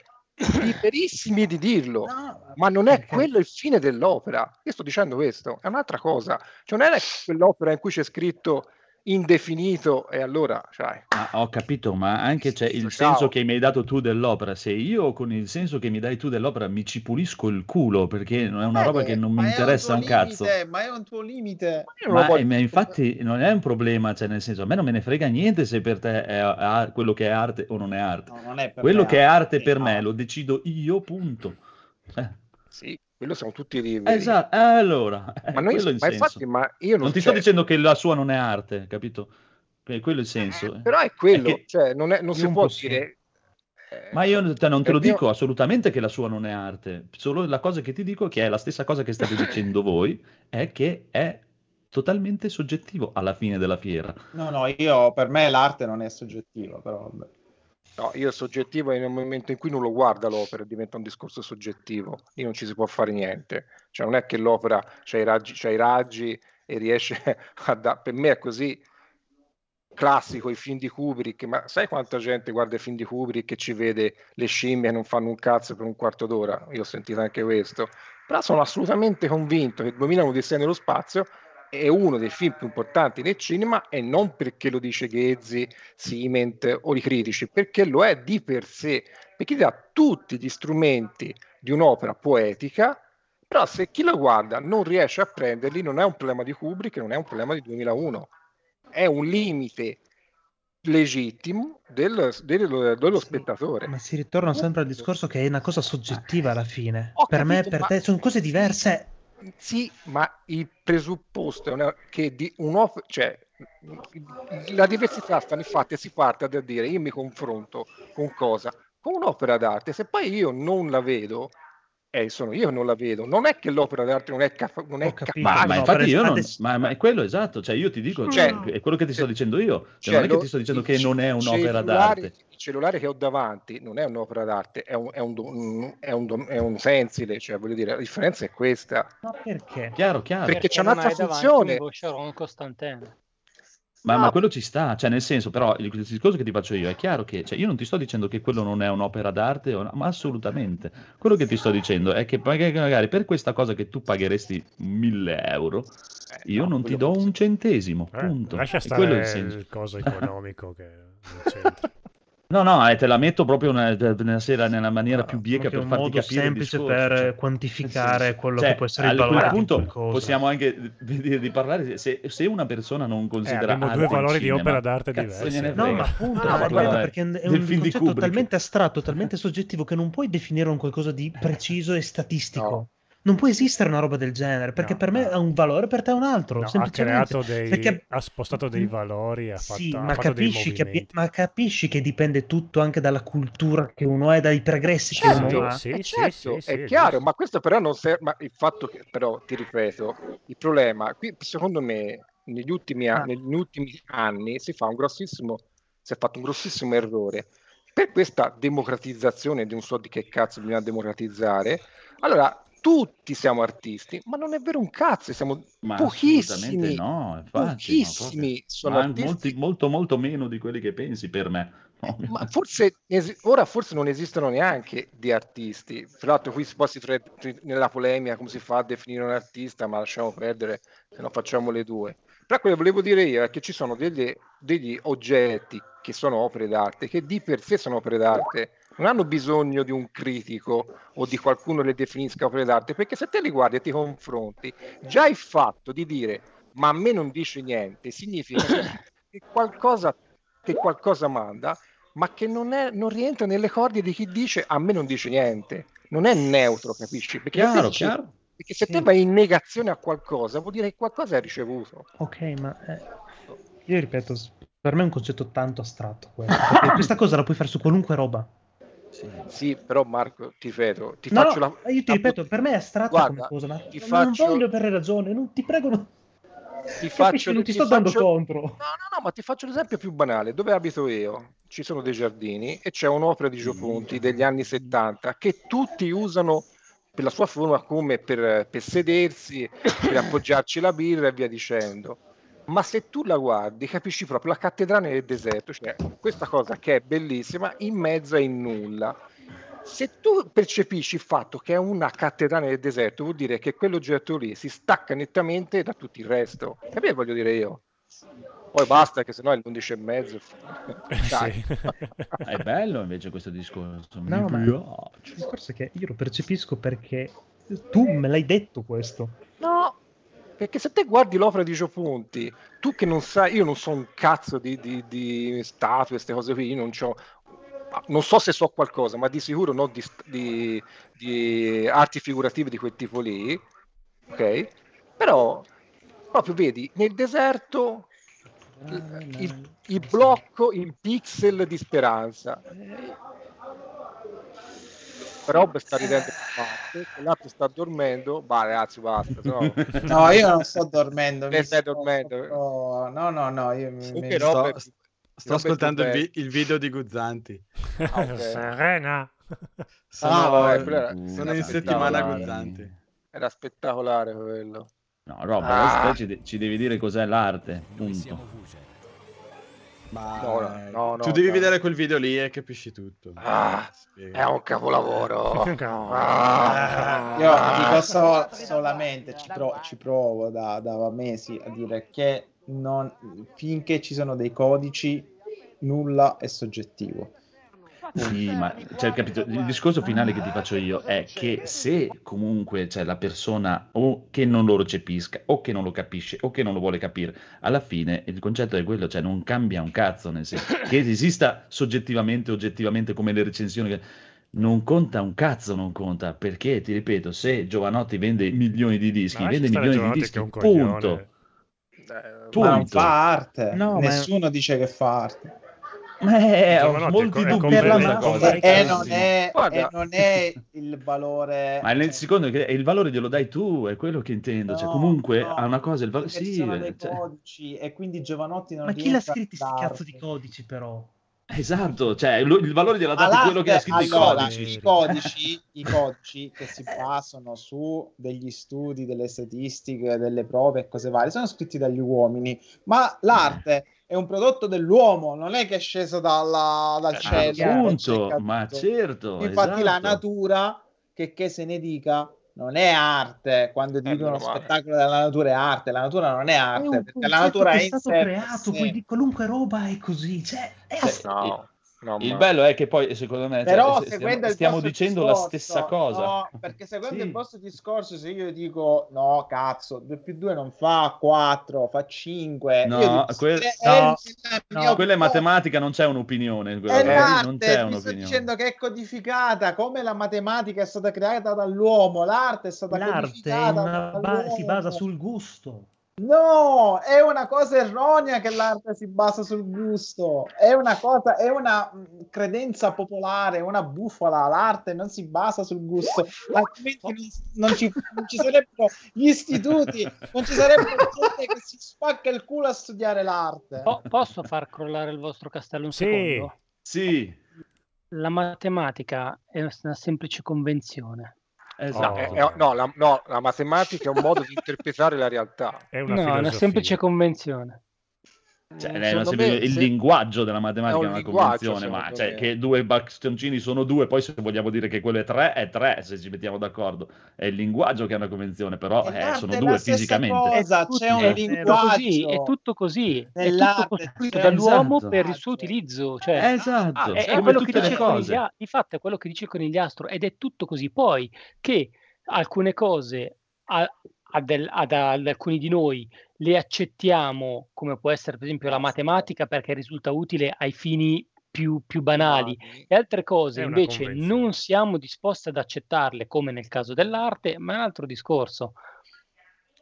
liberissimi di dirlo, ma non è quello il fine dell'opera. Io sto dicendo questo, è un'altra cosa. Cioè, non è quell'opera in cui c'è scritto indefinito e allora, cioè, Ma ho capito, ma anche c'è il Ciao. senso che mi hai dato tu dell'opera. Se io con il senso che mi dai tu dell'opera mi ci pulisco il culo perché è Eh, una roba che non mi interessa un cazzo. ma è un tuo limite Ma, eh, ma infatti non è un problema, cioè nel senso, a me non me ne frega niente se per te è, a- quello che è arte o non è arte. non è per quello me che è arte per no. me lo decido io, punto. sì, quello siamo tutti liberi. Esatto, eh, allora, eh, Ma, noi- quello è il ma senso. infatti, ma io non, Non ti cioè, sto dicendo che la sua non è arte, capito? Que- Quello è il senso. eh. Però è quello, È che- cioè, non, è- non si un può po' sì. dire... Ma io te- non te Eh, lo io- dico assolutamente che la sua non è arte, solo la cosa che ti dico, che è la stessa cosa che state dicendo voi, è che è totalmente soggettivo alla fine della fiera. no no io per me l'arte non è soggettiva però vabbè. No, io il soggettivo è nel momento in cui non lo guarda l'opera, diventa un discorso soggettivo, lì non ci si può fare niente. Cioè, non è che l'opera c'ha i raggi, c'ha i raggi e riesce a dare. Per me è così classico i film di Kubrick, ma sai quanta gente guarda i film di Kubrick e ci vede le scimmie e non fanno un cazzo per un quarto d'ora? Io ho sentito anche questo. Però sono assolutamente convinto che 2001 Odissea nello spazio è uno dei film più importanti del cinema e non perché lo dice Ghezzi, Siment o i critici, perché lo è di per sé, perché ti dà tutti gli strumenti di un'opera poetica, però se chi lo guarda non riesce a prenderli non è un problema di Kubrick, non è un problema di 2001, è un limite legittimo del- del- dello spettatore. Ma si ritorna sempre al discorso che è una cosa soggettiva alla fine. Ah. Ho per me, capito, per ma- te, sono cose diverse. Sì, ma il presupposto è una- che di un'op- cioè, la diversità sta nei fatti e si parte da dire io mi confronto con cosa? Con un'opera d'arte. Se poi io non la vedo, eh, sono io che non la vedo. Non è che l'opera d'arte non è, capa- non è capace. Ma, ma infatti io non... Adesso- Ma, ma è quello esatto, cioè io ti dico, Cioè, cioè, è quello che ti sto dicendo io, cioè, cioè, non è che lo- ti sto dicendo il che ce- non è un'opera cellulare- d'arte. Il cellulare che ho davanti non è un'opera d'arte, è un, è un, do- è un do- è un sensile, cioè voglio dire, la differenza è questa. Ma perché? Chiaro, chiaro. Perché c'è non un'altra hai davanti funzione. un Vacheron Constantin. Ma, ma quello ci sta, cioè nel senso, però il, il discorso che ti faccio io è chiaro che cioè, io non ti sto dicendo che quello non è un'opera d'arte, o no, ma assolutamente. Quello che ti sto dicendo è che magari magari per questa cosa che tu pagheresti 1000 euro, Eh, io non ti do un centesimo, Eh, Esatto. punto. Lascia E stare quello è il il, senso. coso economico che non c'entra. No, no, eh, te la metto proprio una, una sera nella maniera più bieca Che è per un farti modo capire il semplice discorso. per cioè. quantificare quello Cioè, che può essere il a valore quel di punto qualcosa. possiamo anche vedere di parlare se, se una persona non Eh, considera abbiamo arte due il valori di cinema, opera d'arte cazzo diversi. gliene No, frega. ma appunto, No, ma ma quello guarda, perché è del un film di concetto Kubrick. Eh. talmente astratto, talmente soggettivo che non puoi definire un qualcosa di preciso e statistico. non può esistere una roba del genere, perché per me ha un valore, per te è un altro. No, ha semplicemente. creato dei... Perché- ha spostato dei valori, ha fatto, Sì, ha ma fatto dei capisci, che, movimenti. ma capisci che dipende tutto anche dalla cultura che uno è, dai pregressi che uno Certo, ha. eh, certo, è chiaro, ma questo però non serve. Ma il fatto che, però, ti ripeto, il problema qui, secondo me, negli ultimi, Ah. a- negli ultimi anni si fa un grossissimo, si è fatto un grossissimo errore per questa democratizzazione di non so di che cazzo bisogna democratizzare. Allora, tutti siamo artisti, ma non è vero un cazzo, siamo Ma pochissimi, assolutamente no, infatti, ma pochissimi proprio- sono ma artisti molti- molto, molto meno di quelli che pensi per me. ma forse esi- ora forse non esistono neanche di artisti. Tra l'altro, qui si- poi si tre- tri- nella polemica come si fa a definire un artista, ma lasciamo perdere, se no facciamo le due. Però quello che volevo dire io è che ci sono delle- degli oggetti che sono opere d'arte, che di per sé sono opere d'arte, non hanno bisogno di un critico o di qualcuno le definisca opere d'arte, perché se te li guardi e ti confronti, già il fatto di dire ma a me non dice niente significa che qualcosa che qualcosa manda, ma che non, è, non rientra nelle corde di chi dice a me non dice niente. Non è neutro, capisci? Perché, se, Chiaro, dici- chiaro. perché se te vai in negazione a qualcosa, vuol dire che qualcosa hai ricevuto. Ok, ma eh, io ripeto, s- per me è un concetto tanto astratto questo. perché questa cosa la puoi fare su qualunque roba. Sì, però Marco, ti ripeto, ti No, faccio no, la... io ti ripeto, per me è astratto Guarda, come cosa, ma ti non faccio- voglio avere ragione, non, ti prego, non, Ti capisci? faccio, non ti, sto dando faccio- contro. No, no, Ah, ma ti faccio l'esempio più banale. Dove abito io? Ci sono dei giardini e c'è un'opera di Gioconti degli anni 70 che tutti usano per la sua forma come per, per sedersi, per appoggiarci la birra e via dicendo. Ma se tu la guardi, capisci proprio la cattedrale nel deserto, cioè questa cosa che è bellissima in mezzo ai nulla. Se tu percepisci il fatto che è una cattedrale nel deserto, vuol dire che quell'oggetto lì si stacca nettamente da tutto il resto. Capite che voglio dire io? Poi basta, che sennò è l'11 e mezzo. Dai. È bello invece questo discorso. mi No, ma piace. il discorso è che io lo percepisco perché tu me l'hai detto questo. No, perché se te guardi l'opera di Gioponti, tu che non sai, io non so un cazzo di, di, di statue, queste cose qui, io non c'ho. Non so se so qualcosa, ma di sicuro no di, st- di- di arti figurative di quel tipo lì, ok? Però proprio vedi nel deserto il, il- il blocco, il pixel di speranza. Rob sta ridendo per parte, quell'altro sta dormendo, va ragazzi, basta. No, No, io non sto dormendo. Te mi stai sto- dormendo. sto- No, no, no, io mi, mi- sto, sto Rob è ascoltando il, più vi- il video di Guzzanti. Serena. Sono, Ah, vabbè, quello era- sono era in settimana spettacolare. Guzzanti. Era spettacolare quello. No, Rob, Ah. adesso te ci, de- ci devi dire cos'è l'arte. Punto. Ma No, eh, no, no, tu no, devi no. vedere quel video lì e capisci tutto. Ah, è un capolavoro. Ah. Io dico so- solamente, ci, pro- ci provo da, da mesi a dire che non- finché ci sono dei codici nulla è soggettivo. Sì, ma cioè, capito, il discorso finale che ti faccio io è che se comunque c'è la persona o che non lo recepisca o che non lo capisce o che non lo vuole capire, alla fine il concetto è quello, cioè non cambia un cazzo, nel senso che esista soggettivamente, oggettivamente come le recensioni, che- non conta un cazzo, non conta, perché ti ripeto, se Giovanotti vende milioni di dischi, Ma vende lascia stare milioni di Giovanotti dischi, che è un coglione. punto. Ma non Punto. fa arte, No, ma- nessuno dice che fa arte. Ma è- Giovanotti è co- molti Diciamo è dubbi per la completamente massa. E non è, Guarda. e non è il valore Ma nel secondo che il valore glielo dai tu, è quello che intendo. cioè, No, comunque no, a una cosa il valore. perché ci Sì, sono dei cioè, codici e quindi Giovanotti non Ma chi l'ha rientra scritti sti d'arte. cazzo di codici però? esatto. Cioè, lo- il valore glielo Ma date l'arte- quello che ha scritto allora, i codici. Eh, i codici, i codici che si basano su degli studi, delle statistiche, delle prove e cose varie, sono scritti dagli uomini, ma l'arte è un prodotto dell'uomo, non è che è sceso dalla- dal cielo. Eh, Appunto, non è ma caduto. certo. Infatti la esatto. natura, che, che se ne dica, non è arte. Quando ti dicono meno uno male. spettacolo della natura è arte, la natura non è È arte, un perché la concetto natura che è è in stato sé per creato, sé. quindi qualunque roba è così, cioè, è Cioè, assurdo. No. Il bello è che poi, secondo me, cioè, Però se- stiamo, seguendo il stiamo vostro dicendo la discorso, stessa cosa. no, perché seguendo il vostro discorso, se io dico no, cazzo, 2 più 2 non fa 4, fa 5. No, io dico, que- "Eh, no, eh, no, mio- quella è matematica, non c'è un'opinione. eh, quella cosa lì, Marte, non c'è ti sto un'opinione. dicendo che è codificata come la matematica è stata creata dall'uomo, l'arte è stata L'arte è codificata una ba- dall'uomo. si basa sul gusto. No, è una cosa erronea che l'arte si basa sul gusto. È una cosa, è una mh, credenza popolare, è una bufala. L'arte non si basa sul gusto, altrimenti non, non ci, non ci sarebbero gli istituti, non ci sarebbe gente che si spacca il culo a studiare l'arte. Po- posso far crollare il vostro castello un Sì. secondo? Sì. La matematica è una semplice convenzione. Esatto. No, è- è- no, la, no, la matematica è un modo di interpretare la realtà. È no, è una semplice convenzione. Cioè, Mm, lei non secondo sa- me il se- linguaggio della matematica è è, un una linguaggio, convenzione, ma secondo cioè, me. che due bastoncini sono due, poi se vogliamo dire che quello è tre, è tre, se ci mettiamo d'accordo. È il linguaggio che è una convenzione, però eh, sono due fisicamente. cioè, c'è un è tutto linguaggio. così, è tutto così, è tutto Nell'arte costruito c'è- dall'uomo Esatto. per il suo utilizzo. Cioè, Esatto, eh, Ah, è, è come quello che tutte le dice cose. Conigliastro, di fatto è quello che dice Conigliastro ed è tutto così. Poi che alcune cose a- a del- ad, ad alcuni di noi le accettiamo, come può essere per esempio la matematica, perché risulta utile ai fini più, più banali, e altre cose È una invece non siamo disposti ad accettarle, come nel caso dell'arte, ma è un altro discorso.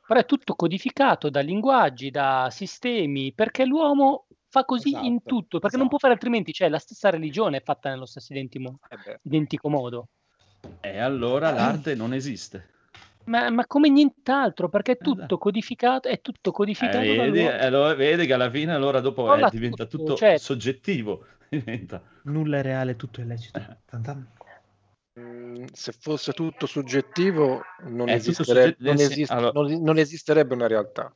Però è tutto codificato da linguaggi, da sistemi, perché l'uomo fa così Esatto, in tutto, perché non può fare altrimenti, cioè la stessa religione è fatta nello stesso identimo- identico modo. E Eh allora l'arte non esiste. Ma, ma come nient'altro, perché è tutto codificato, è tutto esatto. Eh, codificato vedi, dall'uomo. allora vedi che alla fine allora dopo Crolla eh, diventa tutto, tutto, cioè- soggettivo. Diventa. Nulla è reale, tutto è lecito. Tan tan. Mm, Se fosse tutto soggettivo, non, È tutto esistere- sogge- non sì, esiste- allora- non- non esisterebbe una realtà.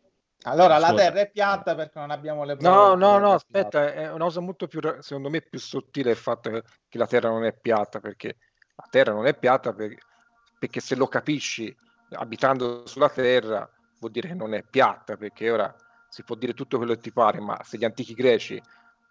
Allora, la Ascolta. terra è piatta perché non abbiamo le prove. No, no, no, aspetta, è una cosa molto più, ra- secondo me, più sottile il fatto che che la Terra non è piatta, perché la Terra non è piatta per- perché se lo capisci abitando sulla Terra vuol dire che non è piatta, perché ora si può dire tutto quello che ti pare, ma se gli antichi greci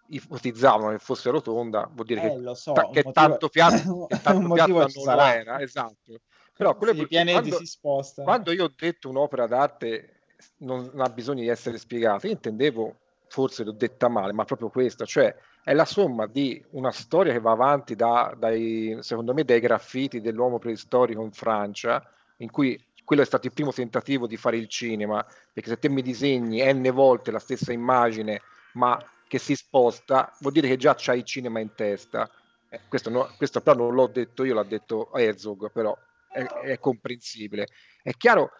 ipotizzavano che fosse rotonda, vuol dire Eh, che, lo so, ta- un che motivo- tanto piatta, che tanto un piatta motivo non ci lo sarà. era, esatto. Però quello è Se i perché pianeti quando- si spostano. quando io ho detto un'opera d'arte non, non ha bisogno di essere spiegata, io intendevo, forse l'ho detta male, ma proprio questa, cioè è la somma di una storia che va avanti da- dai, secondo me, dai graffiti dell'uomo preistorico in Francia, in cui quello è stato il primo tentativo di fare il cinema, perché se te mi disegni n volte la stessa immagine, ma che si sposta, vuol dire che già c'hai il cinema in testa. Eh, Questo, no- questo però non l'ho detto io, l'ha detto Herzog, però è, è comprensibile. È chiaro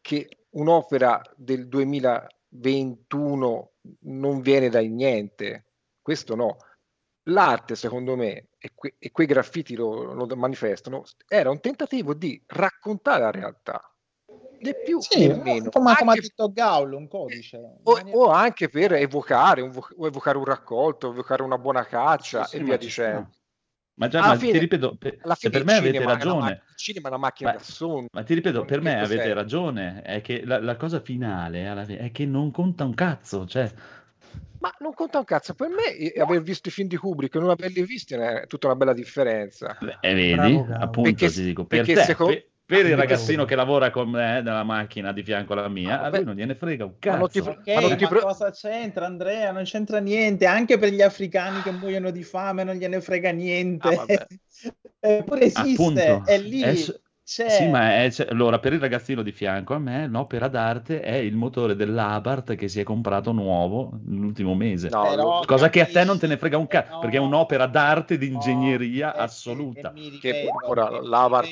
che un'opera del 2021 non viene dal niente, questo no. L'arte, secondo me, e, que- e quei graffiti lo, lo manifestano, era un tentativo di raccontare la realtà, né più Sì, né meno. come, come ha Anche detto Gaul, un codice. o, o anche per evocare un, vo- o evocare un raccolto, evocare una buona caccia Sì, e sì, via ma ci dicendo. Ma già, Alla ma fine- ti ripeto, per, alla cioè, fine per me il avete cinema è una ragione. ma- il cinema è una macchina Ma- da sonno. Ma ti ripeto, per me questo avete senso. ragione, è che la, la cosa finale alla fine, è che non conta un cazzo, cioè, Ma non conta un cazzo. Per me eh, aver visto i film di Kubrick e non averli visti è tutta una bella differenza. eh, vedi, Bravo, Gao. appunto Perché- ti dico, per perché te, secondo- per, per il Bravo. ragazzino che lavora con me eh, nella macchina di fianco alla mia, a lui non gliene frega un Ma cazzo. non ti- ok, Eh, ma cosa c'entra Andrea? Non c'entra niente, anche per gli africani che muoiono di fame non gliene frega niente. Eppure esiste, Appunto, è lì, è s- c'è. Sì, ma è- cioè, allora per il ragazzino di fianco a me l'opera d'arte è il motore dell'Abarth che si è comprato nuovo l'ultimo mese. No, Però cosa che a te non te ne frega un cazzo, perché è un'opera d'arte di ingegneria assoluta. Che ora l'Avart,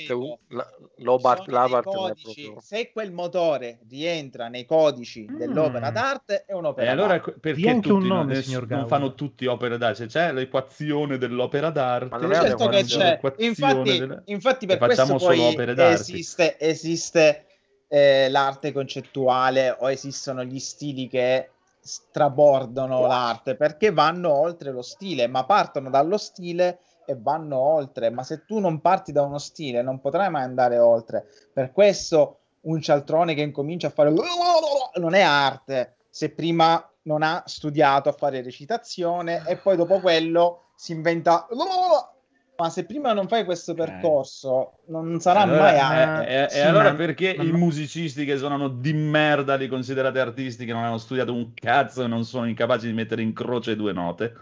la- l'Obart, l'Avart non è proprio- Se quel motore rientra nei codici dell'opera d'arte, è un'opera Mm. E allora d'arte. que- perché tutti non, ness- non fanno tutti opere d'arte? Cioè, c'è l'equazione dell'opera d'arte, non è Certo che c'è. l'equazione Infatti- della- infatti per e facciamo questo poi eh, solo opere d'arte. esiste, esiste, eh, l'arte concettuale o esistono gli stili che strabordano l'arte perché vanno oltre lo stile, ma partono dallo stile e vanno oltre, ma se tu non parti da uno stile non potrai mai andare oltre. Per questo un cialtrone che incomincia a fare non è arte, se prima non ha studiato a fare recitazione e poi dopo quello si inventa... Ma se prima non fai questo percorso, non sarà Allora- mai... eh, E, e allora ma- perché ma- i musicisti che suonano di merda li considerate artisti che non hanno studiato un cazzo e non sono incapaci di mettere in croce due note?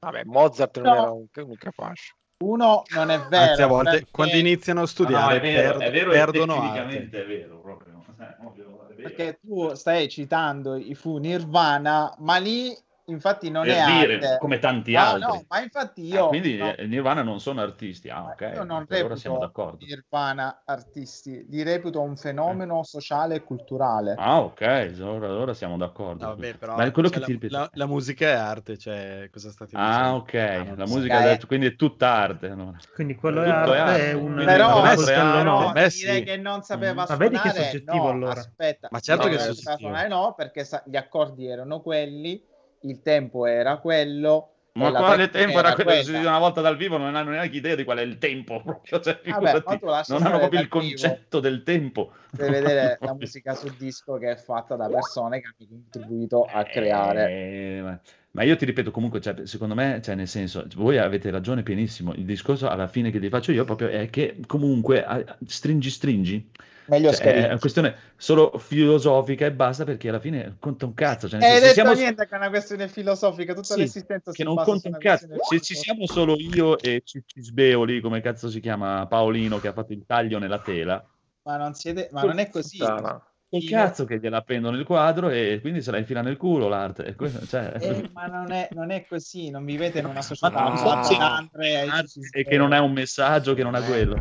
Vabbè, Mozart non No. era un, un capace. Uno non è vero. Anzi, a volte perché- quando iniziano a Ah, No, studiare è vero, per- è vero e perdono tecnicamente arte. è vero proprio. Eh, ovvio, è vero. Perché tu stai citando i fu Nirvana, ma lì infatti non Per è dire, arte. come tanti No, altri. no, ma infatti Ah, io quindi no, eh, Nirvana non sono artisti. Ah, ok. io non allora siamo reputo d'accordo. Nirvana artisti, li reputo un fenomeno sociale e culturale. Ah, ok, allora, allora siamo d'accordo. Ma è quello che ti ripeto. cioè, eh. la, la musica è arte, cioè cosa state dicendo? Ah, ok, la musica so. ha detto, quindi è tutta arte. allora. Quindi quello è Tutto certo, è arte, arte. è Ah, un... Però- un Beh, coltello sì, no. Mm. No, beh, dire sì. che non sapeva Ma vedi che è suonare, soggettivo, no, allora. aspetta, Ma certo no, che è non sapeva soggettivo. suonare no, perché sa- gli accordi erano quelli, il tempo era quello. e Ma la quale tecnica tempo era quello che si quella. dice una volta dal vivo? Non hanno neanche idea di qual è il tempo. Proprio. Cioè, Vabbè, figurati, ma tu lascia non hanno proprio stare dal il concetto del tempo. Per vedere la musica sul disco che è fatta da persone che hanno contribuito a creare. Eh, ma- ma io ti ripeto comunque, cioè, secondo me, cioè, nel senso, voi avete ragione pienissimo. Il discorso alla fine che vi faccio io proprio è che comunque a- stringi stringi. Meglio Cioè, è scherzi. una questione solo filosofica e basta perché alla fine conta un cazzo. Cioè, nel E Eh, hai senso, se detto siamo- niente che è una questione filosofica, tutta Sì, l'esistenza che si non basa conta su un una cazzo. questione Se ci siamo solo io e Cisbeo lì, come cazzo si chiama Paolino che ha fatto il taglio nella tela, Ma non, siete... ma non è così. col cazzo che gliela appendono il quadro e quindi se la infila nel culo l'arte. E questo, cioè- Eh, ma non è, non è così, non vivete in una società Ma no, non so, no. Andrea, io ci Eh, si e che spera. non è un messaggio, che non ha quello.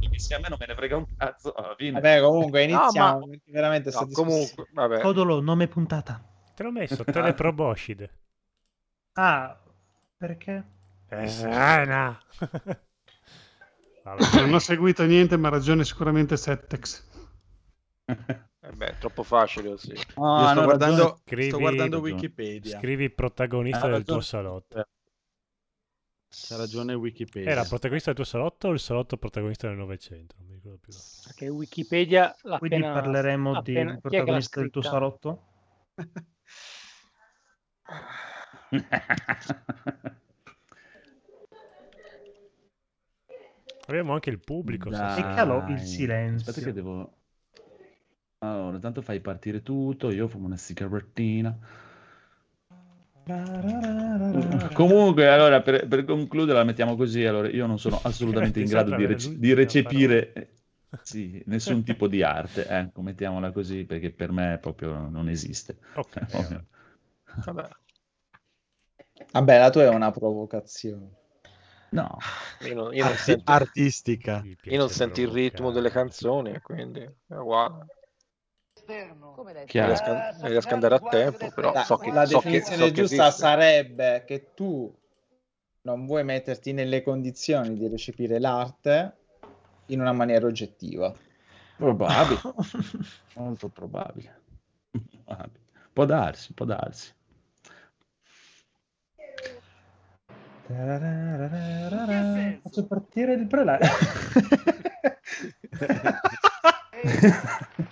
Che se a me non me ne frega un cazzo, alla fine. Vabbè, comunque iniziamo ma- perché veramente sta No, discussione- comunque, vabbè. Codolo, nome puntata. Te l'ho messo, teleproboshide. Ah, perché? Eh, Esatto. Esana. Non ho seguito niente, ma ha ragione sicuramente Settex. Eh beh, è troppo facile così. Io sto, guardando, Scrivi- sto guardando Wikipedia. Scrivi protagonista Ha del ragione- tuo salotto. C'ha ragione Wikipedia. Era protagonista del tuo salotto o il salotto protagonista del Novecento? Non mi ricordo più. Perché Wikipedia l'ha Quindi appena- parleremo appena- di chi è che l'ha protagonista del tuo scritta? salotto? Abbiamo anche il pubblico. Dai. stasera. Aspetta che devo... Allora, tanto fai partire tutto, io fumo una sigarettina. Comunque, allora, per, per concludere, la mettiamo così. Allora, io non sono assolutamente in Ti grado sembra di, avere rec- l'ultima di recepire eh, sì, nessun tipo di arte, ecco, mettiamola così, perché per me proprio non esiste. Ok. Vabbè, la tua è una provocazione. No. Io non, io non Arti- sento, artistica. io non sento il ritmo delle canzoni, quindi è uguale. Chiaro. Riesco, a- riesco ad andare a tempo, però La, so che la so che- definizione so che giusta esiste. sarebbe che tu non vuoi metterti nelle condizioni di recepire l'arte in una maniera oggettiva. Probabile. Molto probabile. Probabile. Può darsi, può darsi. Faccio partire il prelado.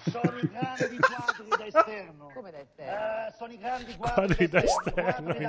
Sono i grandi quadri da esterno. Come da esterno? sono i grandi Quadri quadri, da da esterno. esterno, quadri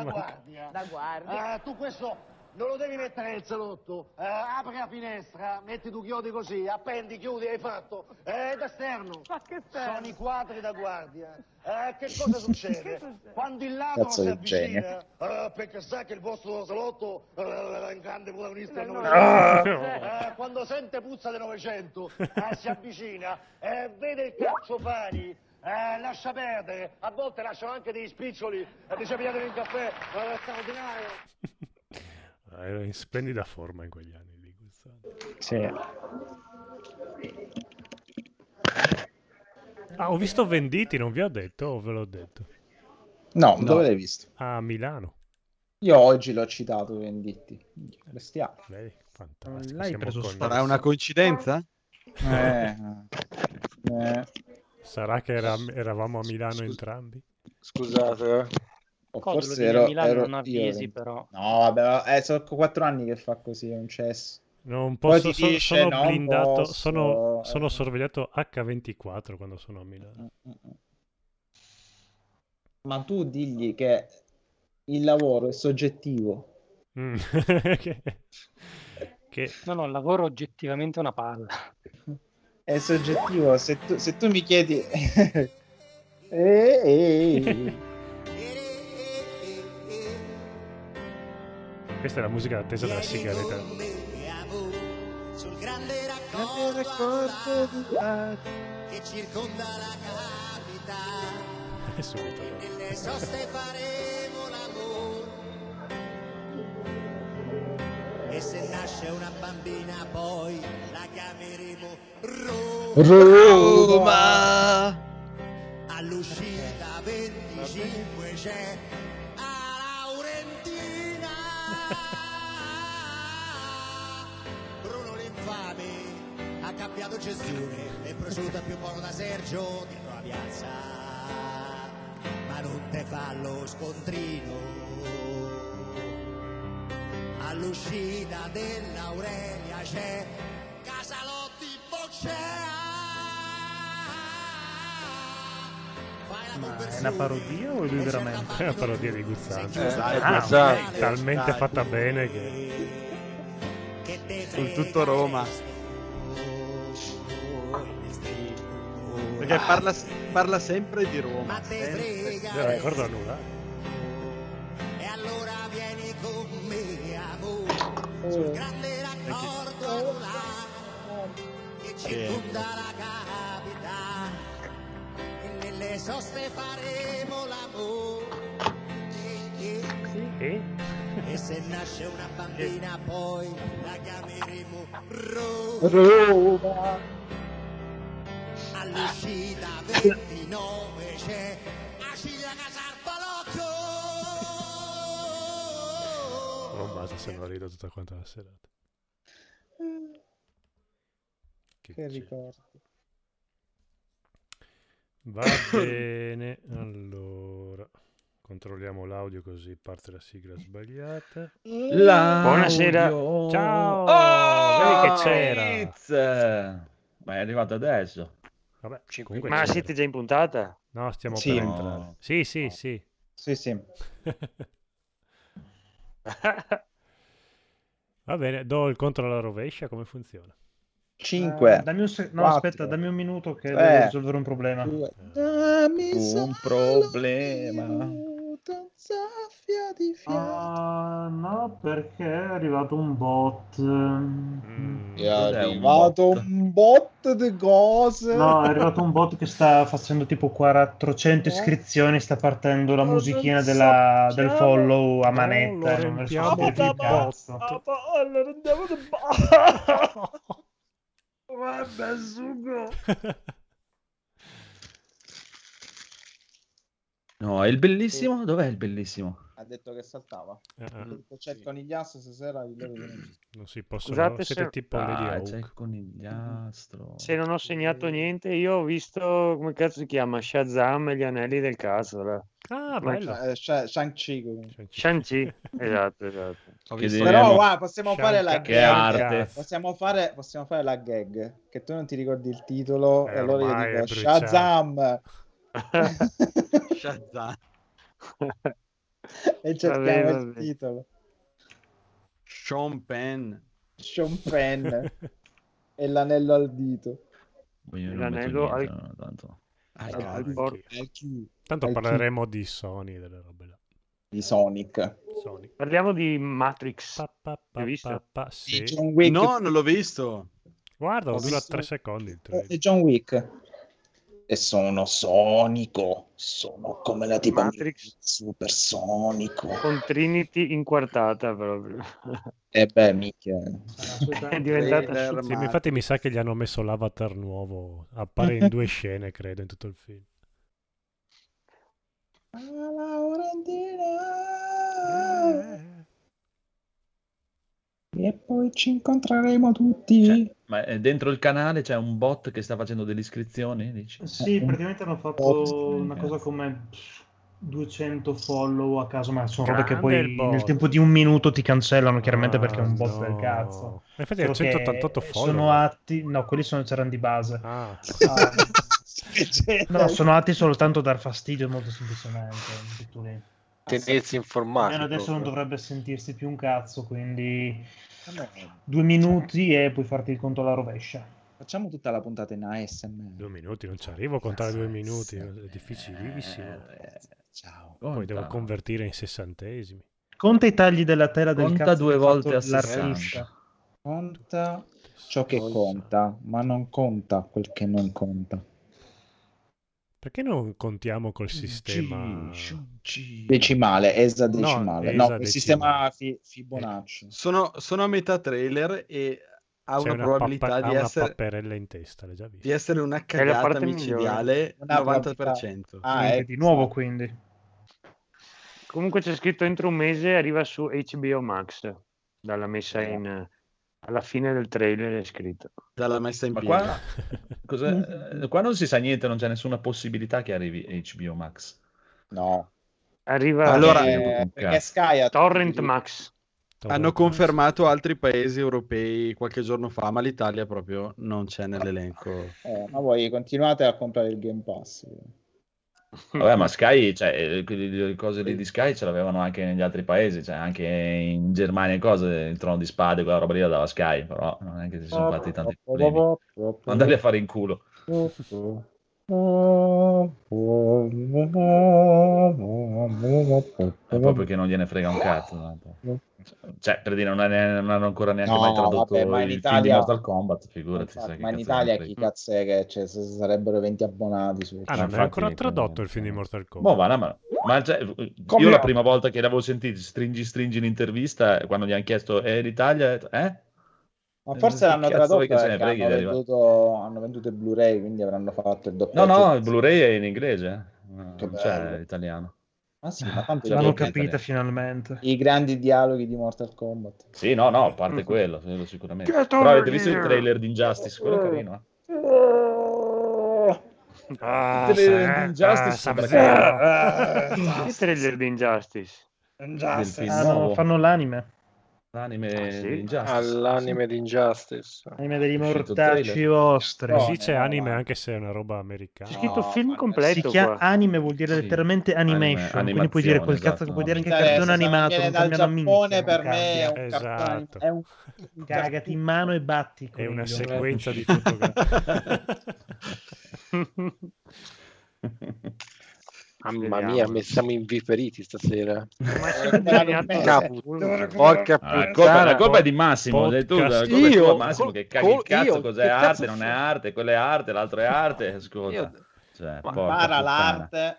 da immagino. guardia. Ah, tu questo non lo devi mettere nel salotto. Eh, apri la finestra, metti tu chiodi così, appendi, chiudi, hai fatto. Eh, da esterno. Sono i quadri da guardia. Eh, che cosa succede? Quando il ladro si Cazzo di avvicina, genio. eh, perché sa che il vostro salotto eh, è un grande protagonista del Ah! Novecento. Eh, quando sente puzza del Novecento, eh, si avvicina, eh, vede il cazzo fari, eh, lascia perdere, a volte lasciano anche dei spiccioli, eh, dice pigliatevi un caffè, eh, straordinario. Ero in splendida forma in quegli anni lì. Guzzanti. Ah, ho visto Venditi, non vi ho detto o ve l'ho detto? No, No. dove l'hai visto? A Milano. Io oggi l'ho citato, Venditti. Bestiale. Vedi? Fantastico. l'hai siamo preso connessi. Sarà una coincidenza? Eh, Sarà che era- eravamo a Milano entrambi? Scusate, eh. O Codolo forse viene a ero, Milano, ero non a io, Viesi, Venditti. però. No, vabbè, eh, sono quattro anni che fa così, è un cesso. Non Poi posso, ti so- dice, sono "Non blindato, posso", sono, eh. sono sorvegliato H24 quando sono a Milano. ma tu digli che il lavoro è soggettivo. Mm. che... No, no, il lavoro oggettivamente è una palla. È soggettivo. Se tu, se tu mi chiedi... Eh, eh, eh. Questa è la musica d'attesa della sigaretta. grande raccordo di arte che circonda la capitale. È subito. allora. Nelle soste faremo l'amore. E se nasce una bambina poi la chiameremo Roma. All'uscita 25 c'è a Laurentina. Bruno l'infame ha cambiato gestione e prosciutta più buono da Sergio dietro la piazza. Ma non te fa lo scontrino. All'uscita dell'Aurelia c'è Casalotti Boccea. Ma è una parodia o è lui veramente? È una parodia di Guzzanti. Eh, Ah, Guzzanti. ok. Talmente fatta bene che... Su tutto Roma. Perché Ah. parla, parla sempre di Roma. Eh, Non ricordo nulla. E allora vieni con me, amore, sul grande raccordo anulare che circonda la capitale. E nelle soste faremo l'amore. Eh, eh. E? E se nasce una bambina poi la chiameremo Roma. All'uscita 29 c'è Acilia Casar Non basta, se no rido tutta quanta la serata. Che ricordo. Va bene, allora controlliamo l'audio così parte la sigla sbagliata. L'audio. Buonasera. Ciao. Oh. vedi che c'era. c'era. Oh, Ma è arrivato adesso. Vabbè, comunque Ma c'era. siete già in puntata? No, stiamo Sì. per No. entrare. Sì, sì, sì. Sì, sì. Va bene, do il conto alla rovescia, come funziona? 5. Eh, dammi un se- no, Quattro. aspetta, dammi un minuto che Tre. devo risolvere un problema. Un problema. Zaffia di Ah, no, perché è arrivato un bot. Mm, È arrivato un bot di cose. No, è arrivato un bot che sta facendo tipo 400 iscrizioni, sta partendo la musichina della- del follow a manetta. e non me ne riempiamo sono più di cazzo. allora andiamo da Vabbè, sugo. No, è il bellissimo? Dov'è il bellissimo? Ha detto che saltava. ah. Ha detto, C'è il conigliasso stasera. gli devo dire". Non si possono Scusate siete se- tipo Lady Ah, Hawk. c'è il conigliastro. Se non ho segnato Eh. niente, io ho visto come cazzo si chiama Shazam e gli anelli del cazzo. là. Ah, Ma- Eh, Sha- Shang-Chi comunque. Shang-Chi, esatto, esatto. Però guarda, possiamo Shang- fare la che gag. arte. Possiamo fare, possiamo fare la gag. Che tu non ti ricordi il titolo. Eh, e allora ormai io è dico bruciato. Shazam. Shazam. e Va cerchiamo bene, va il bene. titolo. Sean Penn. Sean Penn. e l'anello al dito. Io non L'anello metto al- niente, no, tanto. Al- cazzo. al- porco. al chi? Tanto al chi? parleremo di Sony e delle robe là. Di Sonic. Sony. Parliamo di Matrix. L'hai visto? Pa, pa, sì. John Wick. No, non l'ho visto. Guarda, Ho dura visto- 3 secondi il E trailer. Eh, John Wick. E sono sonico. Sono come la tipa Matrix supersonico. con Trinity in quartata proprio. E beh, micchia. È diventata Sì, ma infatti mi sa che gli hanno messo l'avatar nuovo. Appare in due scene, credo, in tutto il film. E poi ci incontreremo tutti. Ma eh, dentro il canale c'è un bot che sta facendo delle iscrizioni, dici? Eh, Sì, praticamente hanno fatto una cosa come 200 follow a caso, ma sono robe che Grande poi il bot. nel tempo di un minuto ti cancellano, chiaramente perché Ah, è un bot no. del cazzo. Ma infatti ha Solo che 188 follow. Sono atti, no, quelli sono, c'erano di base. Ah. Ah, No, sono atti soltanto a dar fastidio molto semplicemente. tutto lì. Ah, tenersi informati. Almeno adesso non proprio. dovrebbe sentirsi più un cazzo, quindi due minuti e puoi farti il conto alla rovescia. Facciamo tutta la puntata in ASMR. Due minuti, non ci arrivo a contare due minuti, è difficilissimo. eh, Ciao. Poi devo Conta. convertire in sessantesimi. Conta i tagli della tela del Conta cazzo. due che ha volte fatto a 60. l'artista. Conta ciò che conta, ma non conta quel che non conta. Perché non contiamo col sistema Decimale, esadecimale. No, esadecimale. il sistema fi- Fibonacci. Ecco. Sono, sono a metà trailer e ha C'è una, una probabilità pappa- ha di, una essere, papperella in testa, l'hai già vista? di essere una È la cagata parte migliore. micidiale Una 90%. Ah, Niente di nuovo quindi. Comunque c'è scritto entro un mese arriva su HBO Max, dalla messa in... alla fine del trailer è scritto. Dalla messa in Ma Qua, cos'è? Eh, qua non si sa niente, non c'è nessuna possibilità che arrivi HBO Max. No. Arriva Allora, eh, perché Sky ha- Torrent Max. Hanno confermato altri paesi europei qualche giorno fa, ma l'Italia proprio non c'è nell'elenco. Eh, ma voi continuate a comprare il Game Pass. Vabbè, ma Sky, cioè, eh, que- le cose lì di Sky ce l'avevano anche negli altri paesi, cioè anche in Germania e cose, il trono di spade, quella roba lì la dava Sky, però non è che si Ah, sono fatti tanti problemi. Mandali a fare in culo. È proprio che non gliene frega un cazzo. tanto. Cioè, per dire, non, è ne- non hanno ancora neanche No, mai tradotto vabbè, ma il film in di Italia- Mortal Kombat, figurati. sai che ma in cazzo Italia ne chi frega. cazzo è che c'è? Se sarebbero 20 abbonati su Ah, non è ancora tradotto il film Eh. di Mortal Boh, Kombat. ma, ma- ma, cioè, Come io la no? prima volta che l'avevo sentito, stringi stringi in intervista, quando gli hanno chiesto, è l'Italia? Eh? Ma forse l'hanno Che cazzo tradotto vuoi che se ne perché freghi hanno, di arrivare? venduto, hanno venduto il Blu-ray, quindi avranno fatto il No, doppiaggio. no, il Blu-ray è in inglese, eh. no, Eh, Che non c'è bello. l'italiano. Ma sì, ma tanto Cioè, i- L'hanno Niente, capita niente. finalmente. i grandi dialoghi di Mortal Kombat. Sì, no, no, a Mm. parte quello, quello sicuramente. Get Però over avete visto eh. il here. trailer di Injustice? Quello è carino, eh? Ah, Tutte le- sa- di Injustice ah, eh, sembra Sub-Zero. che- Ah, Che trailer di Injustice? Injustice. Ah, no, fanno l'anime. L'anime Ah, sì? di Injustice. all'anime di Injustice. L'anime degli È uscito il mortacci trailer. vostri. Sì, c'è anime anche se è una roba americana. C'è scritto film completo Si chiama qua. anime vuol dire Sì. letteralmente Anime, animation, quindi puoi animazione, dire quel esatto, cazzo che no. puoi dire anche Mi interessa, cartone Cioè, se non animato, viene non dal cambia una minchia, Giappone per non me è cambia. un Esatto. cartone, è un un Cagati in mano e batti. È una coniglio. sequenza di fotografie. Mamma mia, mi siamo inviperiti stasera. Eh, cartone. Porca Ah, la, puttana. colpa, la colpa è di Massimo, sei Podcast. tu, la colpa è tua, Io? Massimo che Co- caghi il co- cazzo, io? cos'è Che arte, cazzo non è sono? arte, quello è arte, l'altro è arte, ascolta. Io- Cioè, Ma- porca Impara puttana. l'arte.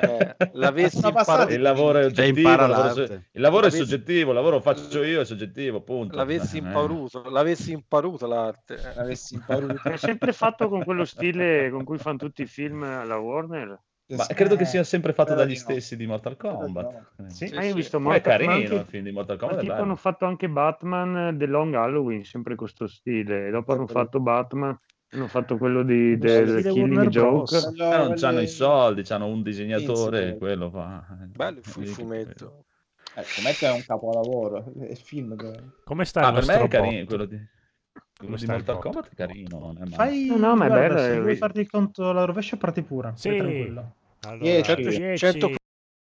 Eh, l'avessi Sono imparato, passati- Il lavoro è oggettivo, Cioè, impara il lavoro, l'arte. so- il lavoro è L'avessi- soggettivo, il lavoro faccio io è soggettivo, punto. l'avessi Eh. imparuto, l'avessi imparuto l'arte. Eh, L'avessi imparuto. È sempre fatto con quello stile con cui fanno tutti i film alla Warner. Ma credo che sia sempre fatto Spero dagli di no. stessi di Mortal Kombat. Spero di no. Eh. Sì. Ma io ho sì. visto Ma è Mortal carino ma anche- il film di Mortal ma Kombat. è tipo bello. hanno fatto anche Batman eh, The Long Halloween, sempre con sto stile. E Dopo hanno fatto Batman, hanno fatto quello di, del stile Killing Warner Bros. Joke. Quello- Eh, non quello- hanno i soldi, hanno un disegnatore, Sì, sì. quello fa. Bello il fu- il fumetto. Eh, il fumetto è un capolavoro, è il film che- Come sta Ah, il per me nostro è carino, bot? quello di, quello di sta il Mortal bot? Kombat è carino. non è male. Fai... No, no, ma è guarda, bello, Se eh, vuoi vi- farti il conto alla rovescia, parti pure. Sì. Sei tranquillo. Allora, certo, Dieci. certo 100, 100